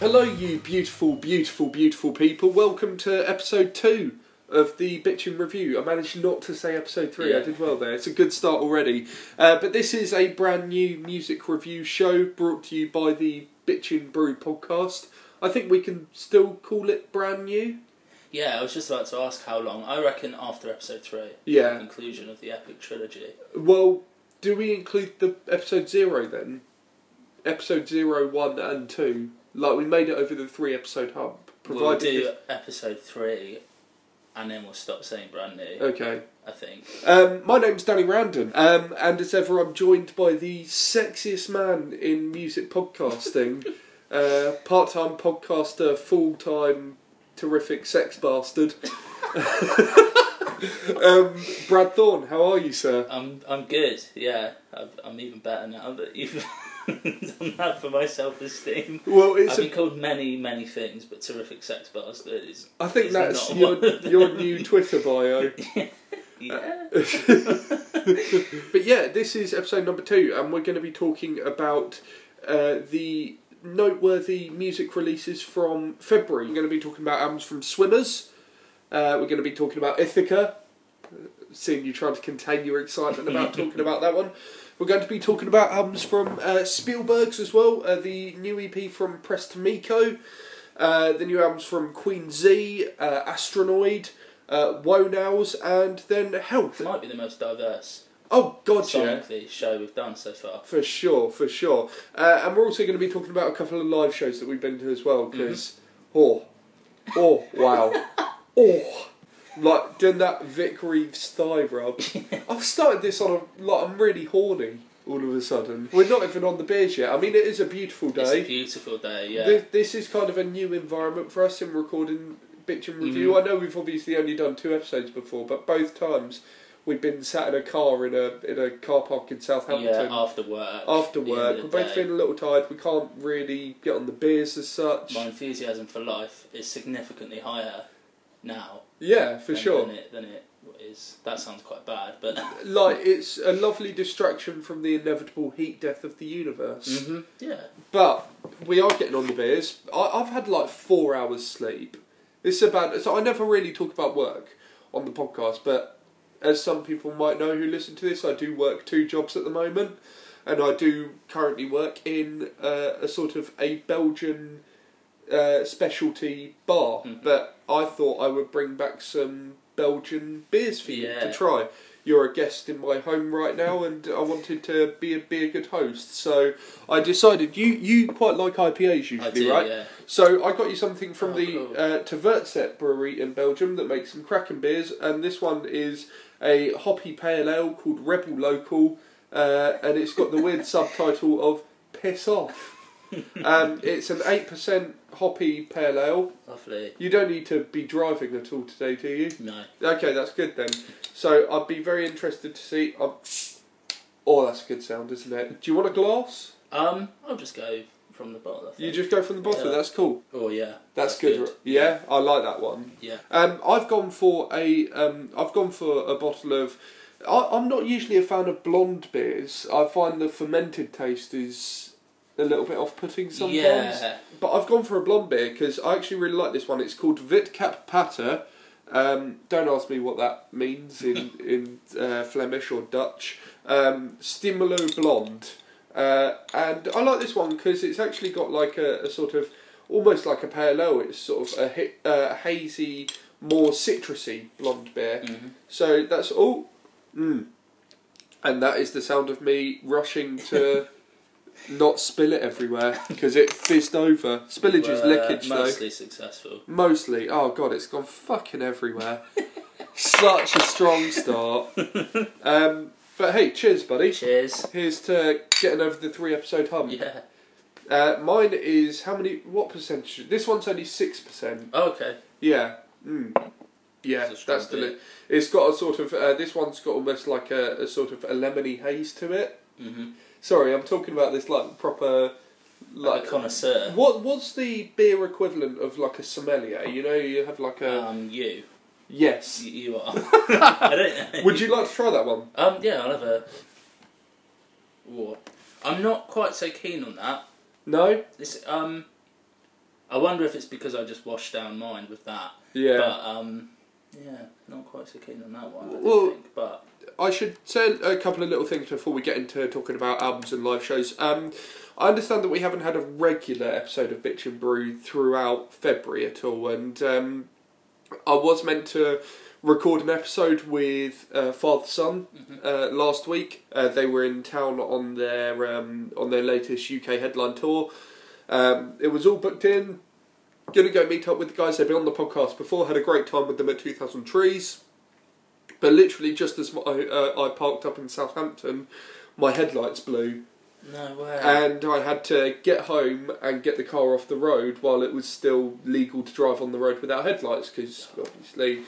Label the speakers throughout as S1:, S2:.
S1: Hello, you beautiful, beautiful, beautiful people. Welcome to episode two of the Bitchin' Review. I managed not to say episode three, I
S2: Yeah.
S1: did well there. It's a good start already. Uh, but this is a brand new music review show brought to you by the Bitchin' Brew podcast. I think we can still call it brand new.
S2: Yeah, I was just about to ask how long. I reckon after episode three, the
S1: Yeah.
S2: conclusion of the epic trilogy.
S1: Well, do we include the episode zero then? Episode zero, one, and two. Like we made it over the three episode hump.
S2: we'll
S1: Provided
S2: do
S1: this-
S2: episode three, and then we'll stop saying brand new.
S1: Okay.
S2: I think.
S1: Um, my name's Danny Randon, um, and as ever, I'm joined by the sexiest man in music podcasting, uh, part-time podcaster, full-time terrific sex bastard. um, Brad Thorne, how are you, sir?
S2: I'm I'm good. Yeah, I'm, I'm even better now that you've done that for my self esteem.
S1: Well,
S2: I've
S1: it's
S2: been
S1: a,
S2: called many many things, but terrific sex bastard is.
S1: I think
S2: it's
S1: that's
S2: not
S1: your
S2: one of them.
S1: your new Twitter bio. Uh,
S2: Yeah.
S1: But yeah, this is episode number two, and we're going to be talking about uh, the noteworthy music releases from February. We're going to be talking about albums from Swimmers. Uh, we're going to be talking about Ithaca. uh, Seeing you trying to contain your excitement about talking about that one. We're going to be talking about albums from uh, Spielberg's as well. Uh, the new EP from Preston Miko. Uh, the new albums from Queen Z, uh, Astronoid, uh, Woe Nows, and then Health.
S2: It might be the most diverse
S1: Oh, God, yeah.
S2: sonically show we've done so far.
S1: For sure, for sure. Uh, and we're also going to be talking about a couple of live shows that we've been to as well, because,
S2: Mm-hmm.
S1: oh, oh, wow. oh. Like, doing that Vic Reeves thigh rub. I've started this on a, like, I'm really horny all of a sudden. We're not even on the beers yet. I mean, it is a beautiful
S2: It's a
S1: day.
S2: beautiful day. Yeah.
S1: Thi- this, is kind of a new environment for us in recording Bitch and Review. I
S2: Mm-hmm.
S1: know we've obviously only done two episodes before, but both times we've been sat in a car in a in a car park in Southampton
S2: Yeah, after work.
S1: after
S2: at the
S1: work.
S2: end
S1: We're
S2: of the
S1: both
S2: day.
S1: feeling a little tired. We can't really get on the beers as such.
S2: My enthusiasm for life is significantly higher now.
S1: Yeah, for
S2: than,
S1: sure.
S2: Than it, than it is. That sounds quite bad, but.
S1: Like it's a lovely distraction from the inevitable heat death of the
S2: Mm-hmm.
S1: universe.
S2: Yeah.
S1: But we are getting on the beers. I, I've had like four hours sleep. It's about so I never really talk about work on the podcast, but as some people might know who listen to this, I do work two jobs at the moment, and I do currently work in uh, a sort of a Belgian uh, specialty bar.
S2: Mhm.
S1: But I thought I would bring back some Belgian beers for you to
S2: Yeah.
S1: try. You're a guest in my home right now, and I wanted to be a, be a good host, so. I decided you you quite like IPAs usually,
S2: I do,
S1: right?
S2: yeah.
S1: So I got you something from
S2: Oh,
S1: the
S2: cool.
S1: uh, Tvertset Brewery in Belgium that makes some cracking beers, and this one is a hoppy pale ale called Rebel Local, uh, and it's got the weird subtitle of "Piss Off." Um, it's an eight percent hoppy pale ale.
S2: Lovely.
S1: You don't need to be driving at all today, do you?
S2: No.
S1: Okay, that's good then. So I'd be very interested to see. i Oh, that's a good sound, isn't it? Do you want a glass?
S2: Um, I'll just go from the bottle. I think.
S1: You just go from the bottom.
S2: Yeah.
S1: That's cool.
S2: Oh yeah.
S1: That's, good. Yeah, I like that one.
S2: Yeah.
S1: Um, I've gone for a um, I've gone for a bottle of. I, I'm not usually a fan of blonde beers. I find the fermented taste is a little bit off-putting sometimes.
S2: Yeah.
S1: But I've gone for a blonde beer because I actually really like this one. It's called Witkap Pater. Um, don't ask me what that means in in uh, Flemish or Dutch. Um, Stimulo Blonde, uh, and I like this one because it's actually got like a, a sort of almost like a pale ale. It's sort of a hi uh, hazy, more citrusy blonde beer.
S2: Mhm.
S1: So that's all. Mm. And that is the sound of me rushing to not spill it everywhere because it fizzed over. Spillage is
S2: Were
S1: lickage though.
S2: uh, Mostly successful.
S1: Mostly. Oh god, it's gone fucking everywhere. Such a strong start. Um, but hey, cheers, buddy.
S2: Cheers.
S1: Here's to getting over the three episode hump.
S2: Yeah.
S1: Uh, mine is how many? What percentage? This one's only six percent.
S2: Oh, okay.
S1: Yeah. Mm. Yeah,
S2: It's a strong
S1: that's
S2: beer.
S1: deli- It's got a sort of. Uh, this one's got almost like a, a sort of a lemony haze to it.
S2: Mm-hmm.
S1: Sorry, I'm talking about this like proper.
S2: Like
S1: Like
S2: a connoisseur.
S1: what? What's the beer equivalent of like a sommelier? You know, you have like a
S2: Um, you. Y-
S1: yes.
S2: You are. I don't know.
S1: Would you like to try that one?
S2: Um, yeah, I'll have a. Ooh. I'm not quite so keen on that.
S1: No.
S2: This um, I wonder if it's because I just washed down mine with that.
S1: Yeah.
S2: But um, yeah, not quite so keen on that one. I don't
S1: Well-
S2: think. But
S1: I should say a couple of little things before we get into talking about albums and live shows. Um, I understand that we haven't had a regular episode of Bitch and Brew throughout February at all, and um, I was meant to record an episode with uh, Father Son uh, last week. Uh, they were in town on their um, on their latest UK headline tour. Um, it was all booked in. Gonna go meet up with the guys. They've been on the podcast before. Had a great time with them at Two Thousand Trees. But literally, just as I, uh, I parked up in Southampton, my headlights blew,
S2: no way.
S1: and I had to get home and get the car off the road while it was still legal to drive on the road without headlights, because obviously,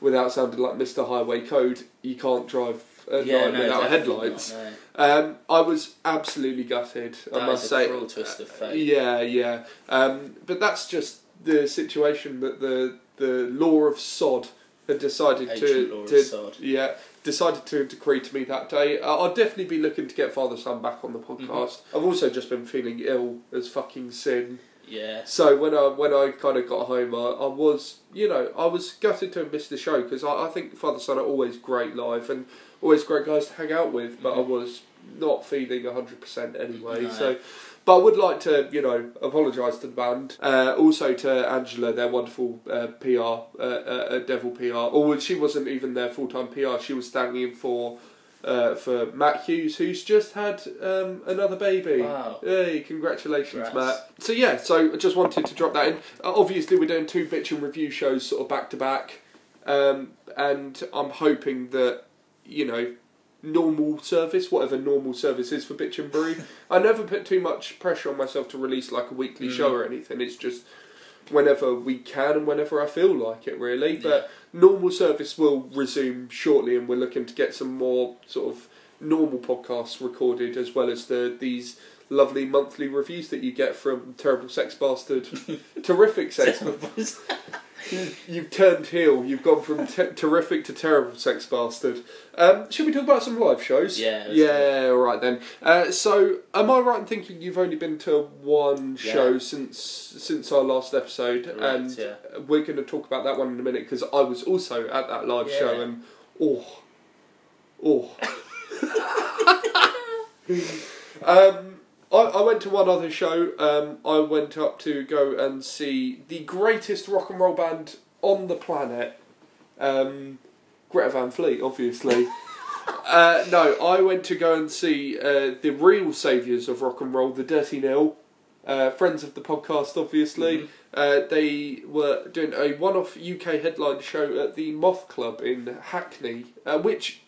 S1: without sounding like Mr. Highway Code, you can't drive at night uh, without
S2: definitely
S1: headlights.
S2: not, no.
S1: Um, I was absolutely gutted. I
S2: That
S1: must
S2: is a
S1: say, uh,
S2: cruel twist of fate.
S1: Yeah, yeah. Um, but that's just the situation that the the law of sod had decided
S2: Ancient
S1: to
S2: law of
S1: to
S2: sod.
S1: yeah decided to decree to me that day. I- I'll definitely be looking to get Father Son back on the podcast. I've also just been feeling ill as fucking sin.
S2: Yeah.
S1: So when I when I kind of got home, I, I was you know I was gutted to have missed the show because I, I think Father Son are always great live and always great guys to hang out with, but I
S2: Mm-hmm.
S1: was not feeling hundred percent anyway.
S2: No.
S1: So, but I would like to you know apologise to the band, uh, also to Angela, their wonderful uh, PR, uh, uh, uh, Devil PR. Or she wasn't even their full time PR; she was standing in for. Uh, for Matt Hughes, who's just had um, another baby.
S2: Wow.
S1: Hey, congratulations,
S2: Congrats.
S1: Matt. So yeah, so I just wanted to drop that in. Uh, obviously, we're doing two bitch and review shows sort of back to back, Um, and I'm hoping that you know normal service, whatever normal service is for bitch and brew. I never put too much pressure on myself to release like a weekly show or anything. It's just whenever we can and whenever I feel like it, really. But normal service will resume shortly, and we're looking to get some more sort of normal podcasts recorded as well as the these lovely monthly reviews that you get from terrible sex bastard terrific sex you've turned heel you've gone from te- terrific to terrible sex bastard um, should we talk about some live shows
S2: Yeah, let's
S1: yeah all right then uh, so am i right in thinking you've only been to one
S2: Yeah.
S1: show since since our last episode
S2: Correct,
S1: and
S2: yeah.
S1: we're going to talk about that one in a minute because i was also at that live
S2: Yeah.
S1: show and oh oh um, I, I went to one other show. Um, I went up to go and see the greatest rock and roll band on the planet, um, Greta Van Fleet, obviously. uh, no, I went to go and see uh, the real saviours of rock and roll, the Dirty Nil. Uh, friends of the podcast, obviously,
S2: Mm-hmm.
S1: uh, they were doing a one-off UK headline show at the Moth Club in Hackney, uh, which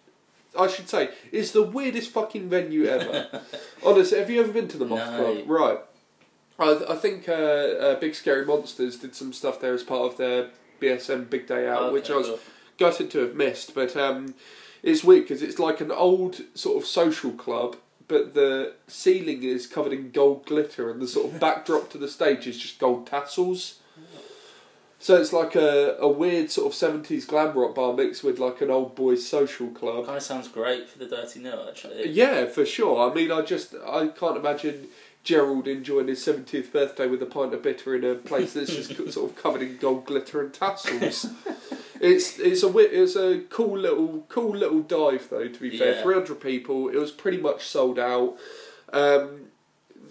S1: I should say, is the weirdest fucking venue ever. Honestly, have you ever been to the Moth
S2: No.
S1: Club? Right. I, I think uh, uh, Big Scary Monsters did some stuff there as part of their BSM Big Day Out,
S2: Okay,
S1: uh, which I was
S2: cool.
S1: gutted to have missed. But um, it's weird because it's like an old sort of social club, but the ceiling is covered in gold glitter, and the sort of backdrop to the stage is just gold tassels. So it's like a, a weird sort of seventies glam rock bar mixed with like an old boys social club.
S2: Kind of sounds great for the Dirty Nil, actually.
S1: Yeah, for sure. I mean, I just I can't imagine Gerald enjoying his seventieth birthday with a pint of bitter in a place that's just co- sort of covered in gold glitter and tassels. it's it's a wi- it's a cool little cool little dive though. To be fair,
S2: Yeah.
S1: three hundred people. It was pretty much sold out. Um,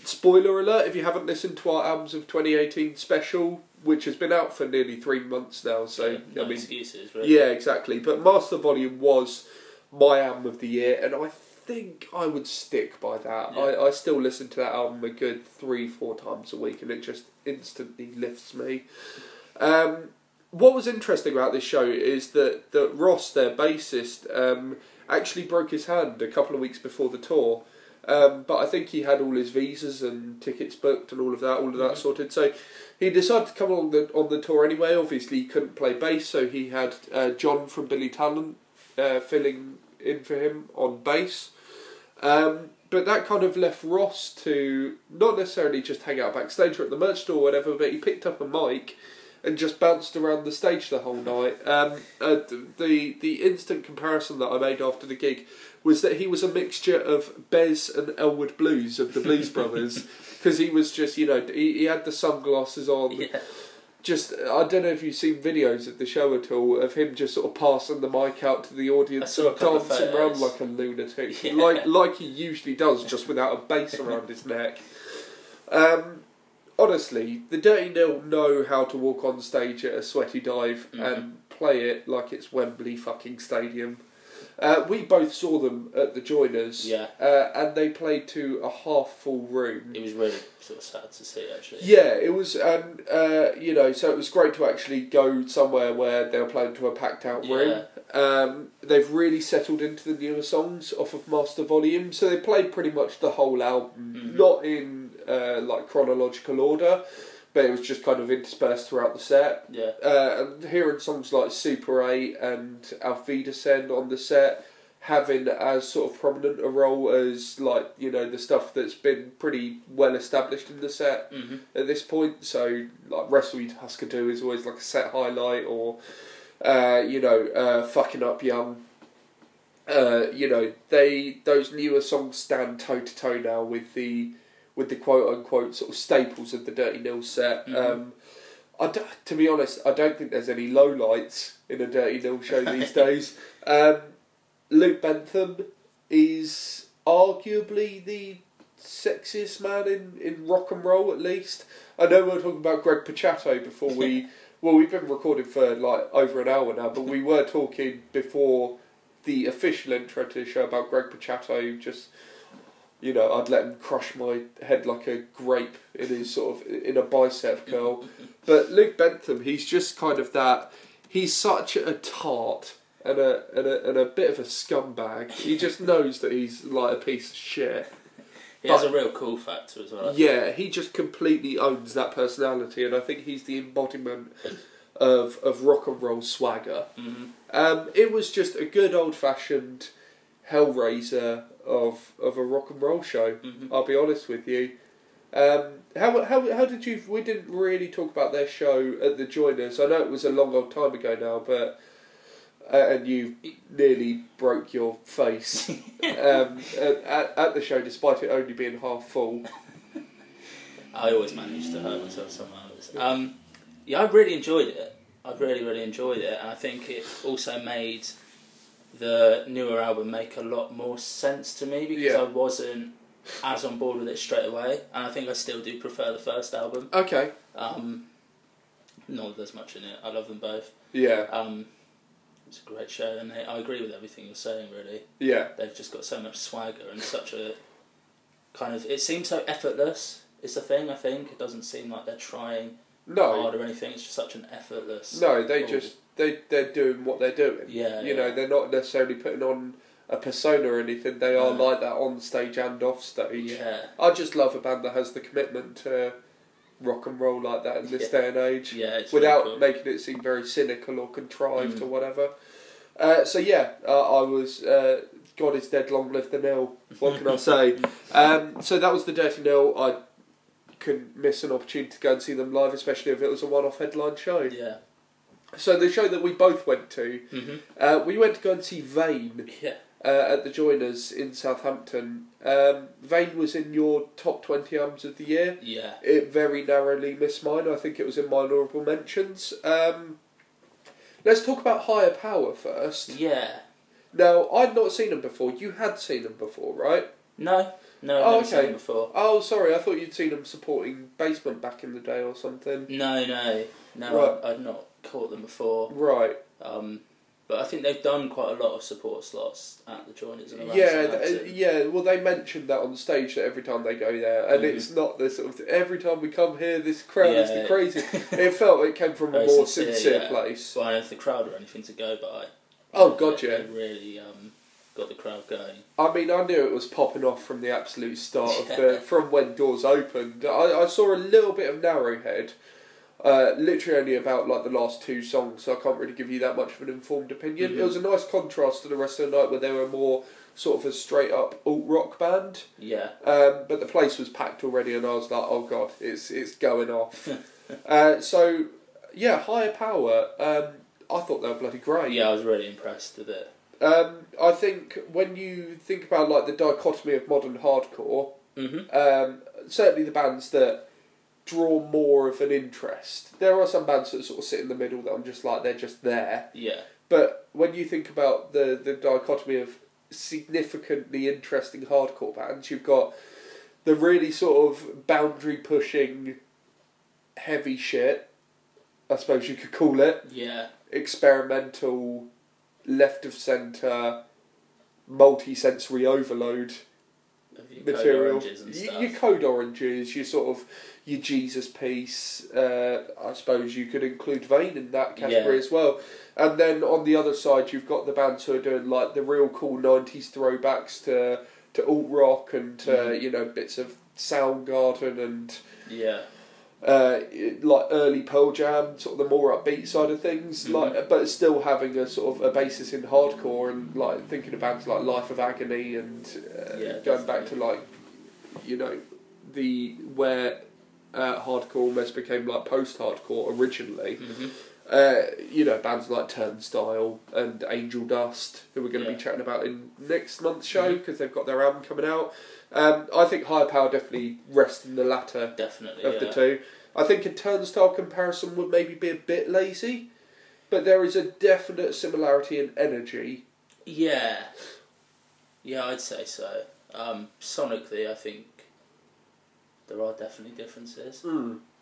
S1: spoiler alert if you haven't listened to our albums of 2018 special which has been out for nearly three months now so
S2: no
S1: i mean
S2: excuses, really.
S1: yeah, exactly. But Master Volume was my album of the year, and I think I would stick by that.
S2: Yeah.
S1: I, I still listen to that album a good three, four times a week, and it just instantly lifts me. Um, what was interesting about this show is that, that Ross, their bassist, um, actually broke his hand a couple of weeks before the tour. Um, but I think he had all his visas and tickets booked and all of that, all of that sorted. So he decided to come on the on the tour anyway. Obviously, he couldn't play bass, so he had uh, John from Billy Talent uh, filling in for him on bass. Um, but that kind of left Ross to not necessarily just hang out backstage or at the merch store or whatever, but he picked up a mic and just bounced around the stage the whole night. Um, uh, the the instant comparison that I made after the gig was that he was a mixture of Bez and Elwood Blues of the Blues Brothers because he was just you know he, he had the sunglasses on.
S2: Yeah.
S1: Just I don't know if you've seen videos of the show at all of him just sort of passing the mic out to the
S2: I
S1: audience
S2: saw a
S1: and
S2: couple of
S1: dancing around
S2: photos.
S1: like a lunatic,
S2: Yeah.
S1: like like he usually does, just without a base around his neck. Um, honestly, the Dirty Nil know how to walk on stage at a sweaty dive
S2: Mm-hmm.
S1: and play it like it's Wembley fucking stadium. Uh, we both saw them at the Joiners,
S2: Yeah.
S1: uh, and they played to a half full room.
S2: It was really sort of sad to see, actually.
S1: Yeah, it was, and uh, you know, so it was great to actually go somewhere where they were playing to a packed out room. Um, they've really settled into the newer songs off of Master Volume, so they played pretty much the whole album,
S2: Mhm.
S1: not in uh, like chronological order, but it was just kind of interspersed throughout the set.
S2: Yeah.
S1: Uh, and hearing songs like Super 8 and Alfida Send on the set, having as sort of prominent a role as like, you know, the stuff that's been pretty well established in the set
S2: hmm
S1: at this point. So like Wrestle You Husker Do is always like a set highlight, or uh, you know, uh, fucking up young. Uh, you know, they those newer songs stand toe to toe now with the with the quote unquote sort of staples of the Dirty Nil set.
S2: Mhm.
S1: Um, I d- to be honest, I don't think there's any low lights in a Dirty Nil show these days. Um, Luke Bentham is arguably the sexiest man in, in rock and roll, at least. I know we were talking about Greg Pachato before we. well, we've been recording for like over an hour now, but we were talking before the official intro to the show about Greg Pachato just. You know, I'd let him crush my head like a grape in his sort of in a bicep curl. But Luke Bentham, he's just kind of that. He's such a tart and a and a, and a bit of a scumbag. He just knows that he's like a piece of shit.
S2: He has a real cool factor as well.
S1: Yeah, he just completely owns that personality, and I think he's the embodiment of of rock and roll swagger.
S2: Mhm.
S1: Um, it was just a good old fashioned hellraiser of of a rock and roll show.
S2: Mhm.
S1: I'll be honest with you. Um, how, how how did you? We didn't really talk about their show at the Joiners. I know it was a long old time ago now, but uh, and you nearly broke your face um, at, at, at the show, despite it only being half full.
S2: I always manage to hurt myself somehow. Um, yeah, I really enjoyed it. I really, really enjoyed it. And I think it also made the newer album make a lot more sense to me because
S1: Yeah.
S2: I wasn't as on board with it straight away. And I think I still do prefer the first album.
S1: Okay.
S2: Um, not that there's much in it. I love them both.
S1: Yeah.
S2: Um, it's a great show, and I I agree with everything you're saying, really.
S1: Yeah.
S2: they've just got so much swagger and such a kind of it seems so effortless it's a thing i think it doesn't seem like they're trying
S1: No.
S2: hard or anything it's just such an effortless
S1: No. They just they they're doing what they're doing.
S2: yeah
S1: you
S2: yeah.
S1: know, they're not necessarily putting on a persona or anything. They are
S2: No.
S1: like that on stage and off stage.
S2: yeah
S1: I just love a band that has the commitment to rock and roll like that in this
S2: Yeah.
S1: day and age,
S2: yeah it's
S1: without
S2: really cool.
S1: making it seem very cynical or contrived
S2: Mm.
S1: or whatever. Uh, so yeah, uh, I was. Uh, God is dead. Long live the nil. What can I say? Um, so that was the Dirty Nil. I couldn't miss an opportunity to go and see them live, especially if it was a one-off headline show.
S2: yeah
S1: So the show that we both went to,
S2: mm-hmm.
S1: uh, we went to go and see Vane
S2: yeah
S1: uh, at the Joiners in Southampton. Um, Vane was in your top 20 albums of the year.
S2: yeah
S1: It very narrowly missed mine. I think it was in my honourable mentions. Um, let's talk about Higher Power first.
S2: yeah
S1: Now, I'd not seen them before. You had seen them before, right?
S2: no no
S1: Oh,
S2: i've never seen
S1: okay.
S2: it before
S1: Oh, sorry, I thought you'd seen them supporting Basement back in the day or something.
S2: no no no
S1: Right.
S2: I, i'd not caught them before
S1: Right.
S2: um but I think they've done quite a lot of support slots at the joiners and around
S1: Yeah, uh,
S2: Southampton.
S1: th- yeah. Well, they mentioned that on stage that every time they go there, and
S2: Mhm.
S1: it's not the sort of every time we come here, this crowd is the
S2: Yeah.
S1: crazy. it felt it came from a
S2: Very
S1: more
S2: sincere,
S1: sincere,
S2: yeah.
S1: place.
S2: So I don't know if the crowd or anything to go by.
S1: Oh god,
S2: They-
S1: yeah.
S2: they really um, got the crowd going.
S1: I mean, I knew it was popping off from the absolute start of
S2: Yeah.
S1: the from when doors opened. I, I saw a little bit of Narrowhead, uh, literally only about like the last two songs, so I can't really give you that much of an informed opinion.
S2: Mhm.
S1: It was a nice contrast to the rest of the night where they were more sort of a straight up alt rock band.
S2: Yeah,
S1: Um, but the place was packed already, and I was like, "Oh God, it's it's going off." uh, so, yeah, Higher Power. Um, I thought they were bloody great.
S2: Yeah, I was really impressed with it.
S1: Um, I think when you think about like the dichotomy of modern hardcore,
S2: hmm
S1: um, certainly the bands that draw more of an interest. There are some bands that sort of sit in the middle that I'm just like they're just there.
S2: Yeah,
S1: But when you think about the the dichotomy of significantly interesting hardcore bands, you've got the really sort of boundary pushing, heavy shit. I suppose you could call it
S2: yeah,
S1: experimental, left of centre, multi-sensory overload
S2: Have you coloured
S1: material.
S2: oranges and
S1: Y-
S2: stuff.
S1: Your code oranges, your sort of your Jesus piece. Uh, I suppose you could include Vane in that category
S2: Yeah.
S1: as well. And then on the other side, you've got the bands who are doing like the real cool '90s throwbacks to to alt rock and to,
S2: Mhm.
S1: you know bits of Soundgarden and
S2: yeah,
S1: uh, like early Pearl Jam, sort of the more upbeat side of things,
S2: Mhm.
S1: like but still having a sort of a basis in hardcore and like thinking about like Life of Agony and uh,
S2: Yeah,
S1: going back to like you know the where uh, hardcore almost became like post-hardcore originally.
S2: hmm
S1: Uh, you know bands like Turnstile and Angel Dust, who we're going to
S2: Yeah. Mm-hmm.
S1: be chatting about in next month's show because they've got their album coming out. Um, I think Higher Power definitely rests in the latter
S2: definitely.
S1: of
S2: yeah.
S1: the two. I think a turnstile comparison would maybe be a bit lazy, but there is a definite similarity in energy.
S2: Yeah, yeah, I'd say so. Um, sonically, I think there are definitely differences,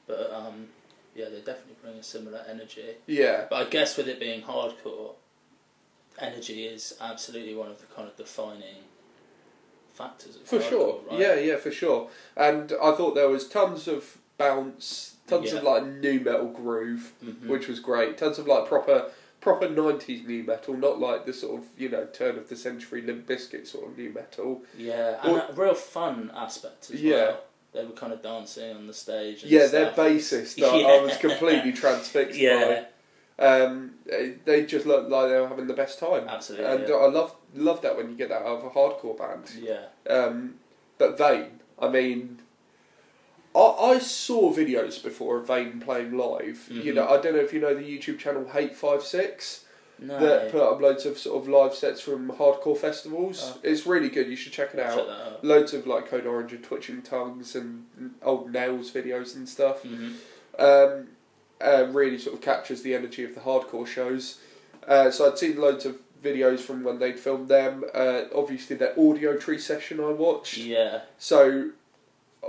S2: but um, yeah, they definitely bring a similar energy.
S1: Yeah,
S2: But I guess with it being hardcore, energy is absolutely one of the kind of defining factors of
S1: for
S2: hardcore,
S1: sure.
S2: right?
S1: Yeah, yeah, for sure. And I thought there was tons of bounce, tons of
S2: Yeah.
S1: like new metal groove,
S2: Mhm.
S1: which was great. Tons of like proper proper nineties new metal, not like the sort of you know turn of the century Limp Bizkit sort of new metal.
S2: Yeah, and
S1: Or-
S2: that real fun aspect as
S1: Yeah.
S2: well. They were kind of dancing on the stage. And
S1: yeah,
S2: stuff.
S1: their bassist. I, I
S2: Yeah.
S1: was completely transfixed by.
S2: Yeah,
S1: Um, they- they just looked like they were having the best time.
S2: absolutely.
S1: And uh,
S2: yeah.
S1: I love love that when you get that out of a hardcore band.
S2: yeah,
S1: Um, but Vane, I mean, I, I saw videos before of Vane playing live. You
S2: Mhm.
S1: know, I don't know if you know the YouTube channel Hate Five Six
S2: no,
S1: that put up loads of sort of live sets from hardcore festivals.
S2: Oh.
S1: It's really good. You should check it
S2: check
S1: out.
S2: that out.
S1: Loads of like Code Orange and Twitching Tongues and old Nails videos and stuff
S2: hmm
S1: um, uh, really sort of captures the energy of the hardcore shows. Uh, so I'd seen loads of videos from when they'd filmed them. Uh, obviously, their audio tree session I watched.
S2: Yeah,
S1: So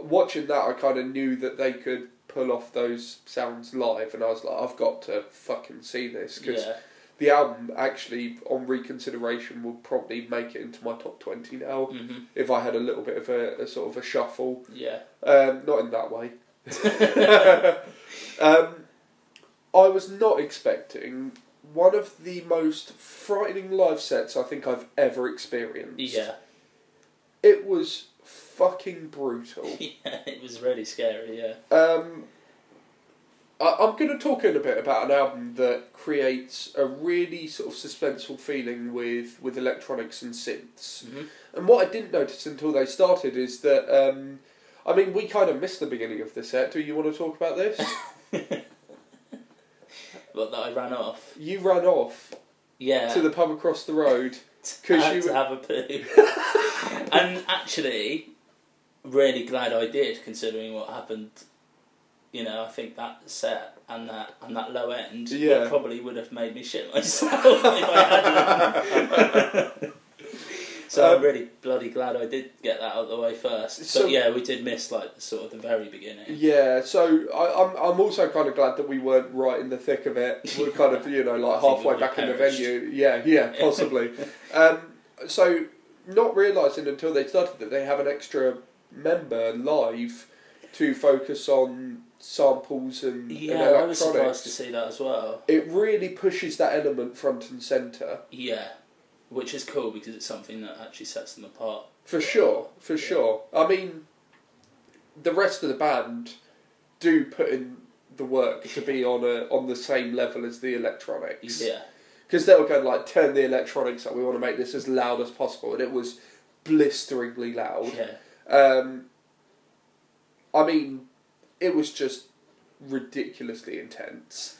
S1: watching that, I kind of knew that they could pull off those sounds live, and I was like, I've got to fucking see this because
S2: yeah,
S1: the album actually, on reconsideration, will probably make it into my top twenty now
S2: hmm
S1: if I had a little bit of a, a sort of a shuffle.
S2: yeah.
S1: Um, not in that way. um, I was not expecting one of the most frightening live sets I think I've ever experienced.
S2: Yeah,
S1: It was fucking brutal.
S2: yeah, it was really scary. Yeah,
S1: Um, I, I'm going to talk in a bit about an album that creates a really sort of suspenseful feeling with, with electronics and synths.
S2: Mhm.
S1: And what I didn't notice until they started is that, um, I mean, we kind of missed the beginning of the set. Do you want to talk about this?
S2: but that I ran off.
S1: you ran off
S2: Yeah,
S1: to the pub across the road.
S2: I
S1: 'cause
S2: had
S1: you-
S2: to have a poo. and actually, really glad I did, considering what happened. You know, I think that set and that and that low end would-
S1: Yeah.
S2: probably would have made me shit myself if I hadn't. so I'm
S1: Um,
S2: really bloody glad I did get that out of the way first. But
S1: so-
S2: yeah, we did miss like sort of the very beginning.
S1: Yeah, so I, I'm I'm also kind of glad that we weren't right in the thick of it. We're kind of you know
S2: I
S1: like
S2: think we
S1: halfway
S2: would've
S1: back in the
S2: perished.
S1: venue. Yeah, yeah, possibly. um, so not realizing until they started that they have an extra member live to focus on samples and, and
S2: Yeah, I was surprised to
S1: electronics.
S2: see that as well.
S1: It really pushes that element front and center.
S2: Yeah, which is cool because it's something that actually sets them apart.
S1: For sure, for
S2: Yeah.
S1: sure. I mean, the rest of the band do put in the work to be on a on the same level as the electronics.
S2: Yeah,
S1: Because they'll go like turn the electronics up. We want to make this as loud as possible, and it was blisteringly loud.
S2: yeah.
S1: Um, I mean, it was just ridiculously intense.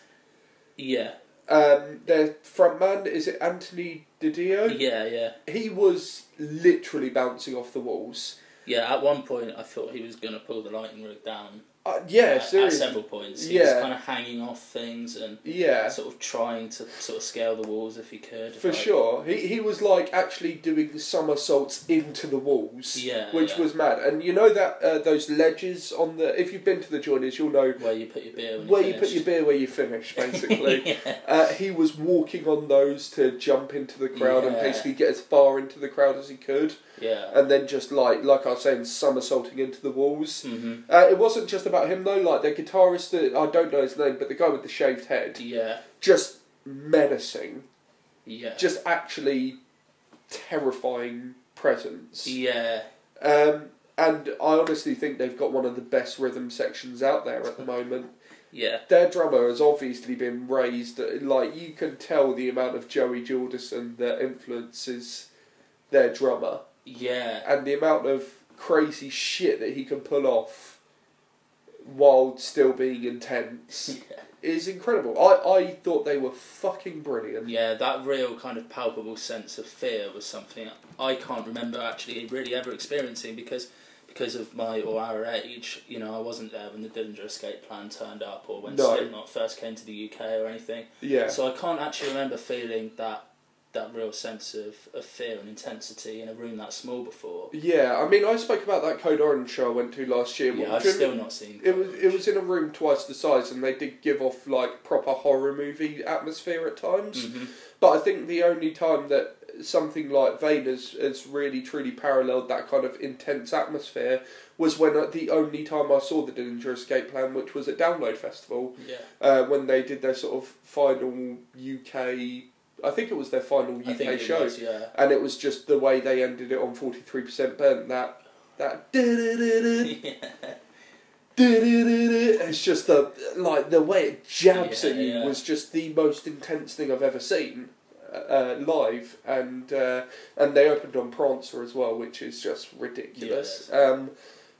S2: Yeah,
S1: Um, their frontman is it Anthony Didio?
S2: yeah, yeah,
S1: He was literally bouncing off the walls.
S2: yeah. At one point, I thought he was gonna pull the lighting rig down.
S1: Uh, yeah,
S2: at, at
S1: seriously.
S2: several points, he was
S1: Yeah.
S2: kind of hanging off things and
S1: yeah,
S2: sort of trying to sort of scale the walls if he could.
S1: for
S2: like-
S1: sure. He he was like actually doing somersaults into the walls.
S2: Yeah,
S1: Which
S2: yeah.
S1: was mad, and you know that uh, those ledges on the. If you've been to the joiners, you'll know
S2: Where you put your beer. When
S1: where
S2: you
S1: you put your beer, where you finish, basically.
S2: yeah.
S1: Uh, he was walking on those to jump into the crowd and
S2: Yeah.
S1: basically get as far into the crowd as he could,
S2: yeah.
S1: and then just like like I was saying, somersaulting into the walls.
S2: hmm
S1: Uh, it wasn't just about him though. Like the guitarist, that I don't know his name, but the guy with the shaved head,
S2: Yeah.
S1: just menacing,
S2: Yeah.
S1: just actually terrifying presence.
S2: yeah.
S1: Um, and I honestly think they've got one of the best rhythm sections out there at the moment.
S2: Yeah.
S1: their drummer has obviously been raised like you can tell the amount of Joey Jordison that influences their drummer
S2: Yeah.
S1: and the amount of crazy shit that he can pull off while still being intense is incredible. I, I thought they were fucking brilliant.
S2: Yeah, that real kind of palpable sense of fear was something I can't remember actually really ever experiencing because because of my or our age, you know, I wasn't there when the Dillinger Escape Plan turned up or when
S1: No.
S2: Slipknot first came to the UK or anything.
S1: Yeah.
S2: So I can't actually remember feeling that that real sense of, of fear and intensity in a room that small before.
S1: Yeah, I mean I spoke about that Code Orange show I went to last year.
S2: Yeah,
S1: Do
S2: I've
S1: you
S2: still not seen.
S1: It was it was in a room twice the size, and they did give off like proper horror movie atmosphere at times.
S2: Mhm.
S1: But I think the only time that something like Vane has, has really truly paralleled that kind of intense atmosphere was when uh, the only time I saw the Dillinger Escape Plan, which was at Download Festival,
S2: Yeah,
S1: uh, when they did their sort of final UK. I think it was their final
S2: I think
S1: UK
S2: it
S1: show,
S2: was. Yeah,
S1: and it was just the way they ended it on forty three percent burn. That that. It's just the like the way it jabs
S2: Yeah,
S1: at you
S2: yeah.
S1: was just the most intense thing I've ever seen uh, live, and uh, and they opened on Prancer as well, which is just ridiculous. Um,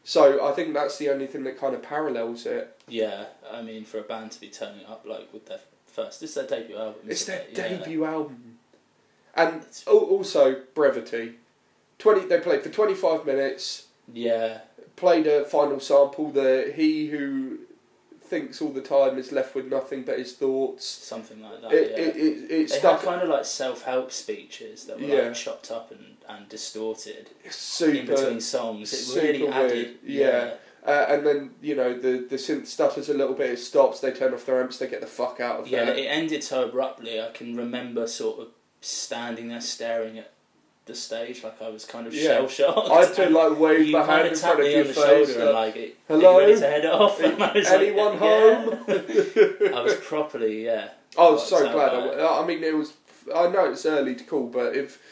S1: so I think that's the only thing that kind of parallels it.
S2: yeah. I mean, for a band to be turning up like with their first, it's their debut album.
S1: It's
S2: isn't
S1: their
S2: it? Yeah.
S1: debut album, and
S2: It's-
S1: al- also brevity. Twenty they played for twenty five minutes.
S2: Yeah,
S1: played a final sample that he who thinks all the time is left with nothing but his thoughts.
S2: something like that.
S1: It,
S2: Oh, yeah.
S1: it, it, it
S2: they
S1: stuck
S2: had kind of like self-help speeches that were
S1: Yeah.
S2: like chopped up and, and distorted in
S1: super.
S2: between songs. It
S1: super
S2: really added.
S1: weird. Yeah. Uh, and then, you know, the, the synth stutters a little bit, it stops, they turn off their amps, they get the fuck out of
S2: Yeah,
S1: there.
S2: it ended so abruptly. I can remember sort of standing there staring at the stage like I was kind of
S1: Yeah.
S2: shell shocked.
S1: I turned like wave
S2: you
S1: my hand
S2: kind
S1: in
S2: of tapped
S1: front of
S2: me on
S1: your
S2: the
S1: face.
S2: shoulder and like, it,
S1: Hello?
S2: Are you ready to head off? And I was like,
S1: Anyone
S2: "Yeah."
S1: home?
S2: I was properly, yeah.
S1: I
S2: Oh,
S1: was so
S2: so
S1: glad. I,
S2: bad.
S1: went- I mean, it was. I know it's early to call, but if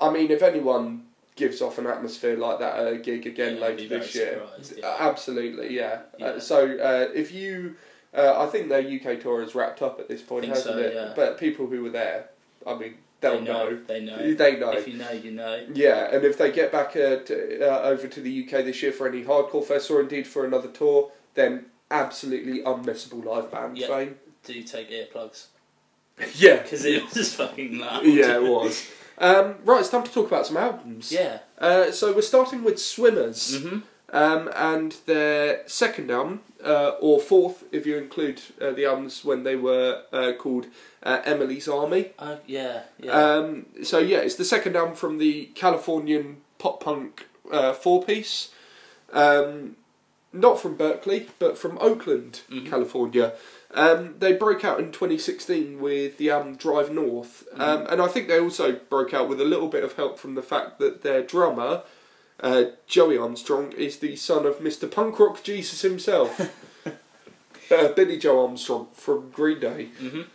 S1: I mean, if anyone gives off an atmosphere like that at a gig again
S2: Yeah, I'd be
S1: later this
S2: very
S1: year, Uh,
S2: surprised, yeah.
S1: absolutely, yeah.
S2: Yeah.
S1: Uh, so uh, if you, uh, I think their UK tour is wrapped up at this point,
S2: Think
S1: hasn't
S2: so,
S1: it?
S2: yeah.
S1: But people who were there, I mean, they'll
S2: they
S1: know.
S2: They know.
S1: They know.
S2: If you know, you know.
S1: Yeah, and if they get back uh, to, uh, over to the UK this year for any hardcore fest or indeed for another tour, then absolutely unmissable live band
S2: Yeah.
S1: fame.
S2: Do take earplugs
S1: Yeah,
S2: because it was just fucking loud.
S1: yeah, it was. Um, right, it's time to talk about some albums.
S2: Yeah.
S1: Uh, so we're starting with Swimmers
S2: Mm-hmm.
S1: um, and their second album, uh, or fourth if you include uh, the albums when they were uh, called uh, Emily's Army.
S2: Uh, yeah. Yeah.
S1: Um, so yeah, it's the second album from the Californian pop punk uh, four piece. Um, not from Berkeley, but from Oakland,
S2: Mhm.
S1: California. Um, they broke out in 2016 with the album Drive North, um, and I think they also broke out with a little bit of help from the fact that their drummer, uh, Joey Armstrong, is the son of Mr. Punk Rock Jesus himself, uh, Billy Joe Armstrong from Green Day.
S2: Mhm.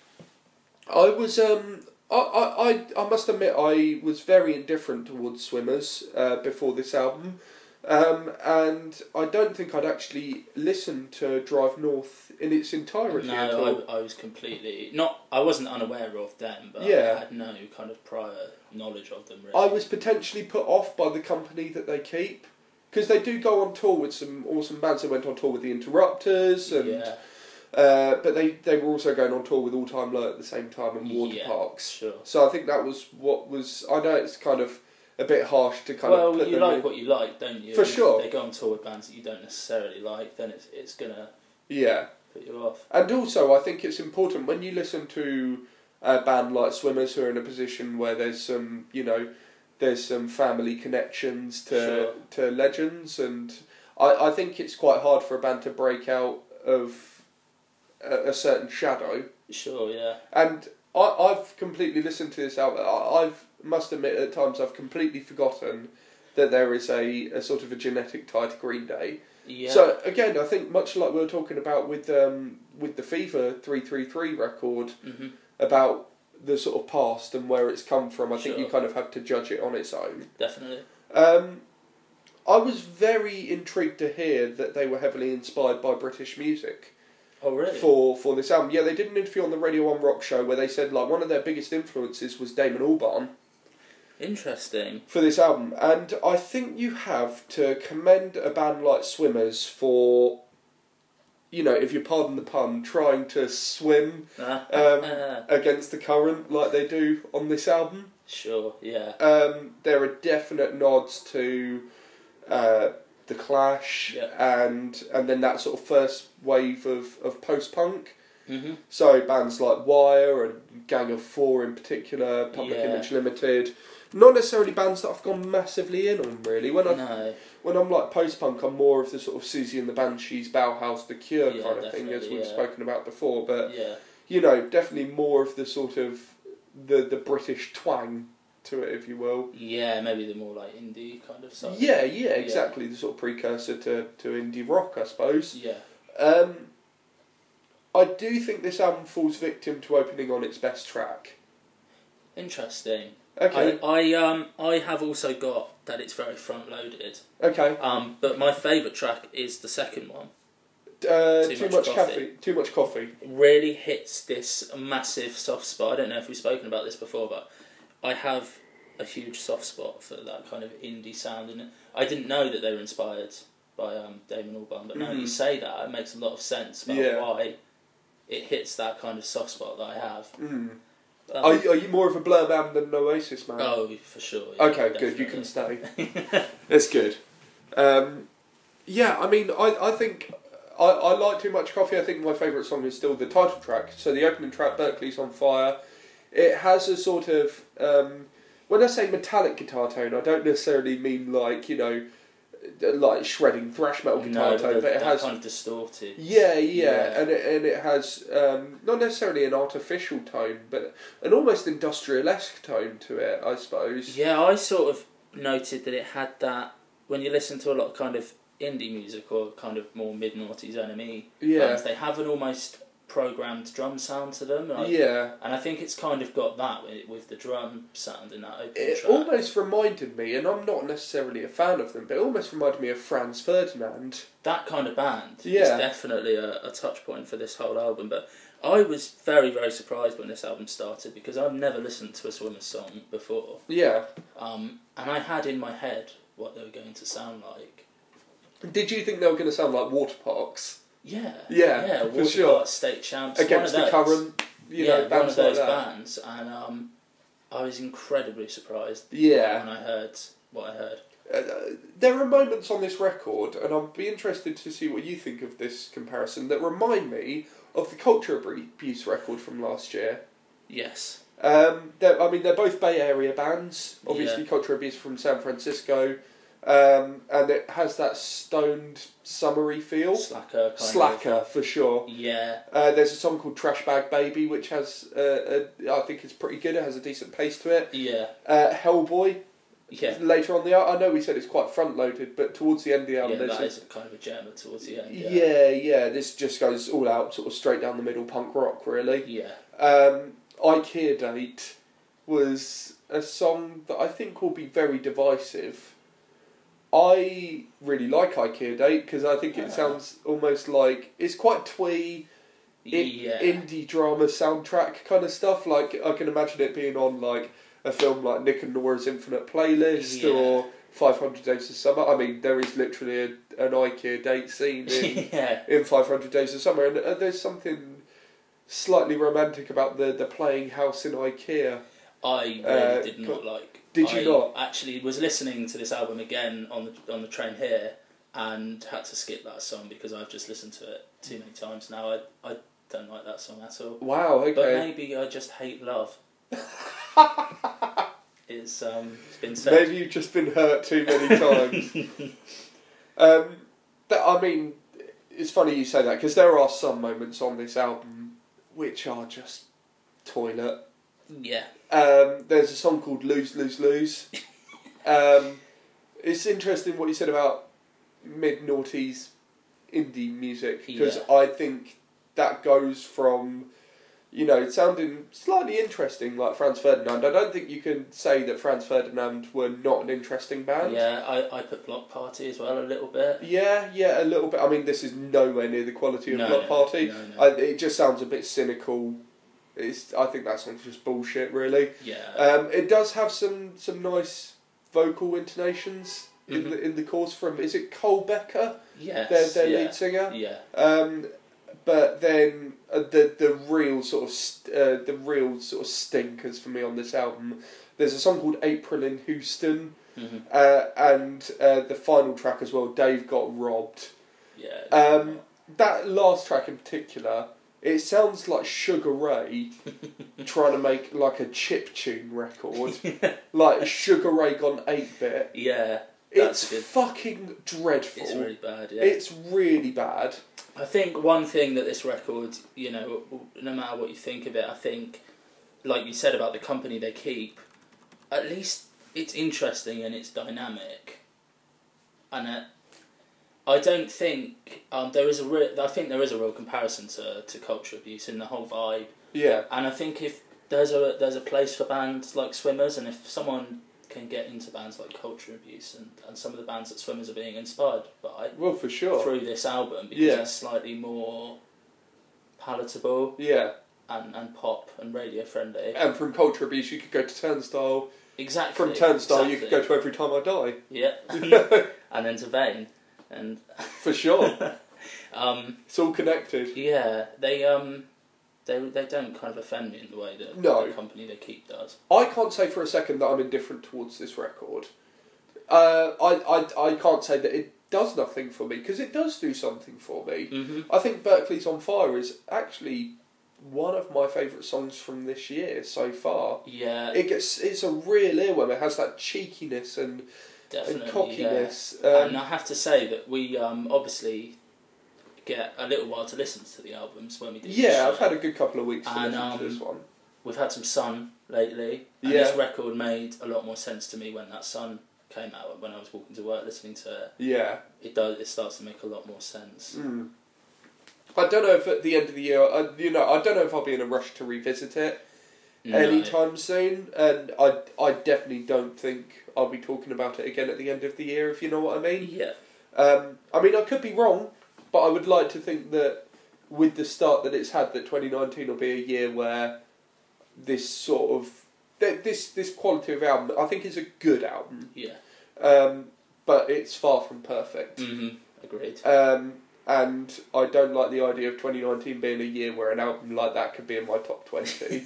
S1: I was um I, I, I, I must admit I was very indifferent towards swimmers uh, before this album. Um, and I don't think I'd actually listened to Drive North in its entirety at all.
S2: No, I, I was completely not. I wasn't unaware of them, but
S1: Yeah.
S2: I had no kind of prior knowledge of them. Really.
S1: I was potentially put off by the company that they keep. Because they do go on tour with some awesome bands. They went on tour with the Interrupters and
S2: Yeah.
S1: Uh, but they, they were also going on tour with All Time Low at the same time and Water
S2: Yeah.
S1: Parks.
S2: Sure.
S1: So I think that was what was. I know it's kind of a bit harsh to kind of
S2: Well,
S1: put
S2: you
S1: them
S2: like
S1: in.
S2: what you like, don't you?
S1: For
S2: And if
S1: sure.
S2: They go on tour with bands that you don't necessarily like, then it's it's gonna
S1: Yeah.
S2: put you off.
S1: And also, I think it's important when you listen to a band like Swimmers who are in a position where there's some, you know, there's some family connections to to legends, and I, I think it's quite hard for a band to break out of a, a certain shadow.
S2: Sure, yeah.
S1: And I, I've completely listened to this album. I, I've must admit at times I've completely forgotten that there is a, a sort of a genetic tie to Green Day.
S2: Yeah.
S1: So again, I think much like we were talking about with um, with the Fever three three three record
S2: Mhm.
S1: about the sort of past and where it's come from, I think
S2: Sure.
S1: you kind of have to judge it on its own.
S2: Definitely.
S1: Um, I was very intrigued to hear that they were heavily inspired by British music
S2: Oh, really?
S1: for for this album. Yeah, they did an interview on the Radio One Rock Show where they said like one of their biggest influences was Damon Albarn
S2: Interesting.
S1: for this album, and I think you have to commend a band like Swimmers for, you know, if you pardon the pun, trying to swim
S2: Ah,
S1: um,
S2: ah,
S1: against the current like they do on this album.
S2: sure, yeah.
S1: Um, there are definite nods to uh, the Clash and and then that sort of first wave of, of post punk.
S2: hmm
S1: So bands like Wire and Gang of Four in particular, Public
S2: Yeah.
S1: Image Limited, not necessarily bands that I've gone massively in on really. When I
S2: No,
S1: when I'm like post punk, I'm more of the sort of Susie and the Banshees, Bauhaus, The Cure
S2: Yeah,
S1: kind of thing, as
S2: definitely,
S1: we've
S2: yeah.
S1: spoken about before. But
S2: yeah.
S1: you know, definitely more of the sort of the the British twang to it, if you will.
S2: Yeah, maybe the more like indie kind of side.
S1: Yeah, yeah, exactly. The sort of precursor to, to indie rock, I suppose.
S2: Yeah.
S1: Um, I do think this album falls victim to opening on its best track.
S2: Interesting.
S1: Okay.
S2: I, I um I have also got that it's very front loaded.
S1: okay.
S2: Um, but my favourite track is the second one.
S1: Uh,
S2: Too
S1: too,
S2: much
S1: much,
S2: coffee.
S1: coffee. Too much coffee.
S2: really hits this massive soft spot. I don't know if we've spoken about this before, but I have a huge soft spot for that kind of indie sound, and I didn't know that they were inspired by um, Damon Albarn, but now that you
S1: Mhm.
S2: say that, it makes a lot of sense about
S1: Yeah.
S2: why it hits that kind of soft spot that I have.
S1: Mm.
S2: Um,
S1: are, you- are you more of a Blur man than an Oasis man?
S2: oh, for sure. yeah,
S1: okay, good. You can stay.
S2: definitely.
S1: It's good. Um, yeah, I mean, I, I think I, I like Too Much Coffee. I think my favourite song is still the title track. So the opening track, Berkeley's on Fire, it has a sort of. Um, when I say metallic guitar tone, I don't necessarily mean like, you know, like shredding thrash metal guitar
S2: no,
S1: tone,
S2: that,
S1: but it
S2: that
S1: has.
S2: kind of distorted.
S1: Yeah, yeah,
S2: Yeah.
S1: and it, and it has um, not necessarily an artificial tone, but an almost industrial-esque tone to it, I suppose.
S2: Yeah, I sort of noted that it had that when you listen to a lot of kind of indie music or kind of more mid noughties enemy
S1: Yeah,
S2: bands, they have an almost programmed drum sound to them. like-
S1: yeah.
S2: And I think it's kind of got that with, with the drum sound in that opening
S1: It
S2: track.
S1: almost reminded me, and I'm not necessarily a fan of them, but it almost reminded me of Franz Ferdinand.
S2: that kind of band is
S1: Yeah.
S2: definitely a, a touch point for this whole album. But I was very, very surprised when this album started because I've never listened to a Swimmer's song before.
S1: Yeah.
S2: Um, and I had in my head what they were going to sound like.
S1: Did you think they were going to sound like water parks
S2: Yeah.
S1: Yeah,
S2: Yeah,
S1: for
S2: Water
S1: sure.
S2: Park State Champs.
S1: against
S2: one
S1: the
S2: of those.
S1: current, you
S2: yeah,
S1: know,
S2: one of
S1: bands like
S2: those
S1: that?
S2: bands. And um, I was incredibly surprised
S1: Yeah.
S2: when I heard what I heard.
S1: Uh, there are moments on this record, and I'll be interested to see what you think of this comparison, that remind me of the Culture Abuse record from last year.
S2: Yes.
S1: Um, they're- I mean, they're both Bay Area bands. Obviously, Culture Abuse from San Francisco, um, and it has that stoned, summery feel.
S2: Slacker. Kind
S1: Slacker for sure.
S2: Of. Yeah.
S1: Uh, there's a song called Trash Bag Baby, which has uh, a, I think is pretty good. It has a decent pace to it.
S2: Yeah.
S1: Uh, Hellboy
S2: Yeah.
S1: later on the al- I know we said it's quite front loaded, but towards the end of the
S2: Yeah,
S1: album,
S2: that
S1: there's
S2: is kind of a jammer towards the
S1: a,
S2: end.
S1: yeah.
S2: Yeah.
S1: yeah, this just goes all out, sort of straight down the middle, punk rock really.
S2: Yeah.
S1: Um, IKEA date was a song that I think will be very divisive. I really like IKEA date because I think
S2: Ah.
S1: it sounds almost like it's quite twee. in-
S2: yeah.
S1: indie drama soundtrack kind of stuff. Like I can imagine it being on like a film like Nick and Nora's Infinite Playlist
S2: Yeah.
S1: or 500 Days of Summer. I mean, there is literally a, an IKEA date scene in,
S2: yeah.
S1: in 500 Days of Summer, and uh, there's something slightly romantic about the, the playing house in IKEA.
S2: I really
S1: Uh,
S2: did not like.
S1: did you
S2: I
S1: not?
S2: Actually, was listening to this album again on the on the train here, and had to skip that song because I've just listened to it too many times now. I I don't like that song at all.
S1: Wow, okay.
S2: But maybe I just hate love. it's um, it's been said.
S1: Maybe you've just been hurt too many times. um, that, I mean, it's funny you say that because there are some moments on this album which are just toilet.
S2: yeah.
S1: Um, there's a song called Lose, Lose, Lose. um, it's interesting what you said about mid noughties indie music because
S2: Yeah.
S1: I think that goes from. You know, it sounding slightly interesting, like Franz Ferdinand. I don't think you can say that Franz Ferdinand were not an interesting band.
S2: Yeah, I, I put Block Party as well a little bit.
S1: Yeah, yeah, a little bit. I mean, this is nowhere near the quality of
S2: No,
S1: Block
S2: no,
S1: Party.
S2: no, no.
S1: I, it just sounds a bit cynical. It's, I think that song's just bullshit, really.
S2: Yeah.
S1: Um, it does have some, some nice vocal intonations in
S2: Mhm.
S1: the in the chorus from is it Cole Becker, their
S2: yes.
S1: their
S2: yeah.
S1: lead singer.
S2: yeah.
S1: Um, but then uh, the the real sort of st- uh, the real sort of stinkers for me on this album. There's a song called April in Houston,
S2: Mhm.
S1: uh, and uh, the final track as well. Dave got robbed.
S2: Yeah.
S1: Um, that last track in particular, it sounds like Sugar Ray trying to make like a chip tune record, like Sugar Ray gone eight bit.
S2: yeah. That's
S1: It's
S2: good.
S1: fucking dreadful.
S2: It's really bad. Yeah.
S1: It's really bad.
S2: I think one thing that this record, you know, no matter what you think of it, I think, like you said about the company they keep, at least it's interesting and it's dynamic. And uh, I don't think um, there is a real. I think there is a real comparison to to culture abuse in the whole vibe.
S1: Yeah.
S2: And I think if there's a there's a place for bands like Swimmers, and if someone can get into bands like Culture Abuse and, and some of the bands that Swimmers are being inspired by
S1: Well, for sure.
S2: through this album because
S1: Yeah.
S2: it's slightly more palatable
S1: Yeah.
S2: and, and pop and radio friendly.
S1: And from Culture Abuse, you could go to Turnstile.
S2: Exactly.
S1: Uh, From Turnstile, you could
S2: exactly.
S1: go to Every Time I
S2: yeah,
S1: Die.
S2: and then to Vane, and
S1: for sure.
S2: um,
S1: It's all connected.
S2: yeah, they um, they they don't kind of offend me in the way that
S1: No.
S2: the company they keep does.
S1: I can't say for a second that I'm indifferent towards this record. Uh, I, I, I can't say that it does nothing for me, because it does do something for me.
S2: Mm-hmm.
S1: I think Berkeley's on Fire is actually one of my favourite songs from this year so far.
S2: Yeah,
S1: It gets it's a real earworm. It has that cheekiness and,
S2: definitely.
S1: and
S2: yeah.
S1: cockiness. Um,
S2: and I have to say that we um, obviously get a little while to listen to the albums when we do. the
S1: yeah, I've
S2: show.
S1: had a good couple of weeks to
S2: And,
S1: listen to
S2: um,
S1: this one.
S2: We've had some sun lately, and
S1: Yeah.
S2: this record made a lot more sense to me when that sun came out. When I was walking to work, listening to it,
S1: Yeah.
S2: it does. It starts to make a lot more sense.
S1: Mm. I don't know if at the end of the year, I, you know, I don't know if I'll be in a rush to revisit it Mm.
S2: No.
S1: anytime soon, and I, I definitely don't think I'll be talking about it again at the end of the year, if you know what I mean.
S2: Yeah,
S1: Um, I mean, I could be wrong, but I would like to think that with the start that it's had, that 2019 will be a year where this sort of th- this this quality of album, I think, is a good album,
S2: yeah.
S1: um, but it's far from perfect.
S2: hmm Agreed.
S1: Um, and I don't like the idea of 2019 being a year where an album like that could be in my top 20.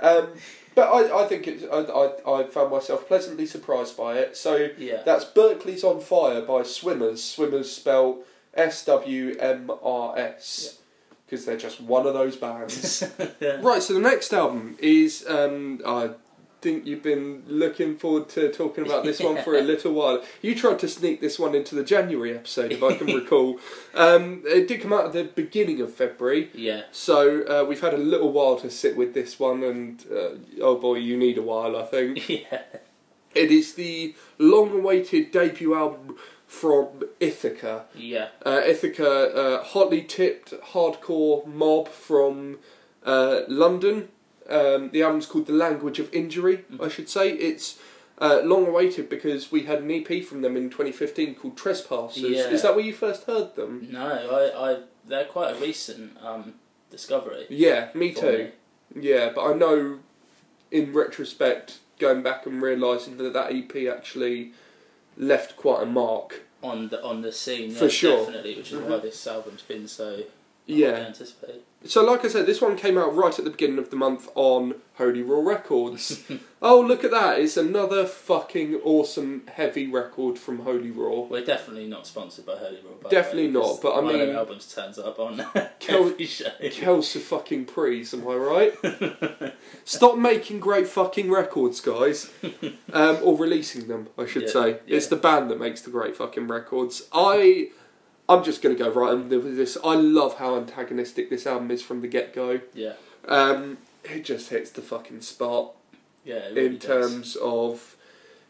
S1: um, but I, I think it's, I, I, I found myself pleasantly surprised by it. So
S2: Yeah,
S1: that's Berkeley's on Fire by Swimmers. Swimmers spell S W M R S. Because they're just one of those bands. right, so the next album is. Um, I think you've been looking forward to talking about this one for a little while. You tried to sneak this one into the January episode, if I can recall. Um, it did come out at the beginning of February.
S2: yeah.
S1: So uh, we've had a little while to sit with this one, and uh, oh boy, you need a while, I think.
S2: Yeah,
S1: It is the long awaited debut album from Ithaca.
S2: yeah,
S1: Uh, Ithaca, uh, hotly tipped hardcore mob from uh, London. Um, the album's called The Language of Injury, I should say. It's uh, long awaited because we had an EP from them in 2015 called Trespassers.
S2: Yeah.
S1: Is that where you first heard them?
S2: No, I, I, they're quite a recent um, discovery.
S1: Yeah, me
S2: for
S1: too. Yeah, but I know in retrospect, going back and realising that that EP E actually left quite a mark.
S2: on the on the scene yeah,
S1: For sure. Mm-hmm.
S2: definitely, which is why this album's been so
S1: Yeah.
S2: highly anticipated.
S1: So, like I said, this one came out right at the beginning of the month on Holy Raw Records. oh, look at that! It's another fucking awesome heavy record from Holy Raw.
S2: We're definitely not sponsored by Hurley Raw. By
S1: Definitely
S2: the way,
S1: not,
S2: 'cause
S1: but I
S2: one of
S1: mean-
S2: their albums turns up on
S1: Kel-
S2: every show.
S1: Kelsey fucking Prees, am I right? Stop making great fucking records, guys. Um, or releasing them, I should
S2: Yeah,
S1: say. It's
S2: yeah.
S1: the band that makes the great fucking records. I, I'm just gonna go right in with this. I love how antagonistic this album is from the get go.
S2: Yeah,
S1: Um, it just hits the fucking spot
S2: yeah. It really
S1: in
S2: does.
S1: terms of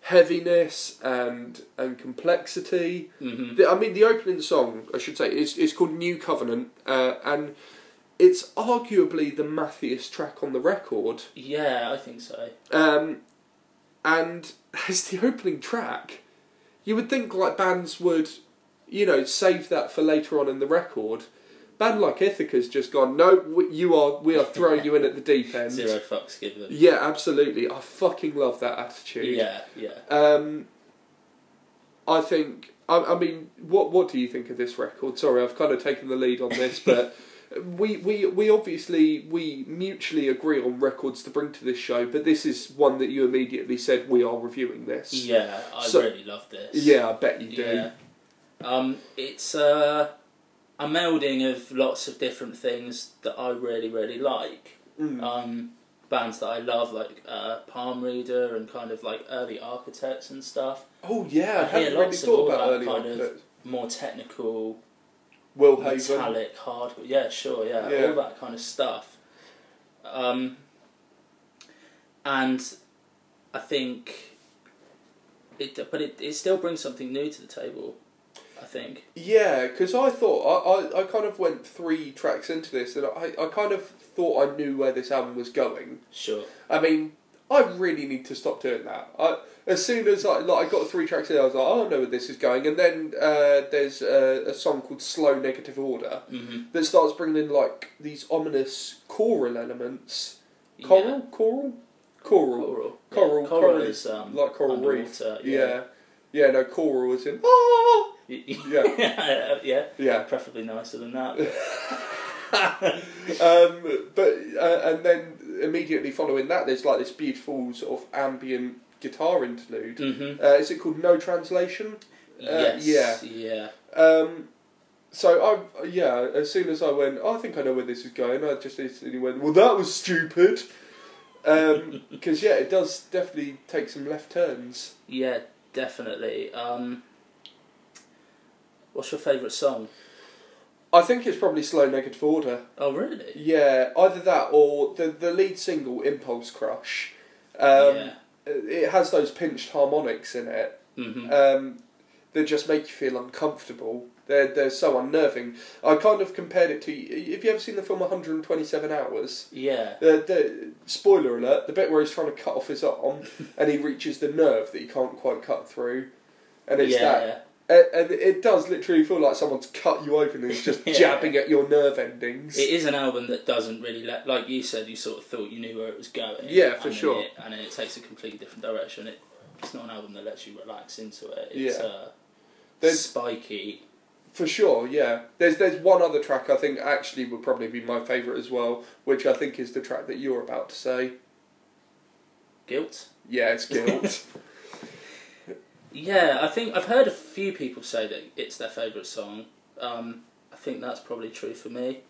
S1: heaviness and and complexity.
S2: Mhm.
S1: The- I mean, the opening song, I should say, is, is called New Covenant, uh, and it's arguably the mathiest track on the record.
S2: Yeah, I think so.
S1: Um, and as the opening track, you would think like bands would, you know, save that for later on in the record. Band like Ithaca's just gone. No, w- you are. We are throwing you in at the deep end.
S2: Zero fucks given.
S1: Yeah, absolutely. I fucking love that attitude.
S2: Yeah, yeah.
S1: Um, I think. I, I mean, what what do you think of this record? Sorry, I've kind of taken the lead on this, but we we we obviously we mutually agree on records to bring to this show, but this is one that you immediately said we are reviewing this.
S2: Yeah, I
S1: So-
S2: really love this.
S1: Yeah, I bet you do.
S2: yeah. Um, it's uh, a melding of lots of different things that I really, really like.
S1: Mm.
S2: Um, bands that I love, like uh, Palm Reader and kind of like early Architects and stuff.
S1: Oh yeah, I
S2: I hear
S1: hadn't really
S2: lots of
S1: thought
S2: all
S1: about
S2: that
S1: early
S2: kind
S1: on,
S2: of
S1: but
S2: More technical,
S1: Will Haven.
S2: metallic, hardcore. Yeah, sure, yeah,
S1: Yeah.
S2: all that kind of stuff. Um, and I think it, but it, it still brings something new to the table. I think.
S1: Yeah, because I thought I, I I kind of went three tracks into this, and I I kind of thought I knew where this album was going.
S2: Sure.
S1: I mean, I really need to stop doing that. I, as soon as I like, I got three tracks in, I was like, oh, I know where this is going. And then uh, there's a, a song called "Slow Negative Order"
S2: Mm-hmm.
S1: that starts bringing in like these ominous choral elements. Choral, choral, choral,
S2: Coral.
S1: Coral,
S2: Yeah,
S1: coral
S2: is um,
S1: like coral reef.
S2: underwater,
S1: Yeah. yeah, No, choral is in. Ah!
S2: yeah. yeah.
S1: Yeah.
S2: Preferably nicer than that.
S1: Um, but uh, and then immediately following that, there's like this beautiful sort of ambient guitar interlude.
S2: mm-hmm.
S1: Uh, is it called No Translation?
S2: yes.
S1: yeah.
S2: Yeah.
S1: Um, so I yeah, as soon as I went, "Oh, I think I know where this is going. I just instantly went, well, that was stupid. Because yeah, it does definitely take some left turns.
S2: Yeah. Definitely. Um, what's your favourite song?
S1: I think it's probably slow negative order.
S2: Oh, really?
S1: Yeah, either that or the the lead single, Impulse Crush. Um,
S2: yeah.
S1: It has those pinched harmonics in it.
S2: Mm-hmm.
S1: um, they just make you feel uncomfortable. They're they're so unnerving. I kind of compared it to. Have you ever seen the film 127 Hours?
S2: yeah.
S1: The, the spoiler alert: the bit where he's trying to cut off his arm, and he reaches the nerve that he can't quite cut through, and it's
S2: yeah.
S1: that. a- And it does literally feel like someone's cut you open and is just
S2: Yeah.
S1: jabbing at your nerve endings.
S2: It is an album that doesn't really let, like you said, you sort of thought you knew where it was going.
S1: Yeah, for
S2: and then
S1: sure.
S2: It, and then it takes a completely different direction. It, it's not an album that lets you relax into it. It's
S1: Yeah.
S2: uh,
S1: There's-
S2: spiky.
S1: For sure, yeah. There's there's one other track I think actually would probably be my favourite as well, which I think is the track that you're about to say.
S2: Guilt.
S1: Yeah, it's Guilt.
S2: Yeah, I think I've heard a few people say that it's their favourite song. Um, I think that's probably true for me.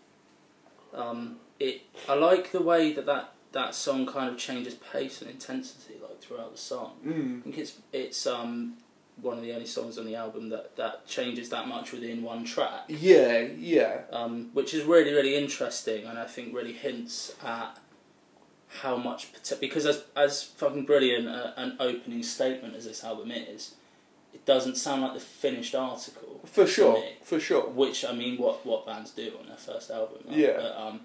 S2: Um, it I like the way that, that that song kind of changes pace and intensity like throughout the song.
S1: mm.
S2: I think it's it's um, one of the only songs on the album that, that changes that much within one track,
S1: Yeah, yeah,
S2: um, which is really really interesting and I think really hints at how much pot- because as as fucking brilliant a, an opening statement as this album is, it doesn't sound like the finished article
S1: for sure,
S2: me.
S1: for sure.
S2: which I mean, what what bands do on their first album. right?
S1: Yeah.
S2: But, um,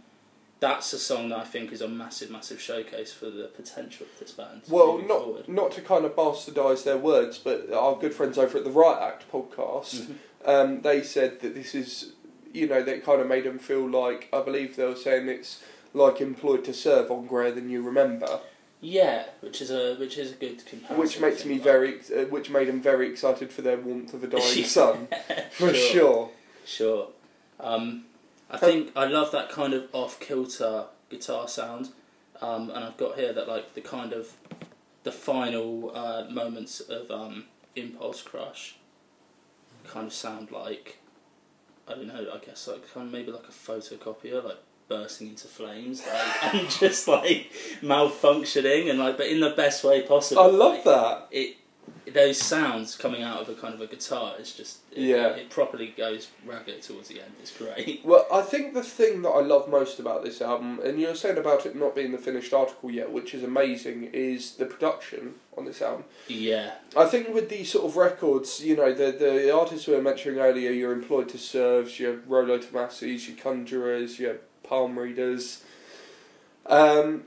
S2: that's a song that I think is a massive, massive showcase for the potential of this band.
S1: Well,
S2: moving forward.
S1: not not to kind of bastardise their words, but our good friends over at the Right Act
S2: Mm.
S1: podcast, um, they said that this is, you know, that kind of made them feel like I believe they were saying it's like employed to serve on greater than you remember.
S2: Yeah, which is a which is a good comparison.
S1: which makes
S2: I
S1: me
S2: think,
S1: very, ex- uh, which made him very excited for their warmth of a dying sun,
S2: like-
S1: for sure.
S2: Sure. Um, I think I love that kind of off kilter guitar sound, um, and I've got here that like the kind of the final uh, moments of um, Impulse Crush kind of sound like I don't know. I guess like kind of maybe like a photocopier, like bursting into flames, like, and just like malfunctioning and like, but in the best way possible.
S1: I love
S2: like,
S1: that.
S2: it those sounds coming out of a kind of a guitar is just it,
S1: Yeah.
S2: it properly goes rabbit towards the end it's great
S1: Well, I think the thing that I love most about this album, and you're saying about it not being the finished article yet, which is amazing, is the production on this album.
S2: yeah
S1: I think with these sort of records, you know, the the artists we were mentioning earlier, your employed to serves, your Rolo Tomasis, your conjurers, your palm readers. Um,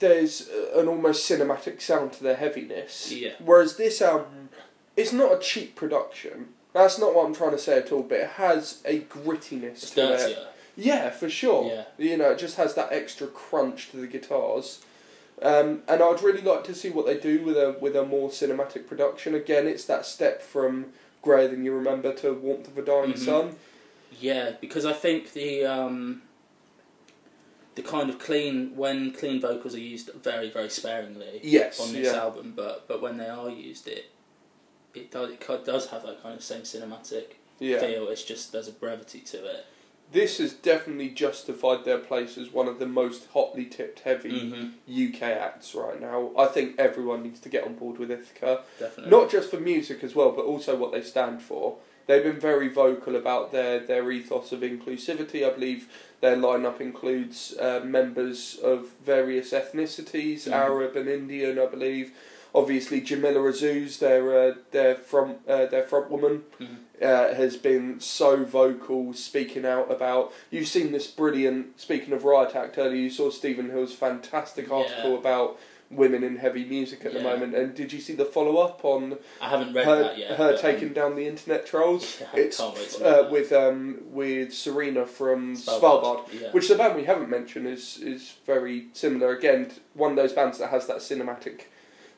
S1: there's uh, an almost cinematic sound to their heaviness.
S2: Yeah.
S1: Whereas this album, it's not a cheap production. That's not what I'm trying to say at all. But it has a grittiness
S2: it's
S1: to it.
S2: dirtier
S1: Yeah, for sure.
S2: Yeah.
S1: You know, it just has that extra crunch to the guitars. Um, and I'd really like to see what they do with a with a more cinematic production. Again, it's that step from Grey Than You Remember to Warmth of a Dying
S2: Mhm.
S1: Sun.
S2: yeah because i think the um the kind of clean when clean vocals are used very very sparingly
S1: Yes,
S2: on this
S1: yeah.
S2: album but but when they are used it it does it kind of does have that kind of same cinematic
S1: Yeah.
S2: feel it's just there's a brevity to it
S1: This has definitely justified their place as one of the most hotly tipped heavy
S2: hmm
S1: UK acts right now. I think everyone needs to get on board with Ithaca.
S2: definitely
S1: not just for music as well, but also what they stand for. They've been very vocal about their, their ethos of inclusivity. I believe their lineup includes uh, members of various ethnicities,
S2: Mhm.
S1: Arab and Indian, I believe. Obviously, Jamila Azouz, their uh, their front uh, their front woman,
S2: Mhm.
S1: uh, has been so vocal, speaking out about. You've seen this brilliant. Speaking of Riot Act earlier, you saw Stephen Hill's fantastic
S2: Yeah.
S1: article about women in heavy music at the
S2: Yeah.
S1: moment. And did you see the follow up on
S2: i haven't read
S1: her,
S2: that yet
S1: her
S2: but, um,
S1: taking down the internet trolls.
S2: yeah, I
S1: it's
S2: can't wait to read
S1: uh,
S2: that.
S1: with um with Serena from Svalbard,
S2: yeah.
S1: which the band we haven't mentioned is is very similar. Again, t- one of those bands that has that cinematic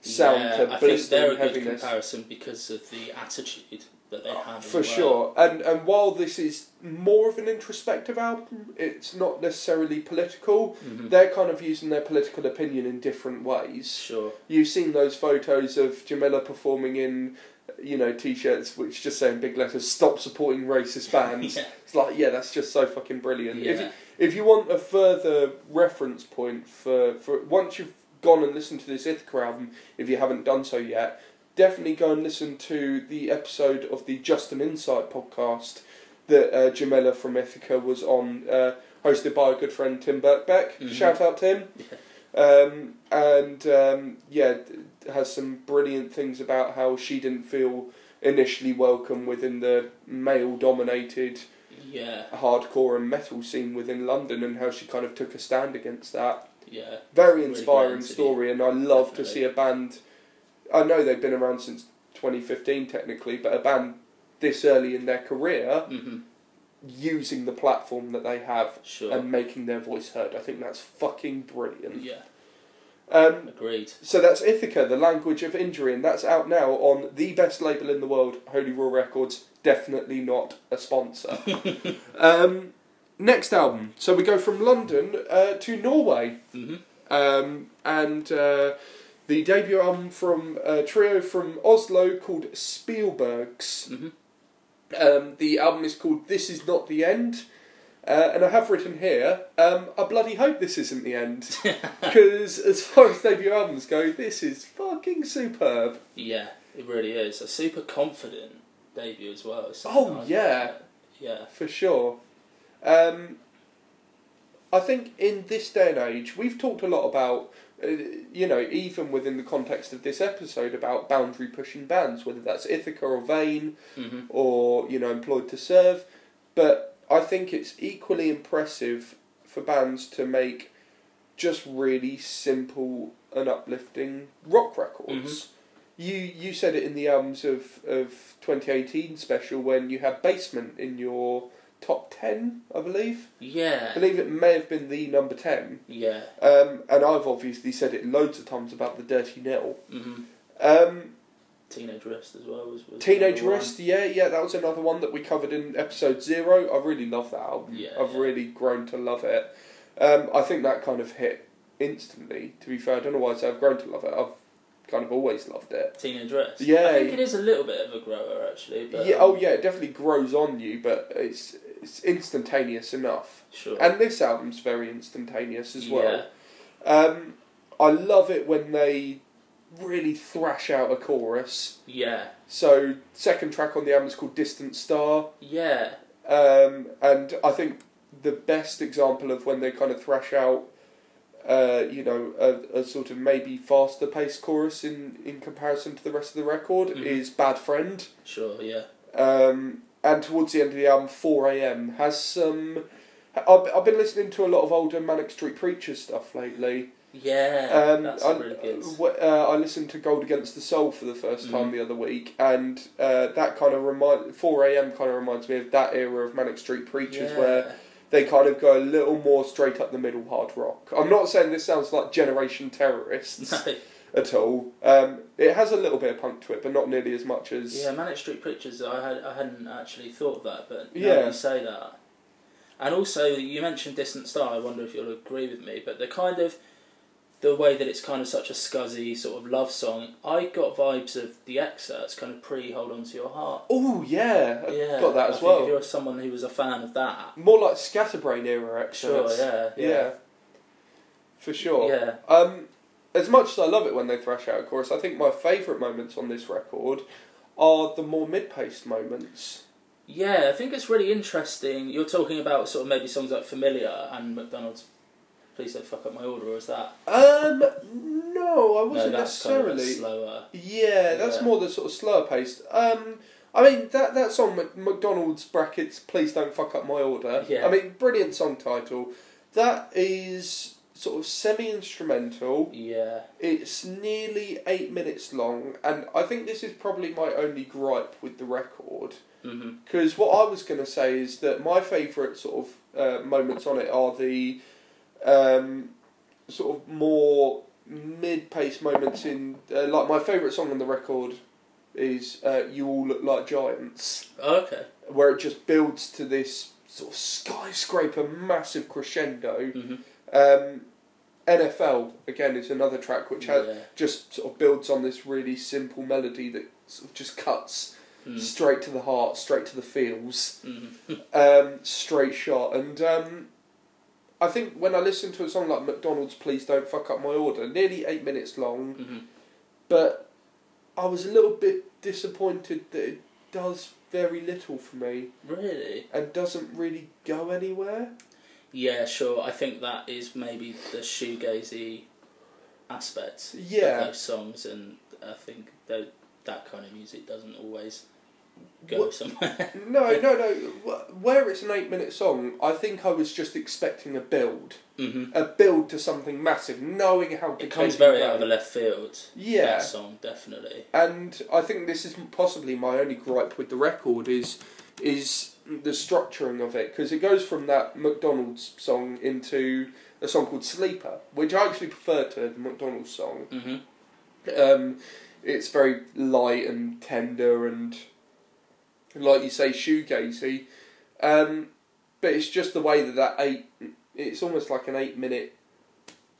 S1: sound to
S2: I think
S1: blistering
S2: they're a good
S1: heaviness. Oh,
S2: comparison because of the attitude that they have. as
S1: For
S2: well.
S1: sure, and and while this is more of an introspective album, it's not necessarily political.
S2: Mhm.
S1: They're kind of using their political opinion in different ways.
S2: Sure.
S1: You've seen those photos of Jamila performing in, you know, t-shirts which just say in big letters "Stop supporting racist bands."
S2: Yeah.
S1: It's like, yeah, that's just so fucking brilliant. If
S2: Yeah.
S1: if you want a further reference point for for once you've gone and listened to this Ithaca album, if you haven't done so yet, definitely go and listen to the episode of the Just an Insight podcast that uh, Jamila from Ithaca was on, uh, hosted by a good friend Tim Birkbeck.
S2: Mhm.
S1: Shout out Tim. Um, and um, yeah, d- has some brilliant things about how she didn't feel initially welcome within the male-dominated
S2: Yeah.
S1: hardcore and metal scene within London, and how she kind of took a stand against that.
S2: Yeah.
S1: Very
S2: Really
S1: inspiring
S2: great
S1: story, and I love to
S2: Definitely.
S1: see a band. I know they've been around since 2015 technically, but a band this early in their career
S2: hmm
S1: using the platform that they have
S2: Sure.
S1: and making their voice heard. I think that's fucking brilliant.
S2: yeah.
S1: Um,
S2: Agreed.
S1: So that's Ithaca, the language of injury, and that's out now on the best label in the world, Holy Raw Records. Definitely not a sponsor.
S2: Mm-hmm.
S1: um, next album. So we go from London uh, to Norway,
S2: hmm
S1: um, and uh, the debut album from a trio from Oslo called Spielbergs.
S2: hmm
S1: Um, the album is called This Is Not the End. Uh, and I have written here, um, I bloody hope this isn't the end.
S2: Mm-hmm.
S1: Because as far as debut albums go, this is fucking superb.
S2: Yeah. It really is a super confident debut as well. It's something
S1: Oh,
S2: I-
S1: yeah.
S2: Yeah.
S1: For sure. Um, I think in this day and age, we've talked a lot about, uh, you know, even within the context of this episode, about boundary pushing bands, whether that's Ithaca or Vane,
S2: hmm
S1: or you know employed to serve but i think it's equally impressive for bands to make just really simple and uplifting rock records you you said it in the albums of of 2018 special when you had basement in your top ten, I believe. I
S2: Yeah,
S1: believe it may have been the number ten.
S2: yeah.
S1: Um, and I've obviously said it loads of times about the Dirty Nil.
S2: hmm
S1: Um,
S2: Teenage Rest as well was. was
S1: Teenage
S2: another one.
S1: Rest, yeah, yeah, that was another one that we covered in episode zero. I really love that album.
S2: Yeah,
S1: I've
S2: yeah.
S1: really grown to love it. Um, I think that kind of hit instantly. To be fair, I don't know why I say I've grown to love it. I've kind of always loved it.
S2: Teenage Rest.
S1: Yeah.
S2: I think it is a little bit of a grower actually. But, um,
S1: yeah, oh yeah, it definitely grows on you, but it's it's instantaneous enough.
S2: Sure.
S1: And this album's very instantaneous as
S2: Yeah.
S1: well. Um, I love it when they really thrash out a chorus.
S2: Yeah.
S1: So second track on the album is called Distant Star.
S2: Yeah.
S1: Um, and I think the best example of when they kind of thrash out, uh, you know, a, a sort of maybe faster paced chorus in, in comparison to the rest of the record
S2: Mhm.
S1: is Bad Friend.
S2: Sure. Yeah.
S1: Um, and towards the end of the album, 4am has some. I've, I've been listening to a lot of older Manic Street Preacher stuff lately.
S2: Yeah.
S1: Um,
S2: that's
S1: I,
S2: really good.
S1: w- uh, I listened to Gold Against the Soul for the 1st time
S2: Mhm.
S1: the other week, and uh, that kind of remind 4am kind of reminds me of that era of Manic Street Preachers
S2: yeah.
S1: where they kind of go a little more straight up the middle hard rock. I'm not saying this sounds like Generation Terrorists
S2: No.
S1: at all. Um, it has a little bit of punk to it, but not nearly as much as.
S2: Yeah, Manic Street Pictures. I had I hadn't actually thought of that, but now
S1: Yeah.
S2: that you say that, and also you mentioned Distant Star. I wonder if you'll agree with me, but the kind of the way that it's kind of such a scuzzy sort of love song, I got vibes of the excerpts, kind of pre Hold On to Your Heart.
S1: Oh yeah, I
S2: Yeah,
S1: got that
S2: I
S1: as
S2: think If
S1: well.
S2: you're someone who was a fan of that,
S1: More like Scatterbrain era
S2: sure,
S1: excerpts.
S2: yeah,
S1: yeah. for sure.
S2: yeah,
S1: Um, as much as I love it when they thrash out a chorus, I think my favourite moments on this record are the more mid-paced moments.
S2: yeah. I think it's really interesting. You're talking about sort of maybe songs like Familiar and McDonald's. Please don't fuck up my order. Or is that
S1: Um, no, I wasn't
S2: no? That's kind
S1: necessarily.
S2: of a slower.
S1: Yeah, that's
S2: Yeah.
S1: more the sort of slower paced. Um, I mean that that song Mc- McDonald's brackets. Please don't fuck up my order.
S2: Yeah.
S1: I mean, brilliant song title. That is sort of semi instrumental.
S2: Yeah.
S1: It's nearly eight minutes long, and I think this is probably my only gripe with the record.
S2: hmm
S1: Because what I was going to say is that my favourite sort of uh, moments on it are the um, sort of more mid-paced moments in uh, like my favourite song on the record is uh, "You All Look Like Giants,"
S2: Oh, Okay.
S1: where it just builds to this sort of skyscraper, massive crescendo.
S2: hmm
S1: Um, NFL again is another track which has,
S2: yeah.
S1: just sort of builds on this really simple melody that sort of just cuts
S2: Mm.
S1: straight to the heart, straight to the feels
S2: Mhm.
S1: um, straight shot. And um, I think when I listen to a song like McDonald's, Please Don't Fuck Up My Order, nearly eight minutes long,
S2: Mhm.
S1: but I was a little bit disappointed that it does very little for me
S2: Really?
S1: and doesn't really go anywhere.
S2: Yeah, sure. I think that is maybe the shoegazy aspect
S1: Yeah.
S2: of those songs, and I think that that kind of music doesn't always go
S1: What-
S2: somewhere.
S1: No, no, no. Wh- Where it's an eight minute song, I think I was just expecting a build.
S2: hmm
S1: A build to something massive, knowing how
S2: It
S1: decaying
S2: comes very
S1: that-
S2: out of the left field.
S1: Yeah.
S2: That song definitely.
S1: and I think this is possibly my only gripe with the record is is the structuring of it because it goes from that McDonald's song into a song called Sleeper, which I actually prefer to the McDonald's song.
S2: hmm
S1: Um, it's very light and tender and, like you say, shoegazy. Um, but it's just the way that that eight, it's almost like an eight minute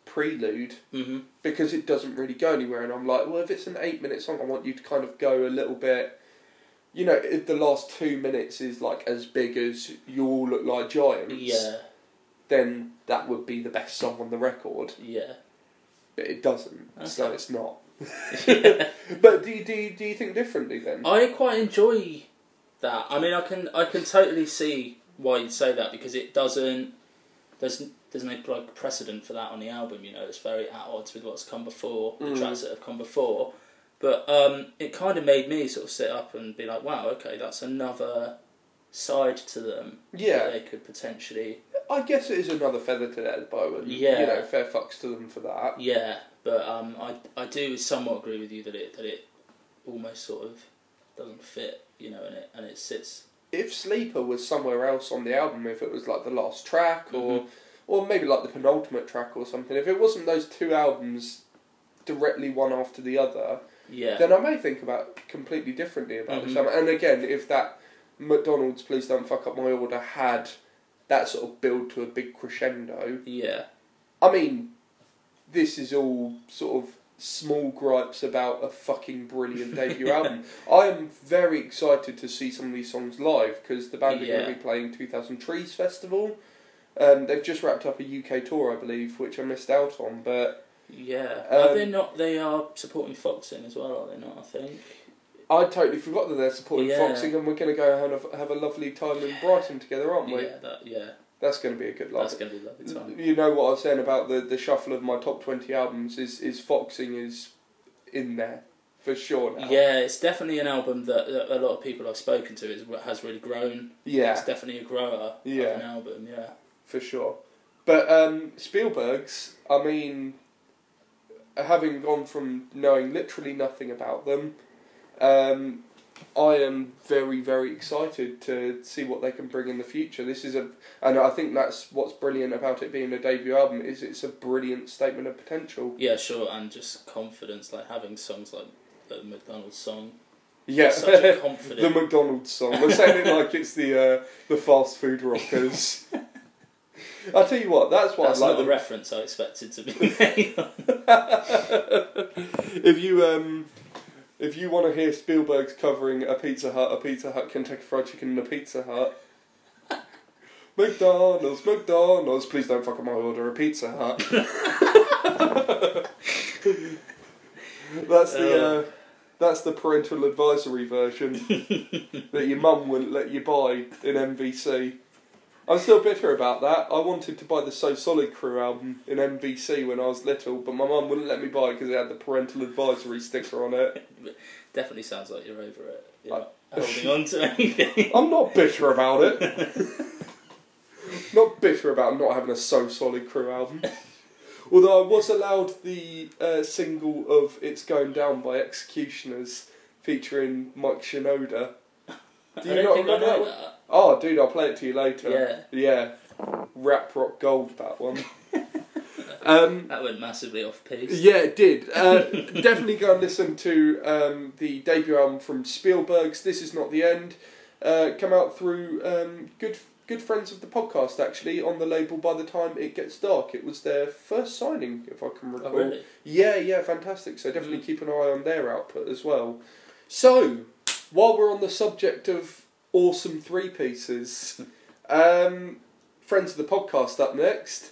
S1: prelude
S2: hmm
S1: because it doesn't really go anywhere. And I'm like, well, if it's an eight minute song, I want you to kind of go a little bit. You know, if the last two minutes is like as big as you all look like giants,
S2: Yeah.
S1: then that would be the best song on the record.
S2: Yeah.
S1: But it doesn't, so
S2: Okay.
S1: it's not. but do you, do you, do you think differently then?
S2: I quite enjoy that. I mean, I can I can totally see why you'd say that because it doesn't there's there's no like precedent for that on the album. You know, it's very at odds with what's come before
S1: Mm.
S2: the tracks that have come before. But um, it kind of made me sort of sit up and be like, wow, okay, that's another side to them that
S1: yeah,
S2: they could potentially
S1: I guess it is another feather to their bow, and
S2: Yeah.
S1: you know, fair fucks to them for that.
S2: yeah. But um, I I do somewhat agree with you that it that it almost sort of doesn't fit. You know, and it and it sits
S1: if Sleeper was somewhere else on the album, if it was like the last track or or maybe like the penultimate track or something, if it wasn't those two albums directly one after the other,
S2: Yeah.
S1: then I may think about completely differently about this
S2: Mhm.
S1: album. And again, if that McDonald's Please Don't Fuck Up My Order had that sort of build to a big crescendo,
S2: yeah.
S1: I mean, this is all sort of small gripes about a fucking brilliant debut album. I am very excited to see some of these songs live because the band are going
S2: Yeah.
S1: to be playing 2000 Trees Festival. Um, they've just wrapped up a UK tour, I believe, which I missed out on. But
S2: Yeah.
S1: Um,
S2: are they not? They are supporting Foxing as well, are they not? I think.
S1: I totally forgot that they're supporting
S2: Yeah.
S1: Foxing, and we're going to go and have, have a lovely time in Brighton together, aren't we?
S2: Yeah. That. Yeah.
S1: That's going to be a good laugh.
S2: That's going to be a lovely time.
S1: You know what I was saying about the, the shuffle of my top 20 albums is, is Foxing is in there for sure now.
S2: Yeah, it's definitely an album that, that a lot of people I've spoken to is, has really grown.
S1: Yeah,
S2: It's definitely a grower
S1: Yeah.
S2: of an album. Yeah.
S1: for sure. But um, Spielberg's, I mean, having gone from knowing literally nothing about them, um, I am very, very excited to see what they can bring in the future. This is a, and I think that's what's brilliant about it being a debut album is it's a brilliant statement of potential.
S2: Yeah, sure, and just confidence, like having songs like the McDonald's song.
S1: Yeah,
S2: Such a
S1: the
S2: confident.
S1: McDonald's song. We're saying it like it's the uh, the fast food rockers. I tell you what, that's what
S2: that's
S1: I like
S2: not
S1: the
S2: the reference I expected to be made.
S1: if you um, if you want to hear Spielberg's covering a Pizza Hut, a Pizza Hut, Kentucky Fried Chicken, and a Pizza Hut. McDonald's, McDonald's, please don't fuck up my order. A Pizza Hut. that's the uh, that's the parental advisory version that your mum wouldn't let you buy in MVC. I'm still bitter about that. I wanted to buy the So Solid Crew album in MVC when I was little, but my mum wouldn't let me buy it because it had the parental advisory sticker on it.
S2: Definitely sounds like you're over it. You're
S1: I- Oh,
S2: not holding on to anything.
S1: I'm not bitter about it. not bitter about not having a So Solid Crew album. Although I was allowed the uh, single of It's Going Down by Executioners featuring Mike Shinoda. Do you
S2: I don't
S1: not
S2: think I
S1: remember that
S2: know
S1: one?
S2: that.
S1: Oh, dude, I'll play it to you later.
S2: Yeah,
S1: Yeah, rap rock gold that one. um,
S2: that went massively off piece.
S1: yeah, it did. Uh, definitely go and listen to um, the debut album from Spielberg's. This is not the end. Uh, come out through um, good good friends of the podcast actually on the label. By the time it gets dark, it was their first signing, if I can recall.
S2: Oh, really?
S1: Yeah, yeah, fantastic. So definitely
S2: Mm.
S1: keep an eye on their output as well. So, while we're on the subject of awesome three pieces, um, friends of the podcast up next.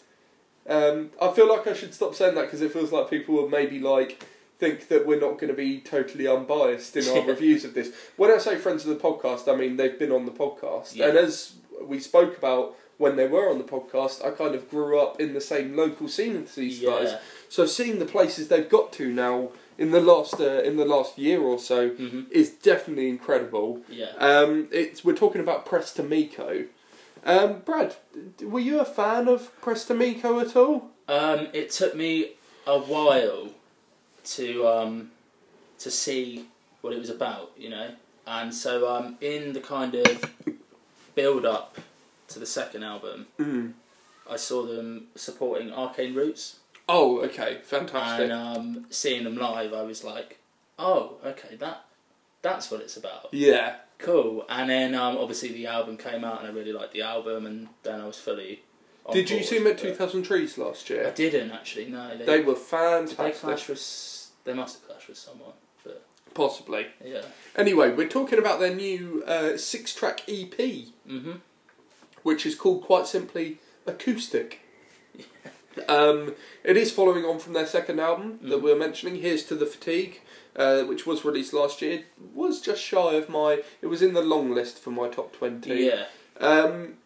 S1: Um, I feel like I should stop saying that because it feels like people will maybe like think that we're not going to be totally unbiased in our
S2: Yeah.
S1: reviews of this. When I say friends of the podcast, I mean they've been on the podcast,
S2: Yeah.
S1: and as we spoke about when they were on the podcast, I kind of grew up in the same local scene as these guys.
S2: Yeah.
S1: So seeing the places they've got to now in the last uh, in the last year or so
S2: hmm
S1: is definitely incredible.
S2: Yeah.
S1: Um, it's we're talking about Prestamiko. Um, Brad, d- were you a fan of Prestamiko at all?
S2: Um, it took me a while to um, to see what it was about, you know. And so um, in the kind of build up to the second album,
S1: Mm.
S2: I saw them supporting Arcane Roots,
S1: Oh, okay, fantastic.
S2: and um, seeing them live, I was like, "Oh, okay, that that's what it's about."
S1: yeah,
S2: Cool. And then um, obviously the album came out, and I really liked the album, and then I was fully. On
S1: did you
S2: board,
S1: see them at
S2: but-
S1: Two Thousand Trees last
S2: I
S1: year?
S2: didn't actually. No,
S1: They were
S2: Did they
S1: fantastic.
S2: clash with? s- They must have clashed with someone, but
S1: Possibly.
S2: yeah.
S1: Anyway, we're talking about their new uh, six-track EP.
S2: Mhm.
S1: which is called quite simply Acoustic. um, it is following on from their second album that
S2: Mhm.
S1: we were mentioning, Here's to the Fatigue, uh, which was released last year. It was just shy of my. It was in the long list for my top 20.
S2: Yeah.
S1: Um,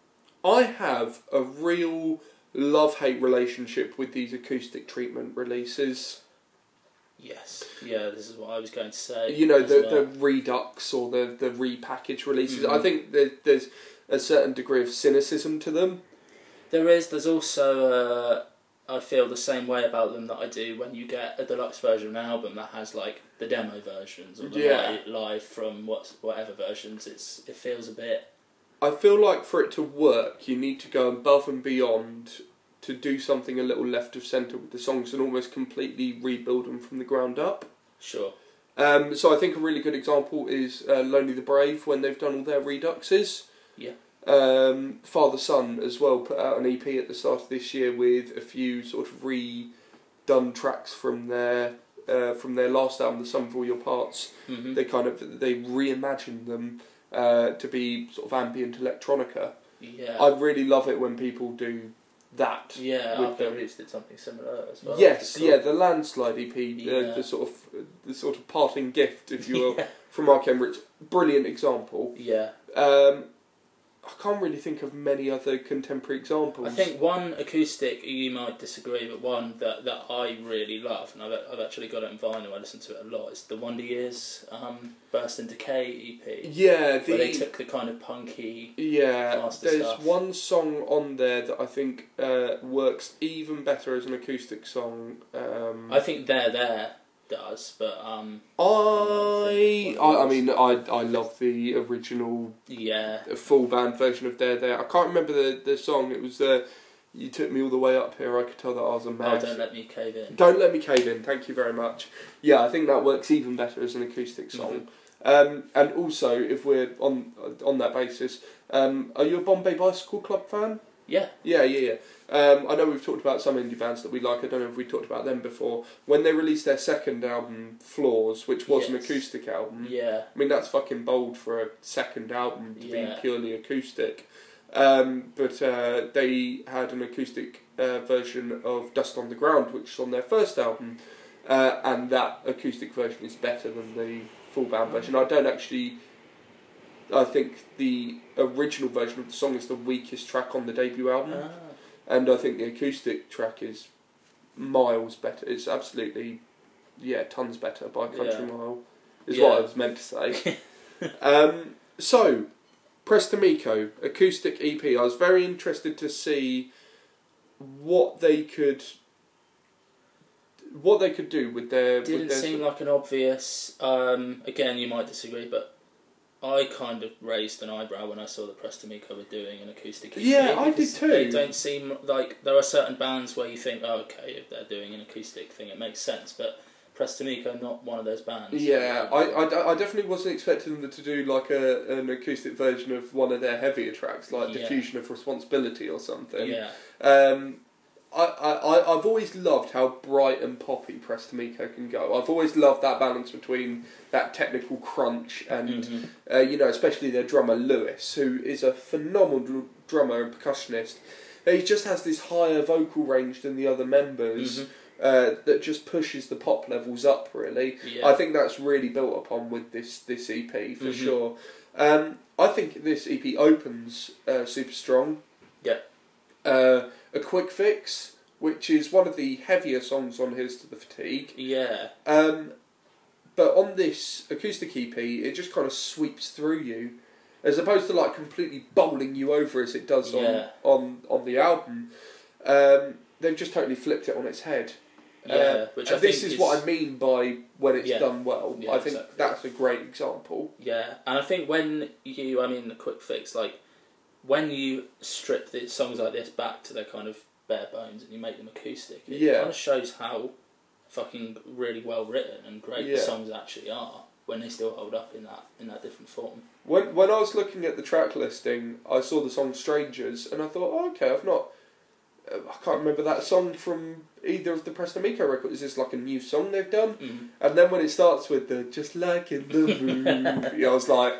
S1: I have a real love hate relationship with these acoustic treatment releases.
S2: Yes. Yeah. This is what I was going to say.
S1: you know
S2: as
S1: the,
S2: well.
S1: the redux or the the repackaged releases.
S2: Mhm.
S1: I think there, there's a certain degree of cynicism to them.
S2: there is. There's also. Uh, I feel the same way about them that I do when you get a deluxe version of an album that has like the demo versions or the
S1: Yeah.
S2: li- live from what whatever versions. It's it feels a bit
S1: I feel like for it to work, you need to go above and beyond to do something a little left of centre with the songs and almost completely rebuild them from the ground up.
S2: Sure.
S1: Um, so I think a really good example is uh, Lonely the Brave when they've done all their reduxes.
S2: Yeah.
S1: Um, Father Son as well put out an EP at the start of this year with a few sort of redone tracks from their uh, from their last album, The Sum of All Your Parts.
S2: hmm
S1: They kind of they reimagined them uh, to be sort of ambient electronica.
S2: yeah.
S1: I really love it when people do that.
S2: yeah,
S1: with
S2: I've
S1: them.
S2: noticed did something similar as well.
S1: yes,
S2: Cool.
S1: yeah, the landslide EP, uh,
S2: Yeah.
S1: the sort of the sort of parting gift, if you will,
S2: Yeah.
S1: from Mark Emmerich. Brilliant example.
S2: Yeah.
S1: Um, I can't really think of many other contemporary examples.
S2: I think one acoustic you might disagree, but one that, that I really love, and I've, I've actually got it on vinyl. I listen to it a lot. It's the Wonder Years um, Burst and Decay EP,
S1: yeah, the
S2: where they took the kind of punky.
S1: yeah.
S2: faster
S1: There's
S2: stuff.
S1: one song on there that I think uh, works even better as an acoustic song. Um,
S2: I think they're there does, but um,
S1: I,
S2: think
S1: I, I mean, I, I love the original
S2: yeah,
S1: full band version of Dare There. I can't remember the, the song. It was the You Took Me All the Way Up Here. I could tell that I was a
S2: oh,
S1: man.
S2: don't let me cave in.
S1: Don't Let Me Cave In. Thank you very much. Yeah, I think that works even better as an acoustic song.
S2: Mm-hmm.
S1: Um, and also, if we're on on that basis, um, are you a Bombay Bicycle Club fan?
S2: Yeah,
S1: Yeah, yeah, yeah. Um, I know we've talked about some indie bands that we like. I don't know if we talked about them before. When they released their second album, Floors, which was an
S2: Yes.
S1: acoustic album,
S2: yeah,
S1: I mean, that's fucking bold for a second album to
S2: Yeah.
S1: be purely acoustic. Um, but uh, they had an acoustic uh, version of Dust on the Ground, which is on their first album, uh, and that acoustic version is better than the full band version. I don't actually. I think the original version of the song is the weakest track on the debut album,
S2: ah,
S1: and I think the acoustic track is miles better. It's absolutely, yeah, tons better by country
S2: Yeah.
S1: mile, is what I
S2: Yeah.
S1: was meant to say. Um, so, Prestamico acoustic EP. I was very interested to see what they could what they could do with their. with
S2: didn't
S1: their
S2: seem like an obvious. Um, again, you might disagree, but. I kind of raised an eyebrow when I saw the Prestamico were doing an acoustic. EP
S1: Yeah, I did
S2: because
S1: too.
S2: They don't seem like there are certain bands where you think, oh, okay, if they're doing an acoustic thing, it makes sense. But Prestamico, not one of those bands.
S1: yeah, I, I, I definitely wasn't expecting them to do like a an acoustic version of one of their heavier tracks, like
S2: Yeah.
S1: Diffusion of Responsibility or something.
S2: yeah,
S1: Um, I, I, I- I've always loved how bright and poppy Prestamico can go. I've always loved that balance between that technical crunch and
S2: Mhm.
S1: uh, you know, especially their drummer Lewis, who is a phenomenal dr- drummer and percussionist. He just has this higher vocal range than the other members
S2: Mhm.
S1: uh, that just pushes the pop levels up. Really,
S2: yeah.
S1: I think that's really built upon with this this EP for
S2: Mhm.
S1: sure. Um, I think this EP opens uh, super strong.
S2: Yeah.
S1: Uh, a quick fix, which is one of the heavier songs on his to the fatigue.
S2: yeah,
S1: Um, but on this acoustic EP, it just kind of sweeps through you, as opposed to like completely bowling you over as it does
S2: Yeah.
S1: on, on on the album. Um, they've just totally flipped it on its head.
S2: yeah.
S1: Uh,
S2: which
S1: and
S2: I
S1: this
S2: think
S1: is, what I mean by when it's
S2: Yeah.
S1: done well.
S2: Yeah,
S1: I think
S2: exactly.
S1: that's a great example.
S2: Yeah, and I think when you, I mean, the quick fix, like when you strip the songs like this back to their kind of bare bones and you make them acoustic, it
S1: Yeah.
S2: kind of shows how fucking really well written and great the
S1: Yeah.
S2: songs actually are when they still hold up in that in that different form.
S1: When when I was looking at the track listing, I saw the song "Strangers" and I thought, oh, okay, I've not. uh, I can't remember that song from either of the Prestamico records. Is this like a new song they've done?
S2: Mm.
S1: And then when it starts with the just like in the movie, I was like,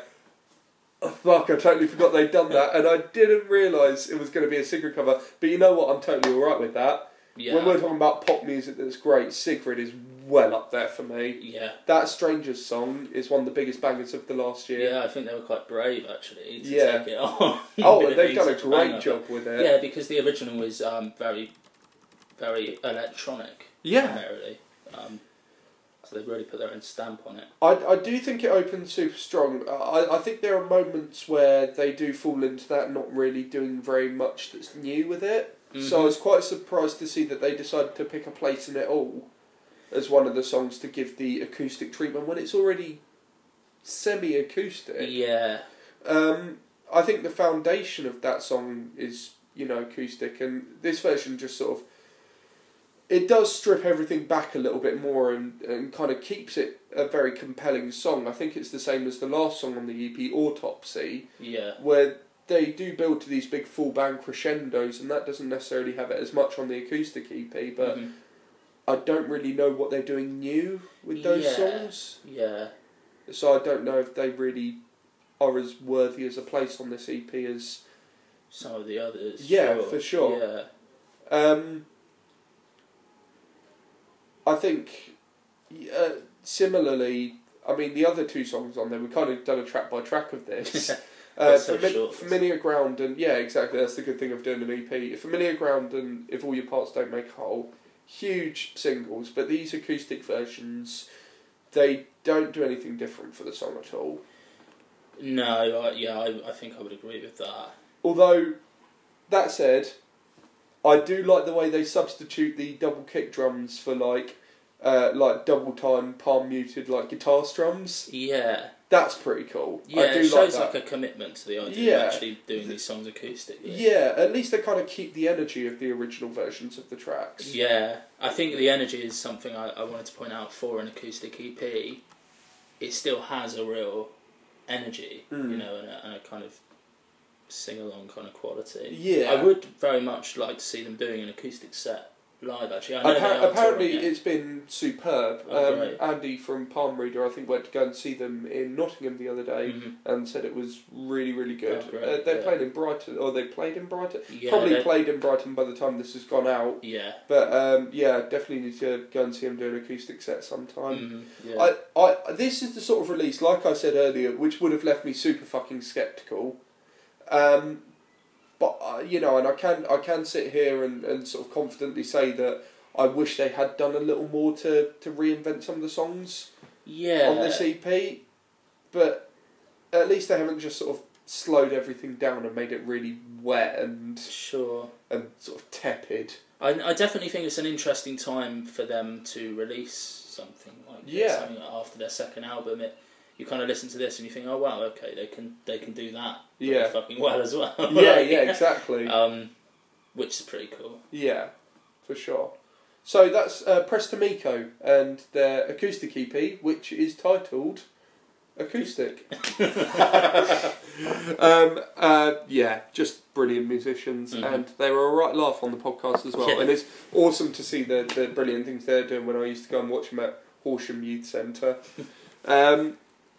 S1: oh, fuck, I totally forgot they'd done that. And I didn't realise it was going to be a Sigrid cover. But you know what? I'm totally alright with that.
S2: Yeah,
S1: When we're talking about pop music that's great, Sigrid is well up there for me.
S2: yeah,
S1: That Strangers song is one of the biggest bangers of the last year.
S2: yeah. I think they were quite brave actually to
S1: Yeah.
S2: take it on.
S1: Oh,
S2: With
S1: and
S2: it
S1: they've
S2: being
S1: done a
S2: such banger.
S1: great job with it.
S2: Yeah, because the original was um, very, very electronic.
S1: Yeah.
S2: primarily. Um, so they've really put their own stamp on it.
S1: I, I do think it opens super strong. I, I think there are moments where they do fall into that not really doing very much that's new with it.
S2: Mm-hmm.
S1: So I was quite surprised to see that they decided to pick a place in it all as one of the songs to give the acoustic treatment when it's already semi acoustic.
S2: yeah,
S1: Um, I think the foundation of that song is you know acoustic, and this version just sort of it does strip everything back a little bit more and, and kind of keeps it a very compelling song. I think it's the same as the last song on the EP, Autopsy,
S2: Yeah.
S1: where they do build to these big full band crescendos, and that doesn't necessarily have it as much on the acoustic EP. But
S2: Mhm.
S1: I don't really know what they're doing new with those
S2: Yeah.
S1: songs,
S2: Yeah.
S1: so I don't know if they really are as worthy as a place on this EP as
S2: Some of the others.
S1: Yeah, for sure.
S2: Yeah.
S1: Um, I think, uh, similarly, I mean, the other two songs on there, we kind of done a track by track of this. Uh,
S2: That's so
S1: Fami-
S2: short.
S1: familiar ground and yeah, exactly. That's the good thing of doing an EP. Familiar ground and if all your parts don't make whole, huge singles. But these acoustic versions, they don't do anything different for the song at all.
S2: No, I, yeah, I, I think I would agree with that.
S1: Although, that said, I do like the way they substitute the double kick drums for like, uh, like double time palm muted like guitar strums.
S2: Yeah,
S1: That's pretty cool.
S2: yeah,
S1: I do
S2: it shows
S1: like that.
S2: like, a commitment to the idea
S1: Yeah.
S2: of actually doing these songs acoustically.
S1: yeah, at least they kind of keep the energy of the original versions of the tracks.
S2: Yeah, I think the energy is something I, I wanted to point out for an acoustic EP. It still has a real energy, you
S1: Mm.
S2: know, and a, and a kind of sing along kind of quality.
S1: Yeah.
S2: I would very much like to see them doing an acoustic set live. Actually, I know they
S1: Appa-
S2: are
S1: apparently,
S2: touring it.
S1: it's been superb.
S2: Oh,
S1: um,
S2: great.
S1: Andy from Palm Reader, I think, went to go and see them in Nottingham the other day
S2: Mhm.
S1: and said it was really, really good.
S2: Oh, great,
S1: uh, they
S2: yeah.
S1: played in Brighton, or they played in Brighton.
S2: yeah,
S1: Probably
S2: they-
S1: played in Brighton by the time this has gone out.
S2: yeah.
S1: But um, yeah, definitely need to go and see him do an acoustic set sometime.
S2: Mhm, yeah.
S1: Um, I, I, this is the sort of release, like I said earlier, which would have left me super fucking skeptical. Um, but uh, you know, and I can I can sit here and, and sort of confidently say that I wish they had done a little more to, to reinvent some of the songs
S2: yeah.
S1: on this E EP. But at least they haven't just sort of slowed everything down and made it really wet and
S2: Sure.
S1: and sort of tepid.
S2: I, I definitely think it's an interesting time for them to release something like this.
S1: Yeah.
S2: I mean, after their second album, it you kind of listen to this and you think, oh wow, okay, they can they can do that pretty
S1: Yeah.
S2: fucking well as well.
S1: yeah, yeah, Uh, exactly.
S2: Um, which is pretty cool.
S1: Yeah, for sure. So that's uh, Prestamico and their acoustic EP, which is titled Acoustic. um, uh, yeah, just brilliant musicians,
S2: Mhm.
S1: and they were a right laugh on the podcast as well.
S2: Yeah.
S1: And it's awesome to see the, the brilliant things they're doing when I used to go and watch them at Horsham Youth Centre. Um,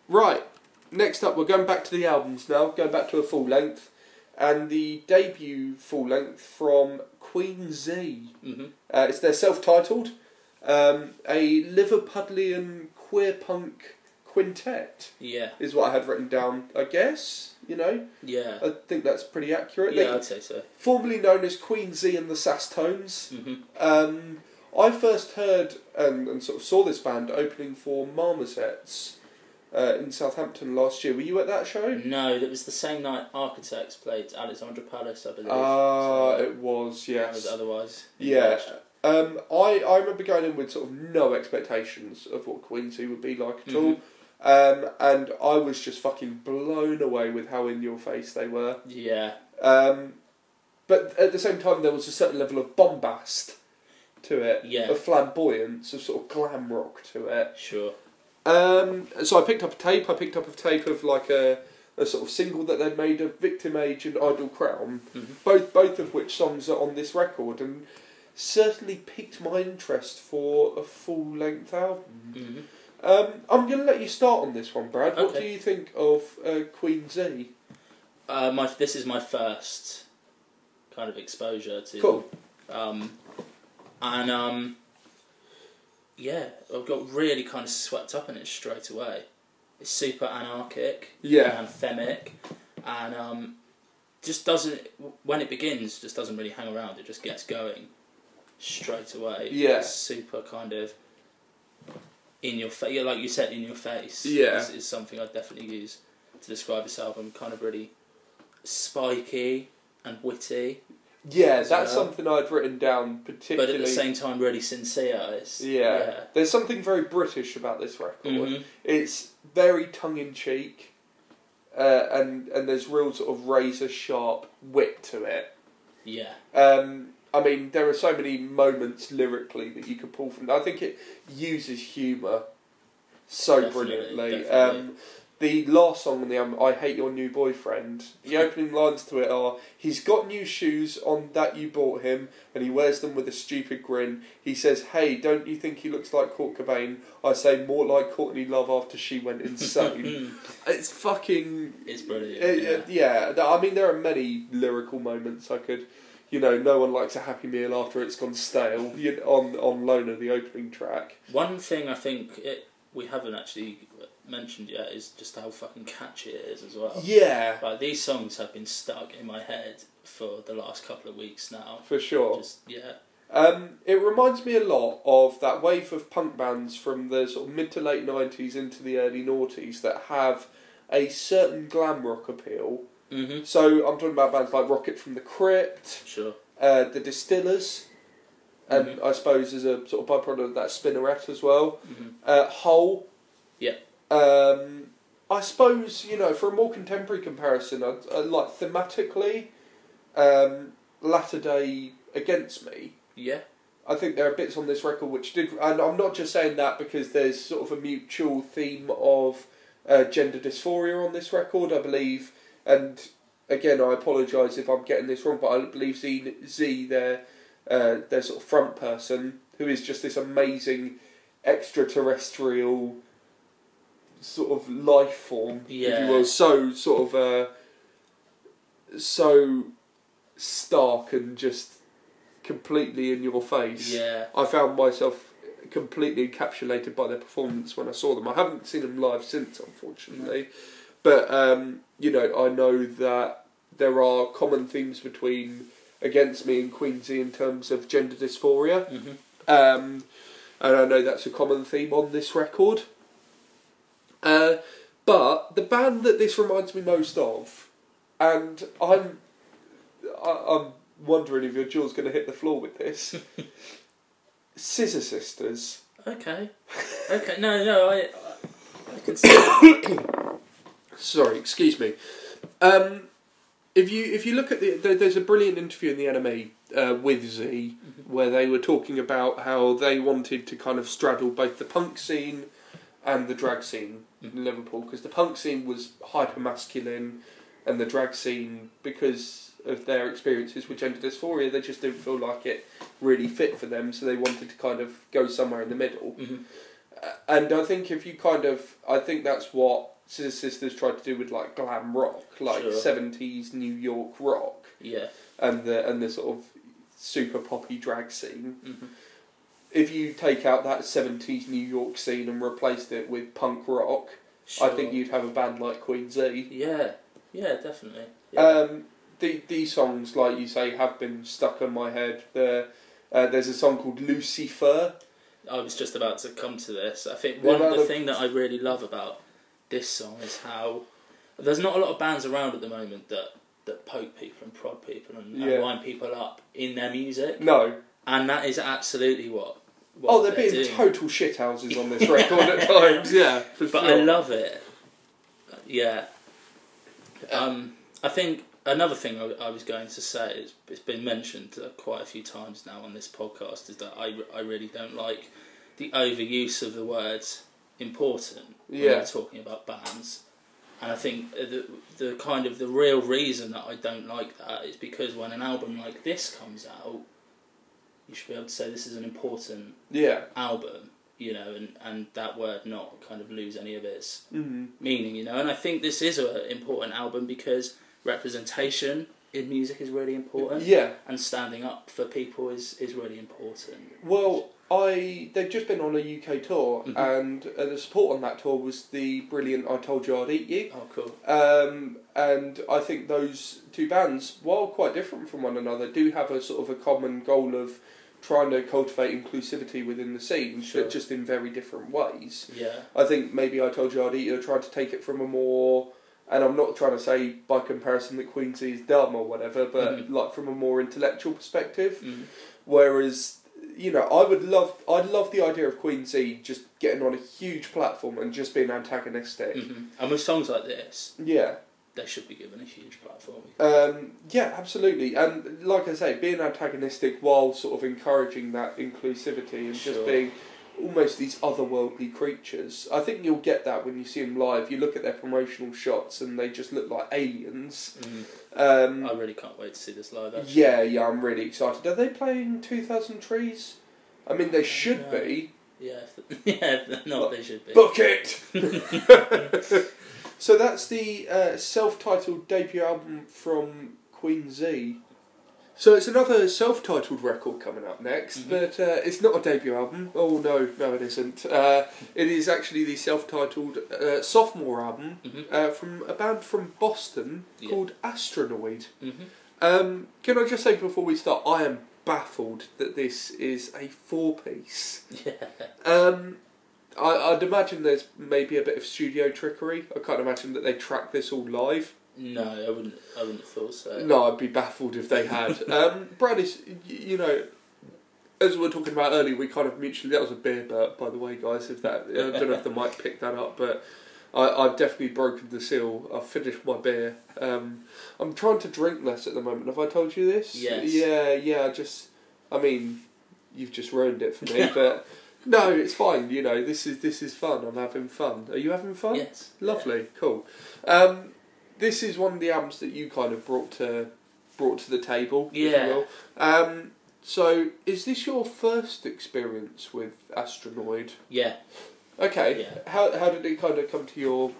S1: right, next up, we're going back to the albums now, going back to a full length, and the debut full length from Queen Z.
S2: hmm
S1: Uh, it's their self-titled, um, a Liverpudlian queer punk quintet
S2: Yeah,
S1: is what I had written down. I guess you know
S2: yeah,
S1: I think that's pretty accurate.
S2: yeah.
S1: They,
S2: I'd say so.
S1: formerly known as Queen Z and the Sastones.
S2: hmm
S1: Um, I first heard and, and sort of saw this band opening for Marmosets uh, in Southampton last year. Were you at that show?
S2: No, it was the same night Architects played Alexandra Palace, I believe.
S1: Ah,
S2: So
S1: it was
S2: that was
S1: yes.
S2: otherwise.
S1: Yeah. Um, I, I remember going in with sort of no expectations of what Quincy would be like at
S2: Mm-hmm.
S1: all. Um, and I was just fucking blown away with how in your face they were.
S2: Yeah.
S1: Um, but at the same time, there was a certain level of bombast to it,
S2: Yeah.
S1: of flamboyance, of sort of glam rock to it.
S2: Sure.
S1: Um, so I picked up a tape. I picked up a tape of like a, a sort of single that they'd made of Victim Age and Idle Crown,
S2: Mhm.
S1: both both of which songs are on this record, and certainly piqued my interest for a full length album.
S2: hmm
S1: Um, I'm going to let you start on this one, Brad. What do
S2: Okay.
S1: you think of uh, Queen Z?
S2: Uh, my this is my first kind of exposure to
S1: Cool.
S2: Um, and um, yeah, I got really kind of swept up in it straight away. It's super anarchic
S1: Yeah.
S2: and anthemic, and um, just doesn't when it begins just doesn't really hang around. It just gets going straight away.
S1: Yeah.
S2: It's super kind of in your face. Yeah, like you said, in your face.
S1: Yeah.
S2: is, is something I would definitely use to describe this album. Kind of really spiky and witty
S1: Yeah, that's
S2: Yeah.
S1: something I'd written down
S2: but
S1: particularly.
S2: at the same time really sincere. It's,
S1: yeah. There's
S2: Mm-hmm.
S1: something very British about this record.
S2: Mhm.
S1: It's very tongue in cheek. uh, and and there's real sort of razor sharp wit to it.
S2: Yeah.
S1: Um, I mean, there are so many moments lyrically that you could pull from. I think it uses humour so
S2: Definitely,
S1: brilliantly.
S2: definitely.
S1: Um, the last song on the album, "I Hate Your New Boyfriend," the opening lines to it are: "He's got new shoes on that you bought him, and he wears them with a stupid grin. He says, "Hey, don't you think he looks like Kurt Cobain?" I say, "More like Courtney Love after she went insane."
S2: Mm,
S1: it's fucking
S2: it's brilliant.
S1: yeah.
S2: yeah.
S1: Uh, yeah, th- I mean, there are many lyrical moments I could, you know, no one likes a happy meal after it's gone stale you, on, on Loner, the opening track.
S2: One thing I think it, we haven't actually mentioned yet is just how fucking catchy it is as well.
S1: Yeah,
S2: Like these songs have been stuck in my head for the last couple of weeks now.
S1: for sure.
S2: Just yeah,
S1: Um, it reminds me a lot of that wave of punk bands from the sort of mid to late 90s into the early noughties that have a certain glam rock appeal.
S2: mm-hmm.
S1: So I'm talking about bands like Rocket from the Crypt,
S2: sure.
S1: uh, the distillers, and I suppose as a sort of byproduct of that spinneret as well.
S2: Mhm.
S1: Uh, Hole.
S2: Yeah.
S1: Um, I suppose you know for a more contemporary comparison, I'd, i like thematically, um, Latter Day Against Me.
S2: Yeah,
S1: I think there are bits on this record which did, and I'm not just saying that because there's sort of a mutual theme of uh, gender dysphoria on this record, I believe. And again, I apologise if I'm getting this wrong, but I believe Z, Z their, uh, their sort of front person, who is just this amazing extraterrestrial sort of life form, if
S2: Yeah.
S1: you will. So sort of uh, so stark and just completely in your face.
S2: yeah.
S1: I found myself completely encapsulated by their performance when I saw them. I haven't seen them live since, unfortunately, but um, you know, I know that there are common themes between Against Me and Queensy in terms of gender dysphoria,
S2: Mm-hmm.
S1: um, and I know that's a common theme on this record. Uh, but the band that this reminds me most of, and I'm, I, I'm wondering if your jaw's going to hit the floor with this. Scissor Sisters.
S2: Okay, okay. No, no. I, I- I can see.
S1: Sorry, excuse me. Um, if you if you look at the there, there's a brilliant interview in the NME uh, with Z where they were talking about how they wanted to kind of straddle both the punk scene and the drag scene in Liverpool because the punk scene was hyper masculine and the drag scene because of their experiences with gender dysphoria they just didn't feel like it really fit for them so they wanted to kind of go somewhere in the middle
S2: Mhm.
S1: Uh, and I think if you kind of I think that's what Scissor Sisters tried to do with like glam rock like
S2: Sure.
S1: seventies New York rock
S2: yeah.
S1: and the and the sort of super poppy drag scene.
S2: Mm-hmm.
S1: If you take out that seventies New York scene and replaced it with punk rock,
S2: Sure.
S1: I think you'd have a band like Queen Z.
S2: Yeah, yeah, definitely. Yeah.
S1: Um, the, these songs, like you say, have been stuck in my head. The, uh, there's a song called Lucifer.
S2: I was just about to come to this. I think
S1: The
S2: one
S1: amount
S2: the
S1: of-
S2: thing that I really love about this song is how there's not a lot of bands around at the moment that that poke people and prod people and,
S1: Yeah.
S2: and wind people up in their music,
S1: No,
S2: and that is absolutely what. what
S1: oh, they're being
S2: doing.
S1: total shithouses on this record at times. Yeah, for
S2: But
S1: sure.
S2: I love it. Yeah.
S1: Uh,
S2: Um, I think another thing I, I was going to say is it's been mentioned uh, quite a few times now on this podcast is that I, I really don't like the overuse of the words important when
S1: Yeah.
S2: we're talking about bands. And I think the the kind of the real reason that I don't like that is because when an album like this comes out, you should be able to say this is an important
S1: yeah.
S2: album, you know, and, and that word not kind of lose any of its
S1: Mm.
S2: meaning, you know. And I think this is an important album because representation in music is really important,
S1: Yeah.
S2: and standing up for people is, is really important.
S1: Well, I they've just been on a UK tour,
S2: Mhm.
S1: and uh, the support on that tour was the brilliant "I Told You I'd Eat You,"
S2: Oh, cool.
S1: um, and I think those two bands, while quite different from one another, do have a sort of a common goal of trying to cultivate inclusivity within the scene,
S2: Sure.
S1: but just in very different ways.
S2: Yeah,
S1: I think maybe I told you I'd eat you are trying to take it from a more and I'm not trying to say by comparison that Queensy is dumb or whatever, but
S2: Mhm. Mm-hmm.
S1: like from a more intellectual perspective.
S2: Mhm.
S1: Whereas you know, I would love, I'd love the idea of Queen Z just getting on a huge platform and just being antagonistic.
S2: hmm And with songs like this,
S1: Yeah,
S2: they should be given a huge platform.
S1: um, yeah, absolutely. And like I say, being antagonistic while sort of encouraging that inclusivity and just
S2: Sure.
S1: being almost these otherworldly creatures. I think you'll get that when you see them live. You look at their promotional shots and they just look like aliens.
S2: Mm.
S1: Um,
S2: I really can't wait to see this live. Actually.
S1: Yeah, yeah, I'm really excited. Are they playing 2000 Trees? I mean, they should
S2: No.
S1: be.
S2: Yeah, if- yeah, if they're not they should be.
S1: Book it! so that's the uh, self titled debut album from Queen Z. So it's another self titled record coming up next,
S2: Mhm.
S1: but uh, it's not a debut album. Oh no, no, it isn't. Uh, it is actually the self titled uh, sophomore album
S2: Mhm.
S1: uh, from a band from Boston
S2: Yeah.
S1: called Astronoid.
S2: hmm
S1: Um, can I just say before we start, I am baffled that this is a four piece.
S2: Yeah,
S1: Um, I, I'd imagine there's maybe a bit of studio trickery. I can't imagine that they track this all live.
S2: no, I wouldn't. I wouldn't have thought so.
S1: No, I'd be baffled if they had. um, Brad is, y- you know, as we were talking about earlier, we kind of mutually. That was a beer burp, by the way, guys. If that, I don't know if the mic picked that up, but I, I've definitely broken the seal. I've finished my beer. Um, I'm trying to drink less at the moment. Have I told you this?
S2: Yes.
S1: Yeah, yeah. I just, I mean, you've just ruined it for me, but. No, it's fine. You know, this is this is fun. I'm having fun. Are you having fun?
S2: Yes.
S1: Lovely, cool. Um, this is one of the albums that you kind of brought to brought to the table, if
S2: Yeah.
S1: you will. Um, so, is this your first experience with Astronoid?
S2: Yeah.
S1: Okay.
S2: Yeah.
S1: How how did it kind of come to your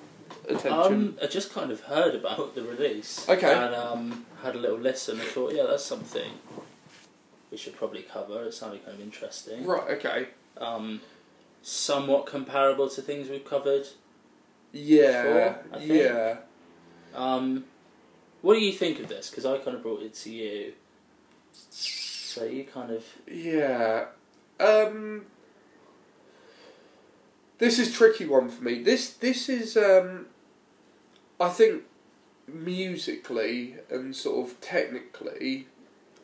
S1: attention?
S2: Um, I just kind of heard about the release.
S1: Okay.
S2: And um, had a little listen and thought, yeah, that's something we should probably cover. It sounded kind of interesting.
S1: right. Okay.
S2: Um, somewhat comparable to things we've covered.
S1: Yeah.
S2: Sure, I think.
S1: yeah.
S2: Um, what do you think of this? Because I kind of brought it to you. So you kind of
S1: Yeah. Um This is tricky one for me. This this is um I think musically and sort of technically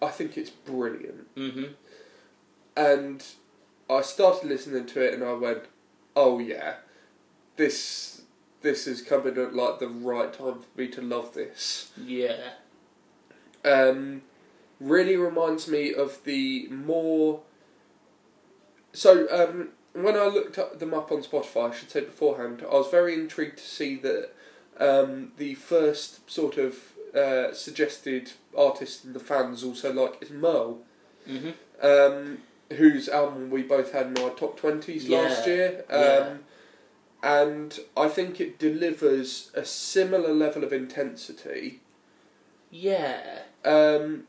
S1: I think it's brilliant.
S2: mm-hmm.
S1: And I started listening to it and I went, "Oh yeah. This this is coming at like the right time for me to love this."
S2: yeah.
S1: um, really reminds me of the more. So um, when I looked up them up on Spotify, I should say beforehand, I was very intrigued to see that um, the first sort of uh, suggested artist and the fans also like is Merle,
S2: Mm-hmm.
S1: um, whose album we both had in our top twenties
S2: Yeah,
S1: last year. Um,
S2: yeah.
S1: And I think it delivers a similar level of intensity.
S2: Yeah.
S1: Um,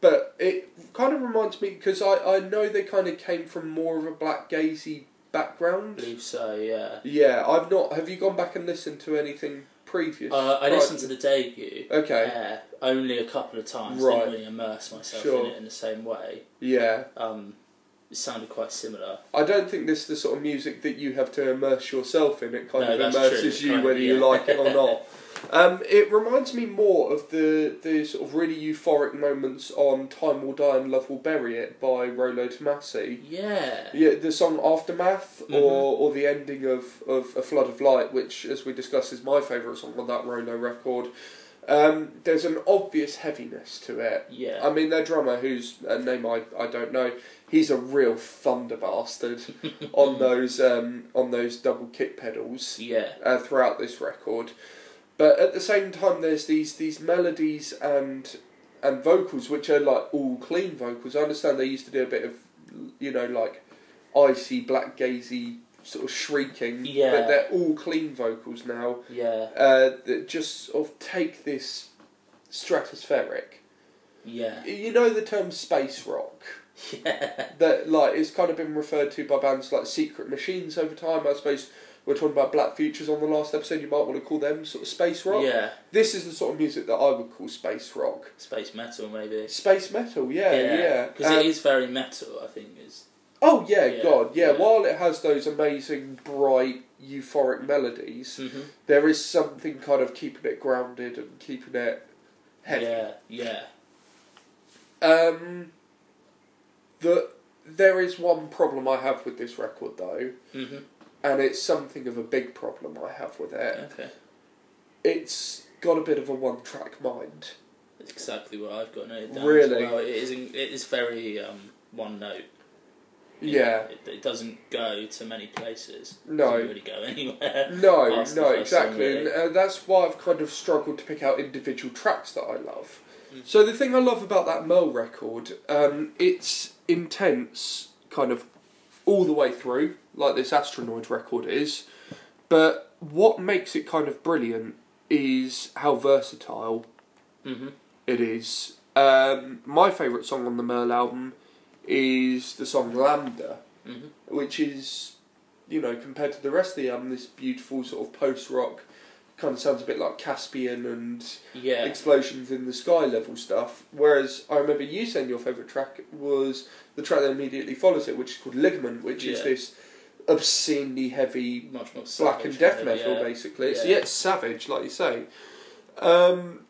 S1: but it kind of reminds me because I, I know they kind of came from more of a black gazy
S2: I
S1: background.
S2: believe so. Yeah.
S1: Yeah, I've not. Have you gone back and listened to anything previous?
S2: Uh, I listened to the debut.
S1: Okay.
S2: Yeah, only a couple of times.
S1: Right.
S2: Didn't really immerse myself
S1: Sure.
S2: in it in the same way.
S1: Yeah,
S2: Um, it sounded quite similar.
S1: I don't think this is the sort of music that you have to immerse yourself in. It kind
S2: No,
S1: of
S2: that's
S1: immerses
S2: true,
S1: you
S2: kind of,
S1: whether you
S2: yeah.
S1: like it or not. Um, it reminds me more of the the sort of really euphoric moments on "Time Will Die and Love Will Bury It" by Rolo Tomasi.
S2: Yeah.
S1: Yeah, the song Aftermath or, or the ending of, of A Flood of Light, which, as we discussed, is my favourite song on that Rolo record. Um, there's an obvious heaviness to it.
S2: Yeah.
S1: I mean, their drummer, whose uh, name I, I don't know, he's a real thunder bastard
S2: Mm-hmm.
S1: on those um, on those double kick pedals
S2: yeah.
S1: uh, throughout this record. But at the same time, there's these these melodies and and vocals which are like all clean vocals. I understand they used to do a bit of you know like icy black gazy sort of shrieking,
S2: Yeah.
S1: but they're all clean vocals now
S2: Yeah.
S1: uh, that just sort of take this stratospheric.
S2: Yeah.
S1: You know the term space rock
S2: Yeah.
S1: that like it's kind of been referred to by bands like Secret Machines over time. I suppose we we're talking about Black Futures on the last episode. You might want to call them sort of space rock.
S2: Yeah.
S1: This is the sort of music that I would call space rock,
S2: Space metal, maybe.
S1: space metal. Yeah, yeah.
S2: Because
S1: Um,
S2: it is very metal, I think. Is
S1: oh yeah,
S2: yeah,
S1: God, yeah,
S2: yeah.
S1: While it has those amazing, bright, euphoric melodies,
S2: mm-hmm.
S1: there is something kind of keeping it grounded and keeping it heavy.
S2: yeah, yeah,
S1: Um, that There is one problem I have with this record though,
S2: hmm
S1: and it's something of a big problem I have with it.
S2: Okay.
S1: It's got a bit of a one track mind.
S2: That's exactly what I've got noted down.
S1: Really?
S2: As well. It is. It is very um, one note.
S1: Yeah.
S2: It, it doesn't go to many places.
S1: No.
S2: Doesn't really go anywhere.
S1: No,
S2: That's the
S1: no,
S2: first
S1: exactly.
S2: song,
S1: And,
S2: really.
S1: uh, that's why I've kind of struggled to pick out individual tracks that I love.
S2: Hmm.
S1: So the thing I love about that Merle record, um, it's intense, kind of all the way through, like this Astronoid record is. But what makes it kind of brilliant is how versatile
S2: Mm-hmm.
S1: it is. Um, my favourite song on the Merle album is the song Lambda
S2: Mm-hmm.
S1: which is, you know, compared to the rest of the album, this beautiful sort of post rock kind of sounds a bit like Caspian and
S2: Yeah.
S1: explosions in the sky level stuff. Whereas I remember you saying your favourite track was the track that immediately follows it, which is called Ligament, which is
S2: Yeah.
S1: this obscenely heavy
S2: much more
S1: black and
S2: savage,
S1: death
S2: really,
S1: metal,
S2: yeah.
S1: basically. It's,
S2: Yeah.
S1: yeah, it's savage, like you say. Um,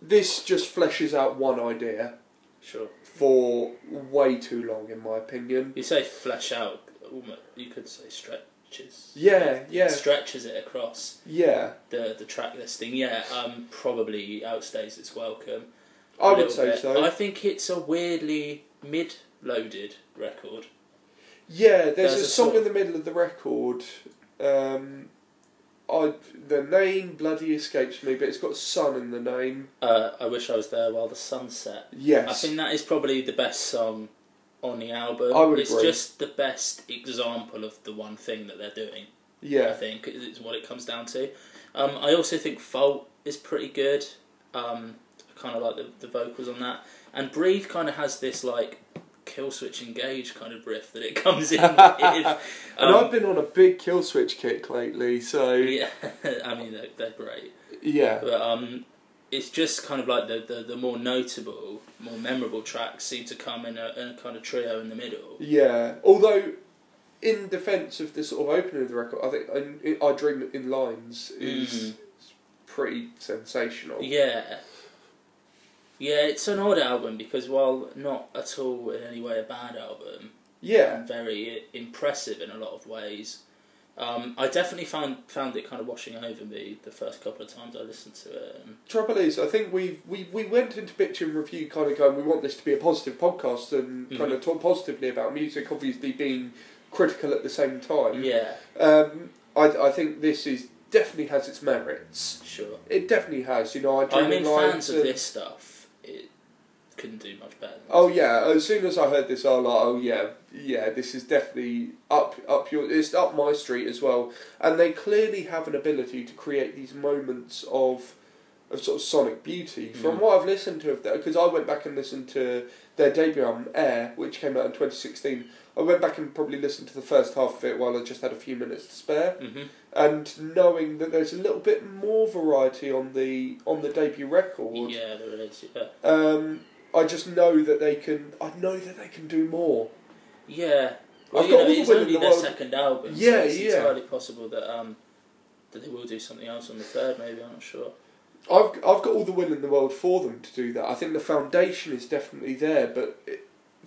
S1: this just fleshes out one idea
S2: Sure.
S1: for way too long, in my opinion.
S2: You say flesh out. almo- You could say stretches.
S1: Yeah, yeah,
S2: Stretches it across.
S1: yeah.
S2: the the track listing. Yeah, um, probably outstays its welcome. a
S1: I would
S2: little
S1: say
S2: bit.
S1: so.
S2: I think it's a weirdly mid-loaded record.
S1: yeah, there's,
S2: There's
S1: a,
S2: a
S1: song
S2: sort
S1: in the middle of the record. Um, I the name bloody escapes me, but it's got sun in the name.
S2: Uh, I wish I was there while the sun set. I
S1: Yes,
S2: think that is probably the best song on the album.
S1: I would
S2: it's
S1: agree.
S2: just the best example of the one thing that they're doing. I
S1: yeah,
S2: think is is what it comes down to. Um, I also think Fault is pretty good. Um, I kind of like the, the vocals on that, and Breathe kind of has this like kill switch engage kind of riff that it comes in. with.
S1: and I've
S2: Um,
S1: been on a big kill switch kick lately, so yeah,
S2: yeah, I mean they're, they're great, but um, it's just kind of like the, the, the more notable, more memorable tracks seem to come in a, in a kind of trio in the middle.
S1: yeah. Although, in defence of the sort of opening of the record, I think I, I dream in lines is
S2: Mm.
S1: pretty sensational.
S2: Yeah. Yeah, it's an odd album because while not at all in any way a bad album,
S1: yeah,
S2: very impressive in a lot of ways. Um, I definitely found found it kind of washing over me the first couple of times I listened to it. And
S1: Trouble is, I think we we we went into Bitch and Review kind of going, we want this to be a positive podcast and
S2: Mm-hmm.
S1: kind of talk positively about music, obviously being critical at the same time.
S2: yeah,
S1: Um, I I think this is definitely has its merits.
S2: sure.
S1: It definitely has. You know, I
S2: I
S1: dream in
S2: mean,
S1: lines
S2: fans of
S1: and-
S2: this stuff, it couldn't do much better. than
S1: Oh
S2: this.
S1: yeah! As soon as I heard this, I was like, "Oh yeah, yeah, this is definitely up up your it's up my street as well." And they clearly have an ability to create these moments of of sort of sonic beauty. From
S2: Mm.
S1: what I've listened to of that, because I went back and listened to their debut album Air, which came out in twenty sixteen. I went back and probably listened to the first half of it while I just had a few minutes to spare
S2: Mhm.
S1: and knowing that there's a little bit more variety on the on the debut record
S2: Yeah, there is. Yeah.
S1: um, I just know that they can. I know that they can do more.
S2: yeah. Well,
S1: I've
S2: you
S1: got
S2: know,
S1: all the
S2: it's
S1: will in
S2: only
S1: the
S2: their
S1: world.
S2: second album. so
S1: Yeah,
S2: it's
S1: yeah.
S2: entirely possible that um that they will do something else on the third. Maybe I'm not sure.
S1: I've I've got all the will in the world for them to do that. I think the foundation is definitely there, but it,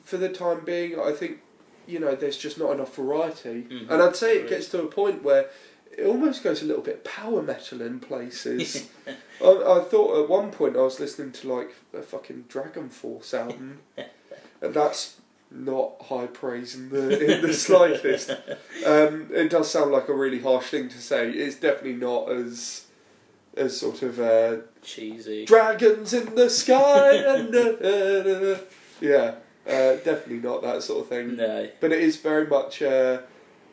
S1: for the time being, I think you know there's just not enough variety.
S2: Mhm.
S1: And I'd say it
S2: Agreed.
S1: gets to a point where it almost goes a little bit power metal in places. I, I thought at one point I was listening to like a fucking Dragon Force album, and that's not high praise in the in the slightest. Um, it does sound like a really harsh thing to say. It's definitely not as as sort of uh,
S2: Cheesy.
S1: dragons in the sky and uh, uh, uh, yeah, uh, definitely not that sort of thing.
S2: no.
S1: But it is very much uh,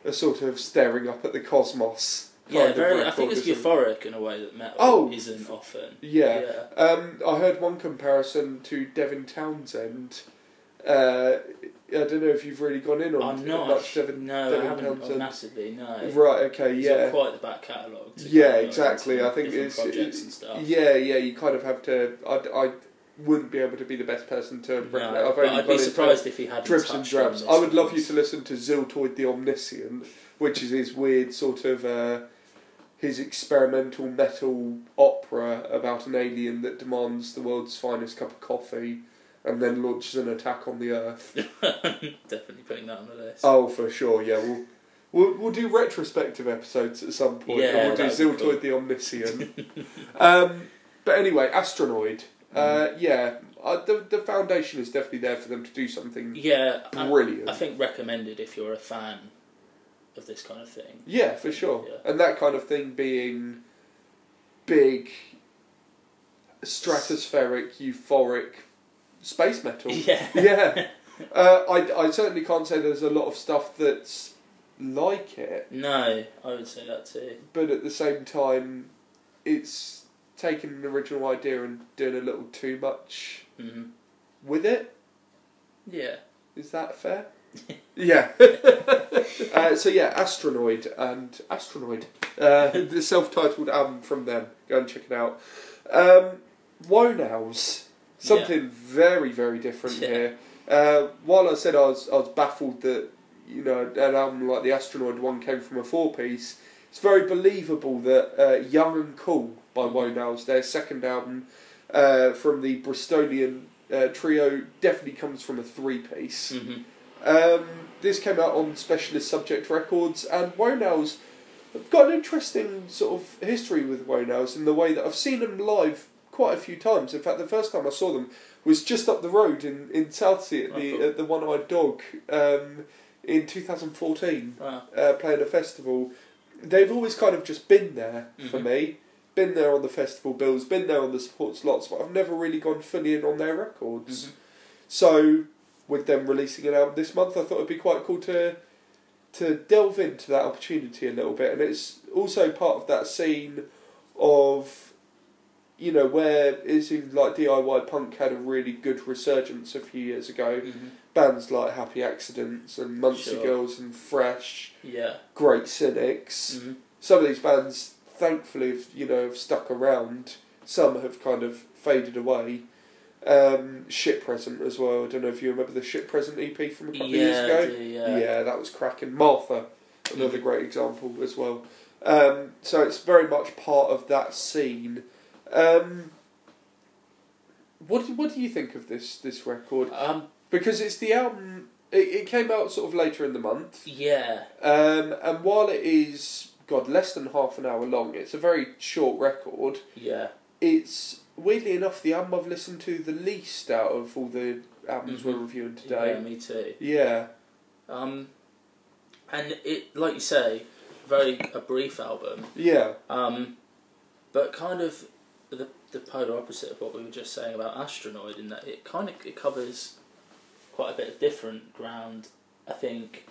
S1: a sort of staring up at the cosmos.
S2: Yeah,
S1: kind of
S2: very. I
S1: record,
S2: think it's
S1: isn't it?
S2: euphoric in a way that metal
S1: Oh.
S2: isn't often.
S1: Yeah. Um, I heard one comparison to Devin Townsend. Uh, I don't know if you've really gone in on
S2: I'm not.
S1: much
S2: actu-
S1: Devin.
S2: no,
S1: Devin
S2: I haven't
S1: Townsend.
S2: massively. No,
S1: Right. Okay.
S2: He's
S1: yeah.
S2: got quite the back catalogue. to
S1: Yeah,
S2: go into
S1: exactly. I think
S2: different
S1: it's-
S2: projects
S1: it-
S2: and stuff.
S1: Yeah, yeah, you kind of have to. I, I wouldn't be able to be the best person to. recommend-
S2: no,
S1: I've
S2: but
S1: only gone
S2: I'd be
S1: into
S2: surprised if he hadn't
S1: Drips
S2: touched
S1: and drabs.
S2: on this
S1: I would love you
S2: once.
S1: to listen to Ziltoid the Omniscient, which is his weird sort of uh, his experimental metal opera about an alien that demands the world's finest cup of coffee and then launches an attack on the Earth.
S2: Definitely putting that on the list.
S1: Oh, for sure. Yeah, we'll we'll, we'll do retrospective episodes at some point.
S2: Yeah,
S1: and we'll
S2: that'd
S1: do
S2: be
S1: Ziltoid
S2: cool.
S1: the Omniscient. um, but anyway, Astronoid.
S2: Mm.
S1: Uh, yeah, uh, the the foundation is definitely there for them to do something
S2: Yeah, I-
S1: brilliant.
S2: I think recommended if you're a fan of this kind of thing.
S1: Yeah, for sure.
S2: Yeah.
S1: And that kind of thing being big, stratospheric, euphoric space metal.
S2: Yeah.
S1: yeah. Uh, I, I certainly can't say there's a lot of stuff that's like it,
S2: No, I would say that too.
S1: but at the same time, it's taking an original idea and doing a little too much
S2: hmm
S1: with it.
S2: Yeah.
S1: Is that fair? yeah.
S2: Mm-hmm.
S1: uh, so yeah, Astronoid and Astronoid, uh, the self-titled album from them. Go and check it out. Um, Wonows, something very very different
S2: Yeah.
S1: here. Uh, while I said I was I was baffled that you know an album like the Astronoid one came from a four-piece. It's very believable that uh, Young and Cool by Wonows, their second album uh, from the Bristolian uh, trio, definitely comes from a three-piece.
S2: hmm
S1: Um, this came out on Specialist Subject Records, and Wonows. I've got an interesting sort of history with Wonows in the way that I've seen them live quite a few times. In fact, the first time I saw them was just up the road in, in Southsea at the,
S2: Oh, cool.
S1: at the One Eyed Dog um, in 2014
S2: Wow.
S1: uh, playing a festival, they've always kind of just been there for
S2: Mhm.
S1: me. Been there on the festival bills, been there on the support slots, but I've never really gone fully in on their records.
S2: Mhm.
S1: So, with them releasing an album this month, I thought it'd be quite cool to to delve into that opportunity a little bit, and it's also part of that scene of you know where it seems like DIY punk had a really good resurgence a few years ago.
S2: Mhm.
S1: Bands like Happy Accidents and Munster
S2: Sure.
S1: Girls and Fresh
S2: Yeah.
S1: great cynics.
S2: Mhm.
S1: Some of these bands, thankfully, have, you know, have stuck around. Some have kind of faded away. Um, Shit Present as well. I don't know if you remember the Shit Present EP from a couple of years
S2: Yeah, I
S1: ago.
S2: do, yeah. Mm.
S1: that was cracking. Martha, another great example as well. Um, so it's very much part of that scene. Um, what do, what do you think of this this record?
S2: Um,
S1: Because it's the album. It, it came out sort of later in the month.
S2: yeah.
S1: Um, and while it is, God, less than half an hour long, it's a very short record.
S2: Yeah.
S1: It's, weirdly enough, the album I've listened to the least out of all the albums we're
S2: Mhm.
S1: reviewing
S2: Yeah,
S1: today.
S2: me too.
S1: Yeah.
S2: Um, and it, like you say, very a brief album.
S1: Yeah.
S2: Um, but kind of the the polar opposite of what we were just saying about Astronoid, in that it kind of it covers quite a bit of different ground. I think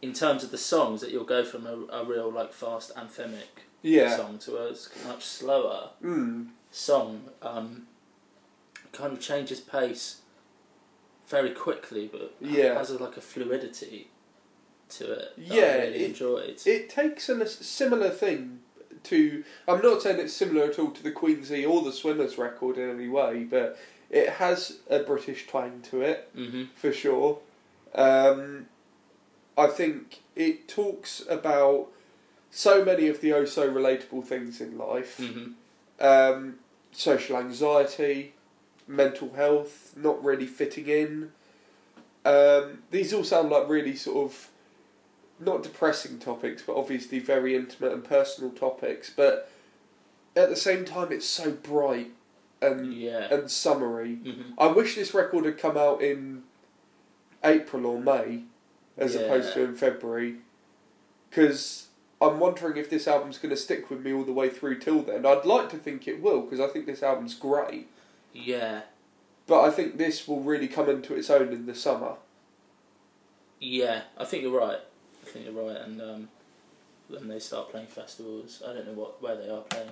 S2: in terms of the songs, that you'll go from a, a real like fast anthemic
S1: Yeah.
S2: song to a s- much slower
S1: Mm.
S2: song. Um, kind of changes pace very quickly, but
S1: Yeah.
S2: has a, like a fluidity to it. That
S1: Yeah,
S2: I really
S1: it-
S2: enjoyed.
S1: It takes a lis- similar thing to. I'm not saying it's similar at all to the Queensy or the Swimmers record in any way, but it has a British twang to it.
S2: hmm
S1: for sure. Um, I think it talks about so many of the oh so relatable things in life
S2: hmm
S1: um, social anxiety, mental health, not really fitting in. Um, these all sound like really sort of not depressing topics, but obviously very intimate and personal topics. But at the same time, it's so bright and
S2: Yeah.
S1: and summary.
S2: hmm
S1: I wish this record had come out in April or May, as
S2: Yeah.
S1: opposed to in February, because I'm wondering if this album's going to stick with me all the way through till then. I'd like to think it will, because I think this album's great,
S2: Yeah.
S1: but I think this will really come into its own in the summer.
S2: Yeah, I think you're right. I think you're right, and um, when they start playing festivals, I don't know what where they are playing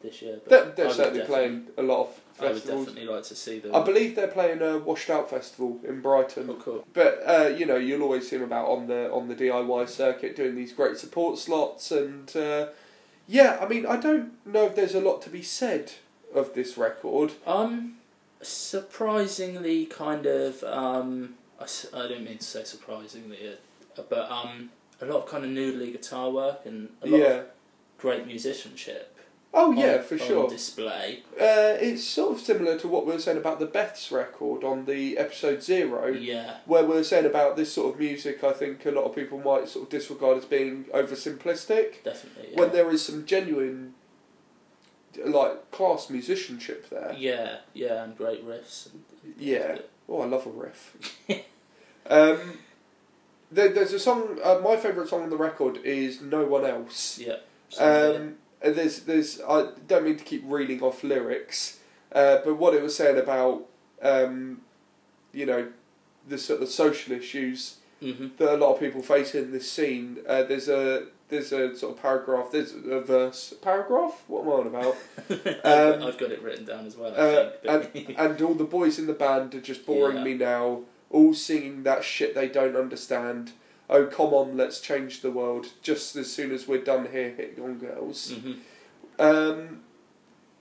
S2: this year.
S1: They're,
S2: But I
S1: they're
S2: would
S1: certainly
S2: defi-
S1: playing a lot of
S2: I would
S1: festivals.
S2: definitely like to see them.
S1: I believe they're playing a Washed Out Festival in Brighton.
S2: Oh, cool.
S1: But uh, you know, you'll always see him about on the on the DIY circuit doing these great support slots, and uh, yeah, I mean, I don't know if there's a lot to be said of this record.
S2: Um, surprisingly, kind of. Um, I, s- I don't mean to say surprisingly, uh, but um, a lot of kind of noodly guitar work and a lot
S1: yeah,
S2: of great musicianship.
S1: Oh yeah,
S2: on-
S1: for
S2: on
S1: sure.
S2: Display.
S1: Uh, it's sort of similar to what we were saying about the Beths record on the episode zero,
S2: Yeah.
S1: where we were saying about this sort of music. I think a lot of people might sort of disregard as being oversimplistic.
S2: Definitely.
S1: When
S2: Yeah.
S1: there is some genuine, like class musicianship there.
S2: yeah. Yeah. And great riffs.
S1: Yeah. Oh, I love a riff. um, there, there's a song. Uh, my favorite song on the record is "No One Else."
S2: Yeah.
S1: Um, and there's, there's. I don't mean to keep reeling off lyrics, uh, but what it was saying about, um, you know, the sort of social issues
S2: mm-hmm.
S1: that a lot of people face in this scene. Uh, there's a there's a sort of paragraph. There's a verse paragraph. What am I on about? Um,
S2: Mm-hmm. I've got it written down as well. I
S1: uh,
S2: think, but-
S1: and all the boys in the band are just boring
S2: Yeah.
S1: me now. All singing that shit they don't understand. Oh come on, let's change the world. Just as soon as we're done here, hit on girls.
S2: Mhm.
S1: Um,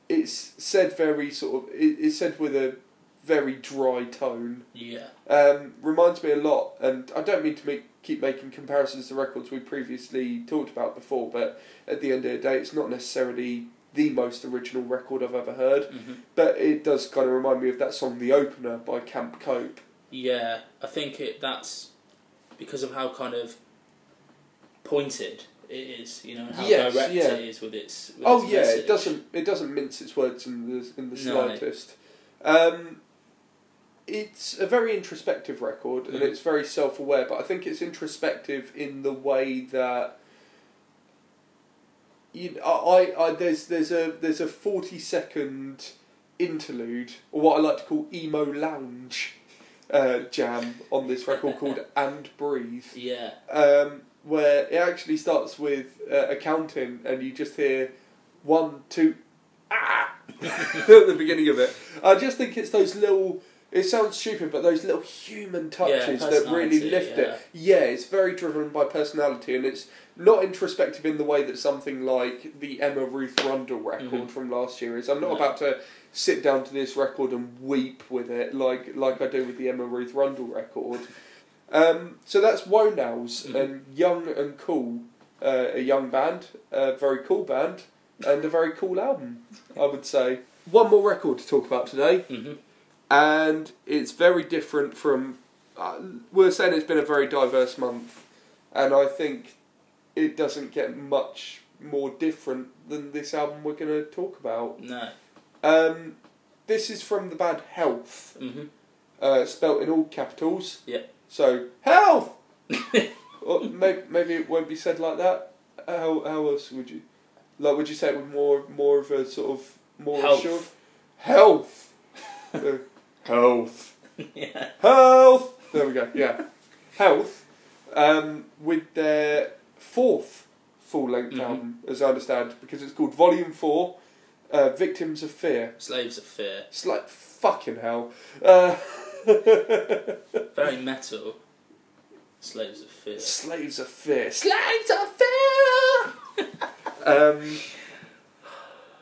S1: it's said very sort of. It, it's said with a very dry tone.
S2: Yeah.
S1: Um, reminds me a lot, and I don't mean to make, keep making comparisons to records we previously talked about before, but at the end of the day, it's not necessarily the most original record I've ever heard.
S2: hmm
S1: But it does kind of remind me of that song "The Opener" by Camp Cope.
S2: Yeah. I think it. That's because of how kind of pointed it is. You know, and how
S1: Yes,
S2: direct
S1: yeah.
S2: it is with its. With
S1: Oh
S2: its
S1: yeah,
S2: message.
S1: it doesn't it doesn't mince its words in the in the
S2: No.
S1: slightest. Um, it's a very introspective record, and
S2: Mhm.
S1: it's very self aware. But I think it's introspective in the way that. You, I, I, I, there's, there's a, there's a forty-second interlude, or what I like to call emo lounge, uh, jam on this record called "And Breathe."
S2: Yeah.
S1: um, where it actually starts with uh, accounting and you just hear one, two, ah, at the beginning of it. I just think it's those little. It sounds stupid, but those little human touches that really
S2: personality,
S1: lift it. Yeah, it's very driven by personality, and it's not introspective in the way that something like the Emma Ruth Rundle record
S2: Mhm.
S1: from last year is. I'm not
S2: No.
S1: about to sit down to this record and weep with it like like I do with the Emma Ruth Rundle record. Um, so that's Wonows
S2: Mhm.
S1: and Young and Cool, uh, a young band, a very cool band, and a very cool album, I would say. One more record to talk about today,
S2: hmm
S1: and it's very different from. Uh, we're saying it's been a very diverse month, and I think it doesn't get much more different than this album we're going to talk about.
S2: No.
S1: Um, this is from the band Health,
S2: hmm
S1: uh, spelt in all capitals.
S2: Yeah.
S1: So health.
S2: mm-hmm.
S1: or maybe, maybe it won't be said like that. How how else would you like? Would you say it with more more of a sort of more
S2: Health.
S1: assured health Uh, health
S2: yeah.
S1: health. There we go. Yeah, health. Um, with their fourth full length
S2: Mhm.
S1: album, as I understand, because it's called Volume Four, uh, Victims of Fear.
S2: Slaves of Fear.
S1: It's like fucking hell. Uh,
S2: Very metal. Slaves of Fear.
S1: Slaves of Fear. Slaves of Fear! um,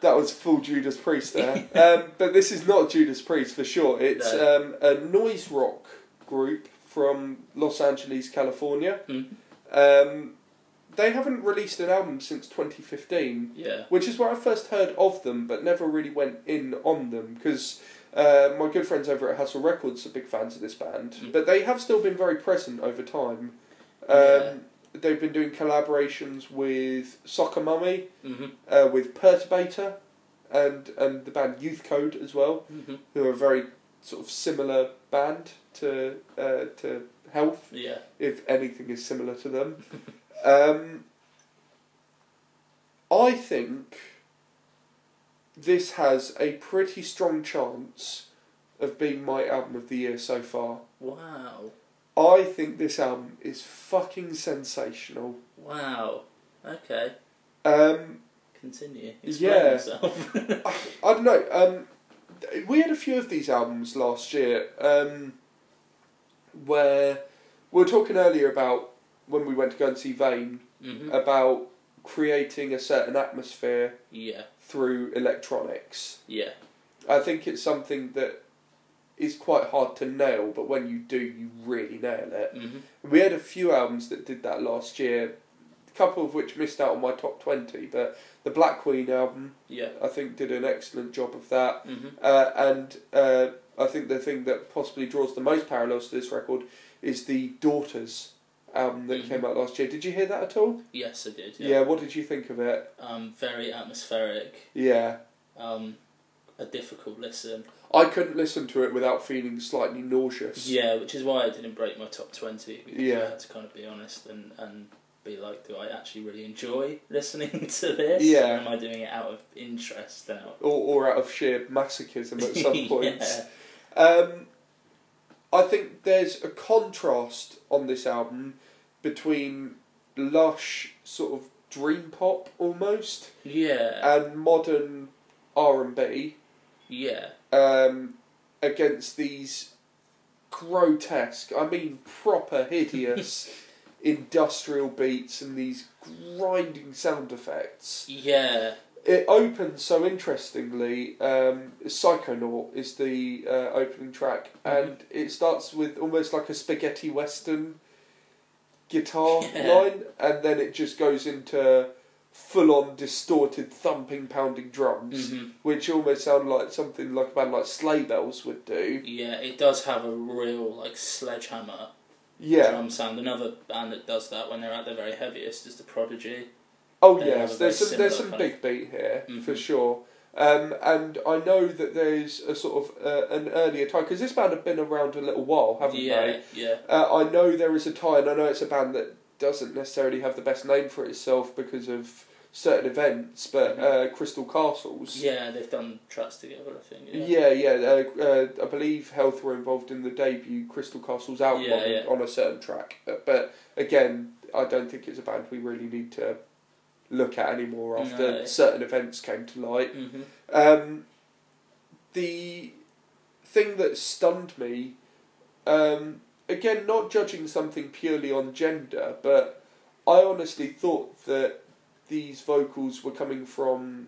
S1: that was full Judas Priest there. Um, but this is not Judas Priest for sure. It's um, a noise rock group from Los Angeles, California.
S2: Mhm.
S1: Um, they haven't released an album since 2015
S2: Yeah.
S1: which is where I first heard of them, but never really went in on them because uh, my good friends over at Hustle Records are big fans of this band,
S2: Mm.
S1: but they have still been very present over time. Um,
S2: Yeah.
S1: They've been doing collaborations with Soccer Mummy,
S2: hmm
S1: uh, with Perturbator, and and the band Youth Code as well,
S2: hmm
S1: who are a very sort of similar band to uh, to Health
S2: Yeah.
S1: if anything is similar to them. um, I think this has a pretty strong chance of being my album of the year so far.
S2: Wow.
S1: I think this album is fucking sensational.
S2: Wow. Okay.
S1: Um,
S2: Continue. Explain
S1: Yeah.
S2: yourself.
S1: I, I don't know. Um, th- we had a few of these albums last year um, where we were talking earlier about when we went to go and see Vane
S2: hmm
S1: Uh, about creating a certain atmosphere
S2: Yeah.
S1: through electronics.
S2: Yeah.
S1: I think it's something that is quite hard to nail, but when you do, you really nail it.
S2: hmm
S1: We had a few albums that did that last year, couple of which missed out on my top 20, but the Black Queen album,
S2: Yeah.
S1: I think, did an excellent job of that.
S2: hmm
S1: Uh, and uh, I think the thing that possibly draws the most parallels to this record is the Daughters album that
S2: Mhm.
S1: came out last year. Did you hear that at all?
S2: Yes, I did.
S1: Yeah.
S2: Yeah.
S1: what did you think of it?
S2: Um, very atmospheric.
S1: Yeah.
S2: Um, a difficult listen.
S1: I couldn't listen to it without feeling slightly nauseous.
S2: Yeah, which is why I didn't break my top twenty. Because
S1: Yeah.
S2: I had to kind of be honest and and be like, do I actually really enjoy listening to this?
S1: Yeah.
S2: Or am I doing it out of interest now?
S1: Or, or out of sheer masochism at some points.
S2: yeah.
S1: Um, I think there's a contrast on this album between lush sort of dream pop almost
S2: Yeah.
S1: and modern R and B
S2: yeah.
S1: um, against these grotesque, I mean proper hideous industrial beats and these grinding sound effects.
S2: Yeah.
S1: It opens so interestingly. Um, Psychonaut is the uh, opening track, and it starts with almost like a spaghetti western guitar
S2: Yeah.
S1: line, and then it just goes into full on distorted thumping, pounding drums,
S2: Mhm.
S1: which almost sound like something like a band like Sleigh Bells would do.
S2: Yeah, it does have a real like sledgehammer
S1: Yeah.
S2: drum sound. Another band that does that when they're at their very heaviest is the Prodigy.
S1: Oh
S2: They have
S1: yes,
S2: a
S1: there's
S2: very
S1: some there's some
S2: similar
S1: big beat here for
S2: Mhm.
S1: sure, um, and I know that there's a sort of uh, an earlier time because this band have been around a little while, haven't
S2: yeah,
S1: they?
S2: yeah,
S1: Uh, I know there is a tie, and I know it's a band that doesn't necessarily have the best name for itself because of certain events, but
S2: Mm-hmm.
S1: uh, Crystal Castles.
S2: yeah. They've done tracks together, I think. Yeah,
S1: Yeah, yeah. Uh, uh, I believe Health were involved in the debut Crystal Castles album
S2: Yeah,
S1: on,
S2: yeah.
S1: on a certain track, Uh, but again, I don't think it's a band we really need to look at anymore after
S2: No.
S1: certain events came to light.
S2: hmm
S1: Um, the thing that stunned me, um, again, not judging something purely on gender, but I honestly thought that these vocals were coming from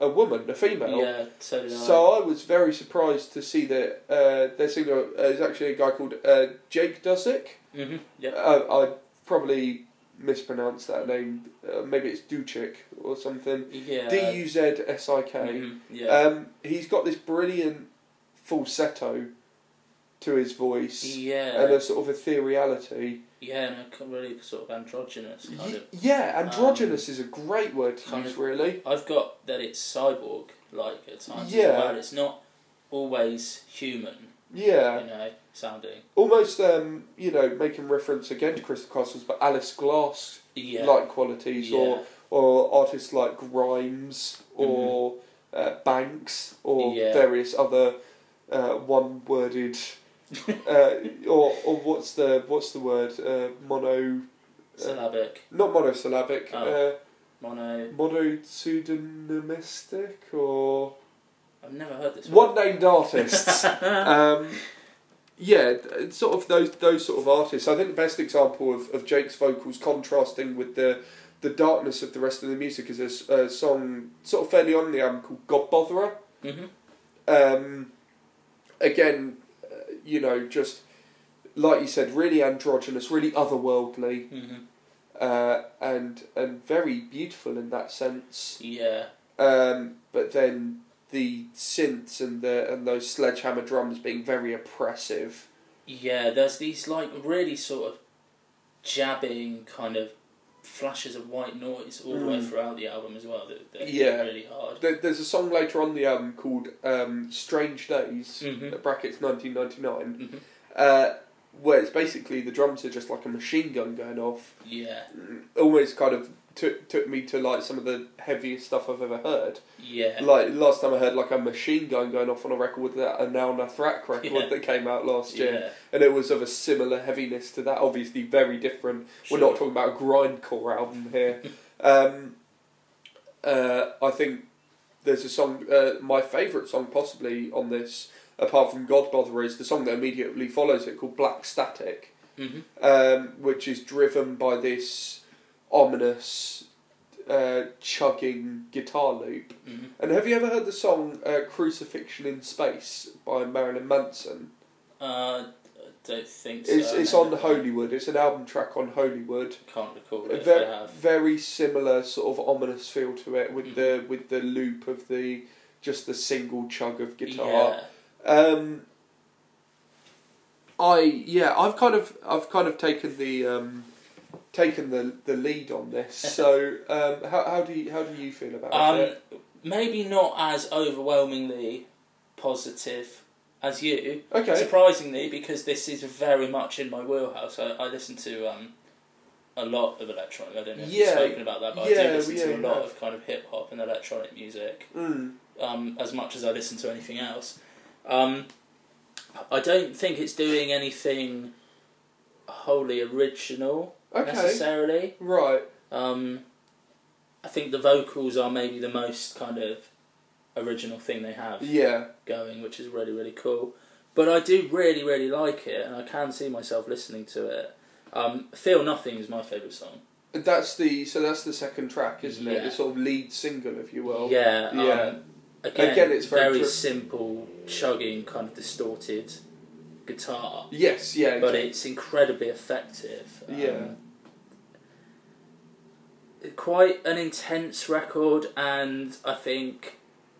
S1: a woman, a female.
S2: yeah. So did I.
S1: So I was very surprised to see that uh, their singer uh, is actually a guy called uh, Jake Dusick.
S2: hmm yeah,
S1: Uh, I probably mispronounced that name. Uh, maybe it's Duchik or something.
S2: yeah.
S1: D U Z S I K.
S2: mhm, Yeah.
S1: Um, he's got this brilliant falsetto to his voice
S2: yeah,
S1: and a sort of ethereality.
S2: yeah, and a really sort of androgynous kind
S1: Y-
S2: of. um,
S1: yeah, androgynous is a great word to
S2: kind
S1: use,
S2: of-
S1: really.
S2: I've got that it's cyborg like at times
S1: Yeah.
S2: as well. It's not always human,
S1: Yeah.
S2: you know, sounding.
S1: Almost, um, you know, making reference again to Crystal Castles, but Alice Glass
S2: Yeah,
S1: like qualities or or artists like Grimes or uh, Banks or
S2: Mm-hmm. Yeah.
S1: various other uh, one-worded uh, or or what's the what's the word uh, mono
S2: syllabic,
S1: not monosyllabic
S2: Oh. mono.
S1: uh, mono pseudonymistic or
S2: I've never heard this. word.
S1: one-named artists. um, yeah, th- sort of those those sort of artists. I think the best example of, of Jake's vocals contrasting with the the darkness of the rest of the music is a s- a, song sort of fairly on the album called God Botherer.
S2: Mhm.
S1: Um, again, uh, you know, just like you said, really androgynous, really otherworldly,
S2: Mhm.
S1: uh, and and very beautiful in that sense.
S2: Yeah.
S1: Um, but then the synths and the and those sledgehammer drums being very oppressive.
S2: Yeah, there's these like really sort of jabbing kind of flashes of white noise all the way
S1: Mm.
S2: throughout the album as well that, that hit
S1: Yeah.
S2: really hard.
S1: There, there's a song later on the album called um, "Strange Days"
S2: Mhm.
S1: brackets 1999,
S2: Mhm.
S1: uh, where it's basically the drums are just like a machine gun going off.
S2: Yeah,
S1: Always kind of took took me to like some of the heaviest stuff I've ever heard.
S2: yeah,
S1: Like last time I heard like a machine gun going off on a record that a Now Nathrak record
S2: Yeah.
S1: that came out last year.
S2: yeah.
S1: and it was of a similar heaviness to that. Obviously, very different. We're not
S2: Sure.
S1: talking about a grindcore album here. um, uh, I think there's a song, uh, my favourite song possibly on this, apart from God Bother, is the song that immediately follows it called Black Static,
S2: Mhm.
S1: um, which is driven by this ominous uh, chugging guitar loop.
S2: Mhm.
S1: And have you ever heard the song uh, Crucifixion in Space by Marilyn Manson?
S2: Uh, don't think so.
S1: It's, uh, it's
S2: no.
S1: on Holywood. It's an album track on Holywood.
S2: Can't recall
S1: A
S2: it.
S1: ve-
S2: if I have.
S1: very similar sort of ominous feel to it with
S2: Mhm.
S1: the with the loop of the just the single chug of guitar.
S2: Yeah.
S1: Um, I yeah, I've kind of I've kind of taken the um, taken the, the lead on this. So um, how how do you how do you feel about
S2: Um,
S1: it?
S2: maybe not as overwhelmingly positive as you.
S1: Okay.
S2: Surprisingly, because this is very much in my wheelhouse. I, I listen to um, a lot of electronic. I don't know if
S1: Yeah.
S2: you've spoken about that, but I
S1: Yeah,
S2: do listen
S1: yeah,
S2: to a
S1: you
S2: lot
S1: have.
S2: of kind of hip hop and electronic music,
S1: Mm.
S2: um, as much as I listen to anything else. Um, I don't think it's doing anything wholly original
S1: Okay.
S2: necessarily.
S1: Right.
S2: Um, I think the vocals are maybe the most kind of original thing they have
S1: Yeah.
S2: going, which is really really cool. But I do really really like it, and I can see myself listening to it. Um, Feel Nothing is my favorite song.
S1: That's the so that's the second track, isn't it?
S2: Yeah.
S1: The sort of lead single, if you will.
S2: Oh, yeah,
S1: yeah.
S2: Um, again,
S1: Again, it's very
S2: very,
S1: tri-
S2: simple, chugging, kind of distorted guitar,
S1: Yes. Yeah.
S2: but it's incredibly effective. um,
S1: Yeah.
S2: Quite an intense record, and I think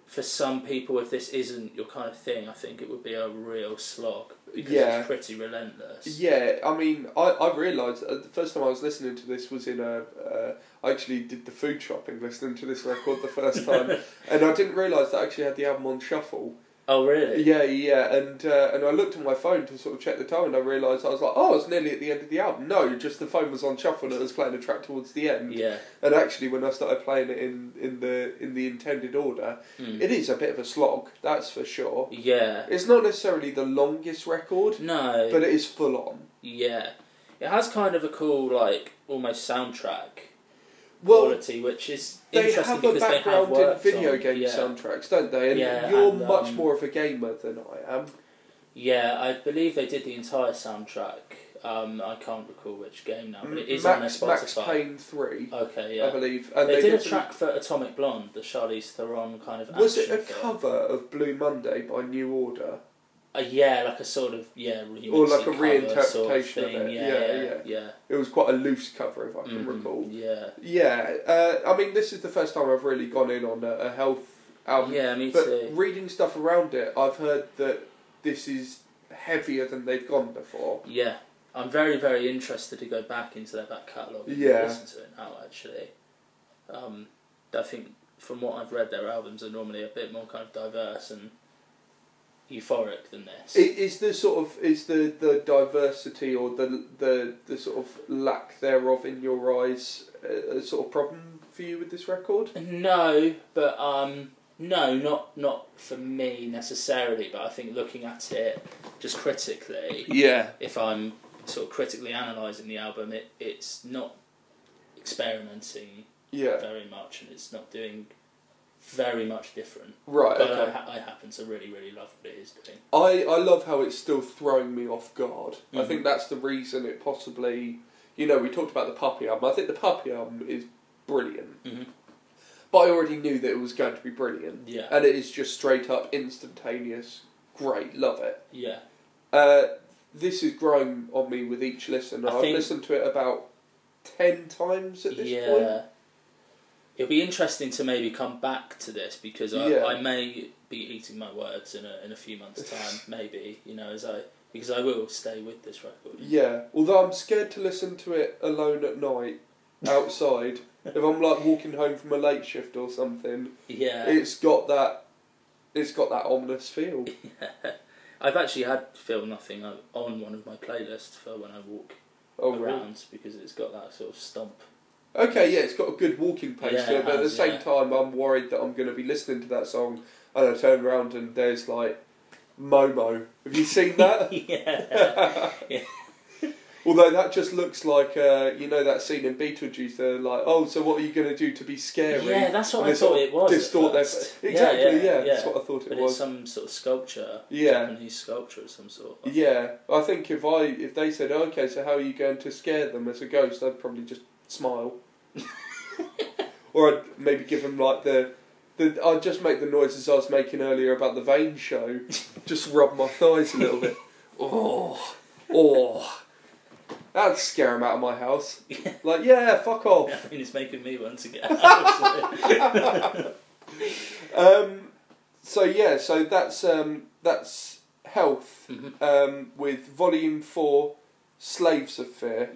S2: for some people, if this isn't your kind of thing, I think it would be a real slog because
S1: Yeah.
S2: it's pretty relentless.
S1: Yeah, I mean, I, I realised uh, the first time I was listening to this was in a. Uh, I actually did the food shopping listening to this record the first time, and I didn't realise that I actually had the album on shuffle.
S2: Oh, really?
S1: Yeah, yeah, and uh, and I looked at my phone to sort of check the time, and I realised I was like, oh, it's nearly at the end of the album. No, just the phone was on shuffle and it was playing a track towards the end.
S2: Yeah.
S1: And actually, when I started playing it in, in the in the intended order,
S2: Mm.
S1: it is a bit of a slog, that's for sure.
S2: Yeah.
S1: It's not necessarily the longest record,
S2: No.
S1: but it is full on.
S2: yeah. It has kind of a cool, like, almost soundtrack
S1: Well,
S2: quality, which is
S1: they
S2: interesting
S1: have a
S2: because they have
S1: background in
S2: worked
S1: video
S2: on-
S1: game
S2: yeah.
S1: soundtracks, don't they? And
S2: Yeah,
S1: you're
S2: and,
S1: much
S2: um,
S1: more of a gamer than I am.
S2: Yeah, I believe they did the entire soundtrack. Um, I can't recall which game now, but it is
S1: Max,
S2: on their
S1: Max
S2: Spotify.
S1: Payne three,
S2: Okay,
S1: I
S2: yeah.
S1: believe, and
S2: They, did a
S1: some-
S2: track for Atomic Blonde, the Charlize Theron kind of.
S1: Was it
S2: action
S1: a
S2: film.
S1: cover of Blue Monday by New Order?
S2: Uh, yeah, like a sort of yeah. remixy
S1: Or like a
S2: cover sort
S1: reinterpretation
S2: of,
S1: of
S2: thing.
S1: it.
S2: Yeah,
S1: Yeah,
S2: yeah,
S1: yeah.
S2: yeah.
S1: It was quite a loose cover, if I can
S2: Mhm,
S1: recall.
S2: Yeah,
S1: Yeah, uh, I mean, this is the first time I've really gone in on a, a health album.
S2: yeah. Me
S1: Um, but
S2: too.
S1: reading stuff around it, I've heard that this is heavier than they've gone before.
S2: Yeah, I'm very very interested to go back into their back catalogue. and
S1: Yeah.
S2: listen to it now actually. Um, I think from what I've read, their albums are normally a bit more kind of diverse and euphoric than this.
S1: I- Is the sort of is the, the diversity or the the the sort of lack thereof in your eyes a, a sort of problem for you with this record?
S2: No, but um, no, not not for me necessarily. But I think looking at it just critically,
S1: Yeah,
S2: if I'm sort of critically analysing the album, it it's not experimenting
S1: yeah,
S2: very much, and it's not doing very much different.
S1: right.
S2: But I,
S1: Okay.
S2: ha- I happen to really really love what it is doing.
S1: I I love how it's still throwing me off guard. I
S2: Mhm.
S1: think that's the reason it possibly. You know, we talked about the puppy album. I think the puppy album is brilliant,
S2: Mhm.
S1: but I already knew that it was going to be brilliant,
S2: Yeah,
S1: and it is just straight up instantaneous. Great, love it.
S2: yeah,
S1: Uh, this is growing on me with each listen.
S2: I
S1: I've
S2: think-
S1: listened to it about ten times at this
S2: yeah.
S1: point.
S2: It'll be interesting to maybe come back to this because I,
S1: Yeah.
S2: I may be eating my words in a in a few months' time, maybe you know, as I because I will stay with this record.
S1: Yeah. Although I'm scared to listen to it alone at night, outside. if I'm like walking home from a late shift or something,
S2: Yeah.
S1: it's got that. It's got that ominous feel.
S2: I've actually had Feel Nothing on- on one of my playlists for when I walk
S1: Oh,
S2: around
S1: really?
S2: because it's got that sort of stomp.
S1: Okay, yeah, it's got a good walking pace
S2: Yeah,
S1: to it,
S2: it
S1: but at the
S2: has,
S1: same
S2: yeah.
S1: time, I'm worried that I'm going to be listening to that song and I turn around and there's like Momo. Have you seen that?
S2: yeah. Yeah.
S1: Although that just looks like uh, you know that scene in Beetlejuice. They're like, oh, so what are you going to do to be scary?
S2: Yeah, that's what
S1: And
S2: I
S1: they sort
S2: thought
S1: of
S2: it was. at
S1: Distort their
S2: first.
S1: fa- exactly. Yeah,
S2: yeah.
S1: that's what I thought it
S2: But it's
S1: was.
S2: some sort of sculpture,
S1: Yeah,
S2: Japanese sculpture of some sort.
S1: yeah. I think if I if they said, okay, so how are you going to scare them as a ghost? I'd probably just smile, or I'd maybe give them like the. The, I'd just make the noises I was making earlier about the vein show. Just rub my thighs a little bit. Oh, oh, that'd scare him out of my house. Like, yeah, fuck off.
S2: I mean, it's making me want to get out.
S1: Um, so yeah, so that's um, that's health
S2: Mhm.
S1: um, with volume four, slaves of fear.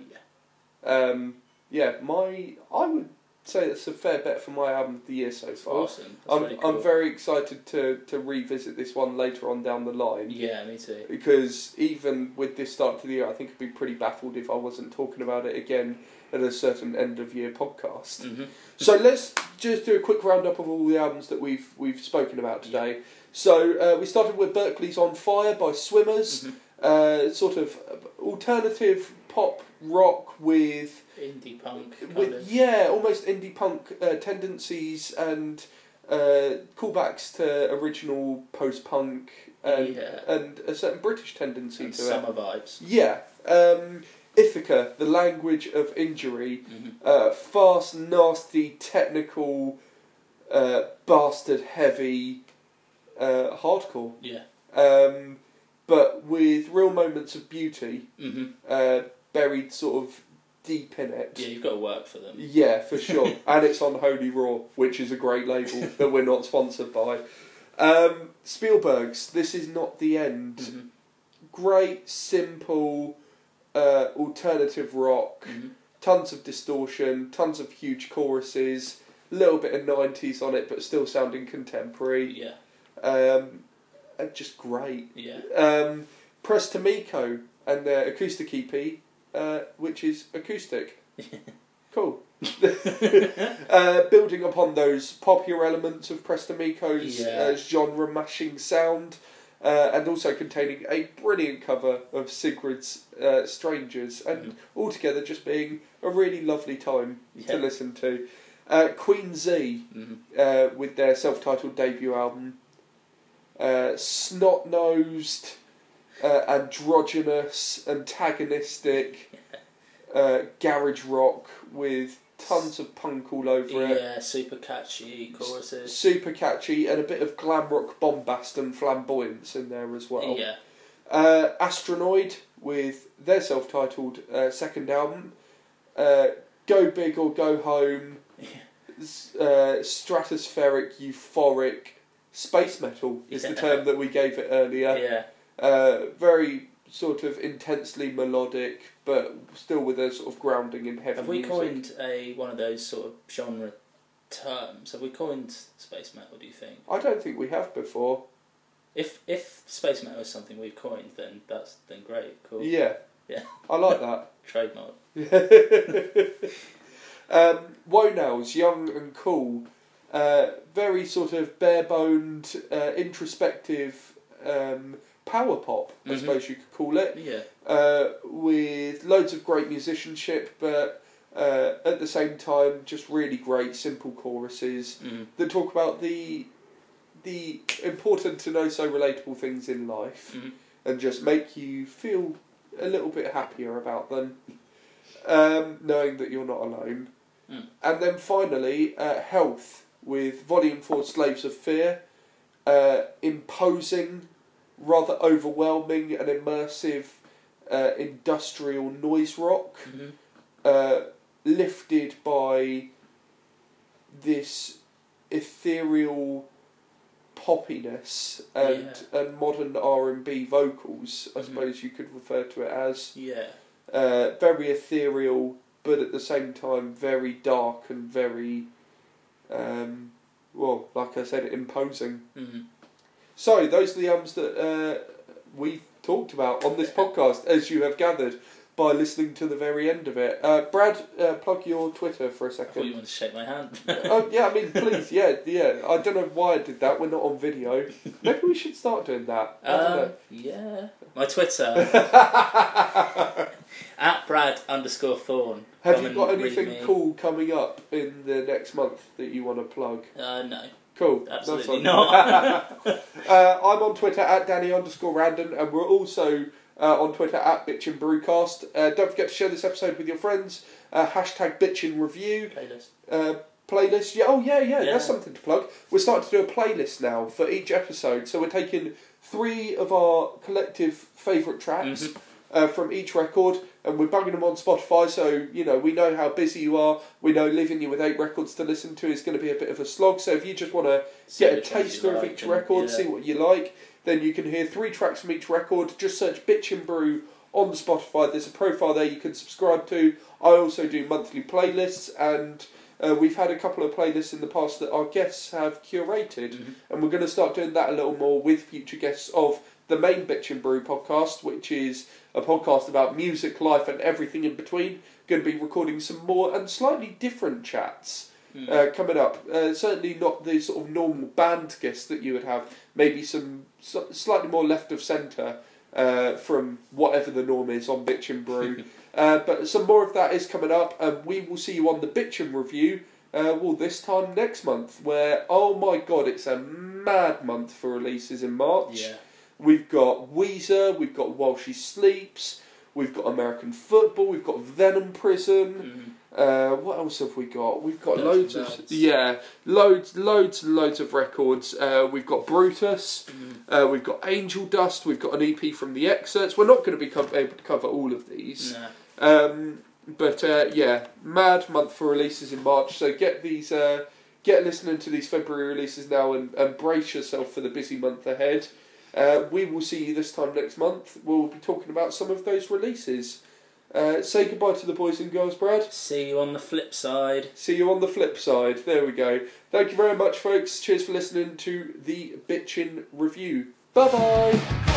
S1: Um, yeah, my I would say that's a fair bet for my album of the year so
S2: It's
S1: far.
S2: awesome. That's
S1: I'm
S2: really cool.
S1: I'm very excited to to revisit this one later on down the line
S2: Yeah, me too.
S1: because even with this start to the year, I think I'd be pretty baffled if I wasn't talking about it again at a certain end of year podcast.
S2: hmm
S1: So let's just do a quick roundup of all the albums that we've we've spoken about today. So uh, we started with Berkeley's "On Fire" by Swimmers,
S2: Mhm.
S1: uh, sort of alternative pop rock with,
S2: Indie punk. Kind
S1: with
S2: of.
S1: yeah, almost indie punk uh, tendencies and uh, callbacks to original post punk and,
S2: Yeah.
S1: and a certain British tendency
S2: And
S1: to it.
S2: summer vibes.
S1: Yeah, um, Ithaca, the language of injury
S2: Mhm.
S1: uh, fast, nasty, technical, uh, bastard heavy uh, hardcore,
S2: Yeah.
S1: um, but with real moments of beauty
S2: hmm
S1: uh, buried sort of deep in it.
S2: Yeah, you've got to work for them.
S1: Yeah, for sure. and it's on Holy Raw, which is a great label that we're not sponsored by. Um, Spielberg's This Is Not the End.
S2: Mhm.
S1: Great, simple, uh, alternative rock
S2: Mhm.
S1: tons of distortion, tons of huge choruses, a little bit of 90s on it, but still sounding contemporary.
S2: Yeah.
S1: Um, uh, just great.
S2: Yeah.
S1: Um, Press Tomiko and their acoustic EP, uh, which is acoustic. cool. uh, building upon those popular elements of Prestamiko's
S2: Yeah.
S1: uh, genre mashing sound, uh, and also containing a brilliant cover of Sigrid's uh, Strangers, and
S2: Mhm.
S1: altogether just being a really lovely time
S2: Mm-hmm. Yeah.
S1: to listen to. Uh, Queen Z
S2: hmm
S1: uh, with their self titled debut album, uh, snot nosed, uh, androgynous, antagonistic, uh, garage rock with tons of punk all over it.
S2: Yeah, super catchy choruses.
S1: Super catchy and a bit of glam rock bombast and flamboyance in there as well.
S2: Yeah.
S1: Uh, Astronoid with their self titled uh, second album, uh, Go Big or Go Home,
S2: Yeah.
S1: s- uh, stratospheric, euphoric, space metal is the
S2: Yeah.
S1: term that we gave it
S2: Yeah.
S1: earlier.
S2: Yeah.
S1: Uh, very sort of intensely melodic, but still with a sort of grounding in heavy
S2: Have we
S1: music.
S2: coined a one of those sort of genre terms? Have we coined space metal? Do you think?
S1: I don't think we have before.
S2: If if space metal is something we've coined, then that's then great, cool,
S1: Yeah.
S2: Yeah.
S1: I like that.
S2: trademark.
S1: um, Wonails, young and cool, uh, very sort of bare boned, uh, introspective um, power pop, I
S2: Mhm.
S1: suppose you could call it,
S2: Yeah,
S1: uh, with loads of great musicianship, but uh, at the same time, just really great simple choruses
S2: mm.
S1: that talk about the the important and also relatable things in life
S2: Mhm.
S1: and just make you feel a little bit happier about them um, knowing that you're not alone
S2: Mm.
S1: and then finally uh, health with volume 4 slaves of fear uh, imposing rather overwhelming and immersive uh, industrial noise rock
S2: Mhm.
S1: uh, lifted by this ethereal poppiness and and modern R and B vocals. I
S2: Mhm.
S1: suppose you could refer to it as
S2: yeah,
S1: uh, very ethereal, but at the same time very dark and very um, well, like I said, imposing.
S2: mm.
S1: So those are the albums that uh, we've talked about on this podcast, as you have gathered by listening to the very end of it. Uh, Brad, uh, plug your Twitter for a
S2: I thought you
S1: second.
S2: wanted to shake my hand.
S1: oh yeah, I mean, please, yeah, yeah. I don't know why I did that. We're not on video. Maybe we should start doing that. I don't
S2: Um,
S1: know.
S2: yeah, my Twitter at Brad underscore Thorn.
S1: Have
S2: Come
S1: you
S2: and
S1: got
S2: read
S1: anything
S2: me.
S1: cool coming up in the next month that you want to plug?
S2: Uh, no,
S1: Cool.
S2: Absolutely
S1: nice one.
S2: not.
S1: uh, I'm on Twitter at Danny underscore Random, and we're also uh, on Twitter at Bitch and Brewcast. Uh, don't forget to share this episode with your friends. Uh, hashtag Bitch and Review
S2: playlist.
S1: uh, playlist. Yeah, oh yeah, yeah,
S2: Yeah.
S1: that's something to plug. We're starting to do a playlist now for each episode, so we're taking three of our collective favourite tracks. uh, from each record, and we're banging them on Spotify. So you know we know how busy you are. We know leaving you with eight records to listen to is going to be a bit of a slog. So if you just want to
S2: See
S1: get a
S2: which ones you
S1: taster of
S2: like
S1: each
S2: and-
S1: record,
S2: yeah.
S1: see what you like, then you can hear three tracks from each record. Just search Bitch and Brew on Spotify. There's a profile there you can subscribe to. I also do monthly playlists and. Uh, we've had a couple of playlists in the past that our guests have curated,
S2: Mhm.
S1: and we're going to start doing that a little more with future guests of the main Bitch and Brew podcast, which is a podcast about music, life, and everything in between. Going to be recording some more and slightly different chats
S2: Hmm.
S1: uh, coming up. Uh, certainly not the sort of normal band guests that you would have. Maybe some s- slightly more left of centre uh, from whatever the norm is on Bitch and Brew. uh, but some more of that is coming up, and we will see you on the Bitch and Review. Uh, well, this time next month, where oh my god, it's a mad month for releases in March.
S2: Mm-hmm. yeah.
S1: We've got Weezer, we've got While She Sleeps, we've got American Football, we've got Venom Prison.
S2: Mhm.
S1: Uh, what else have we got? We've got
S2: Birds and
S1: loads of
S2: Birds.
S1: yeah, loads, loads, and loads of records. Uh, we've got Brutus,
S2: Mhm.
S1: uh, we've got Angel Dust, we've got an EP from the excerpts. We're not going to be co- able to cover all of these,
S2: Nah.
S1: um, but uh, yeah, mad month for releases in March. So get these, uh, get listening to these February releases now, and, and brace yourself for the busy month ahead. Uh, we will see you this time next month. We'll be talking about some of those releases. Uh, say goodbye to the boys and girls, Brad.
S2: See you on the flip side.
S1: See you on the flip side. There we go. Thank you very much, folks. Cheers for listening to the Bitchin Review. Bye bye.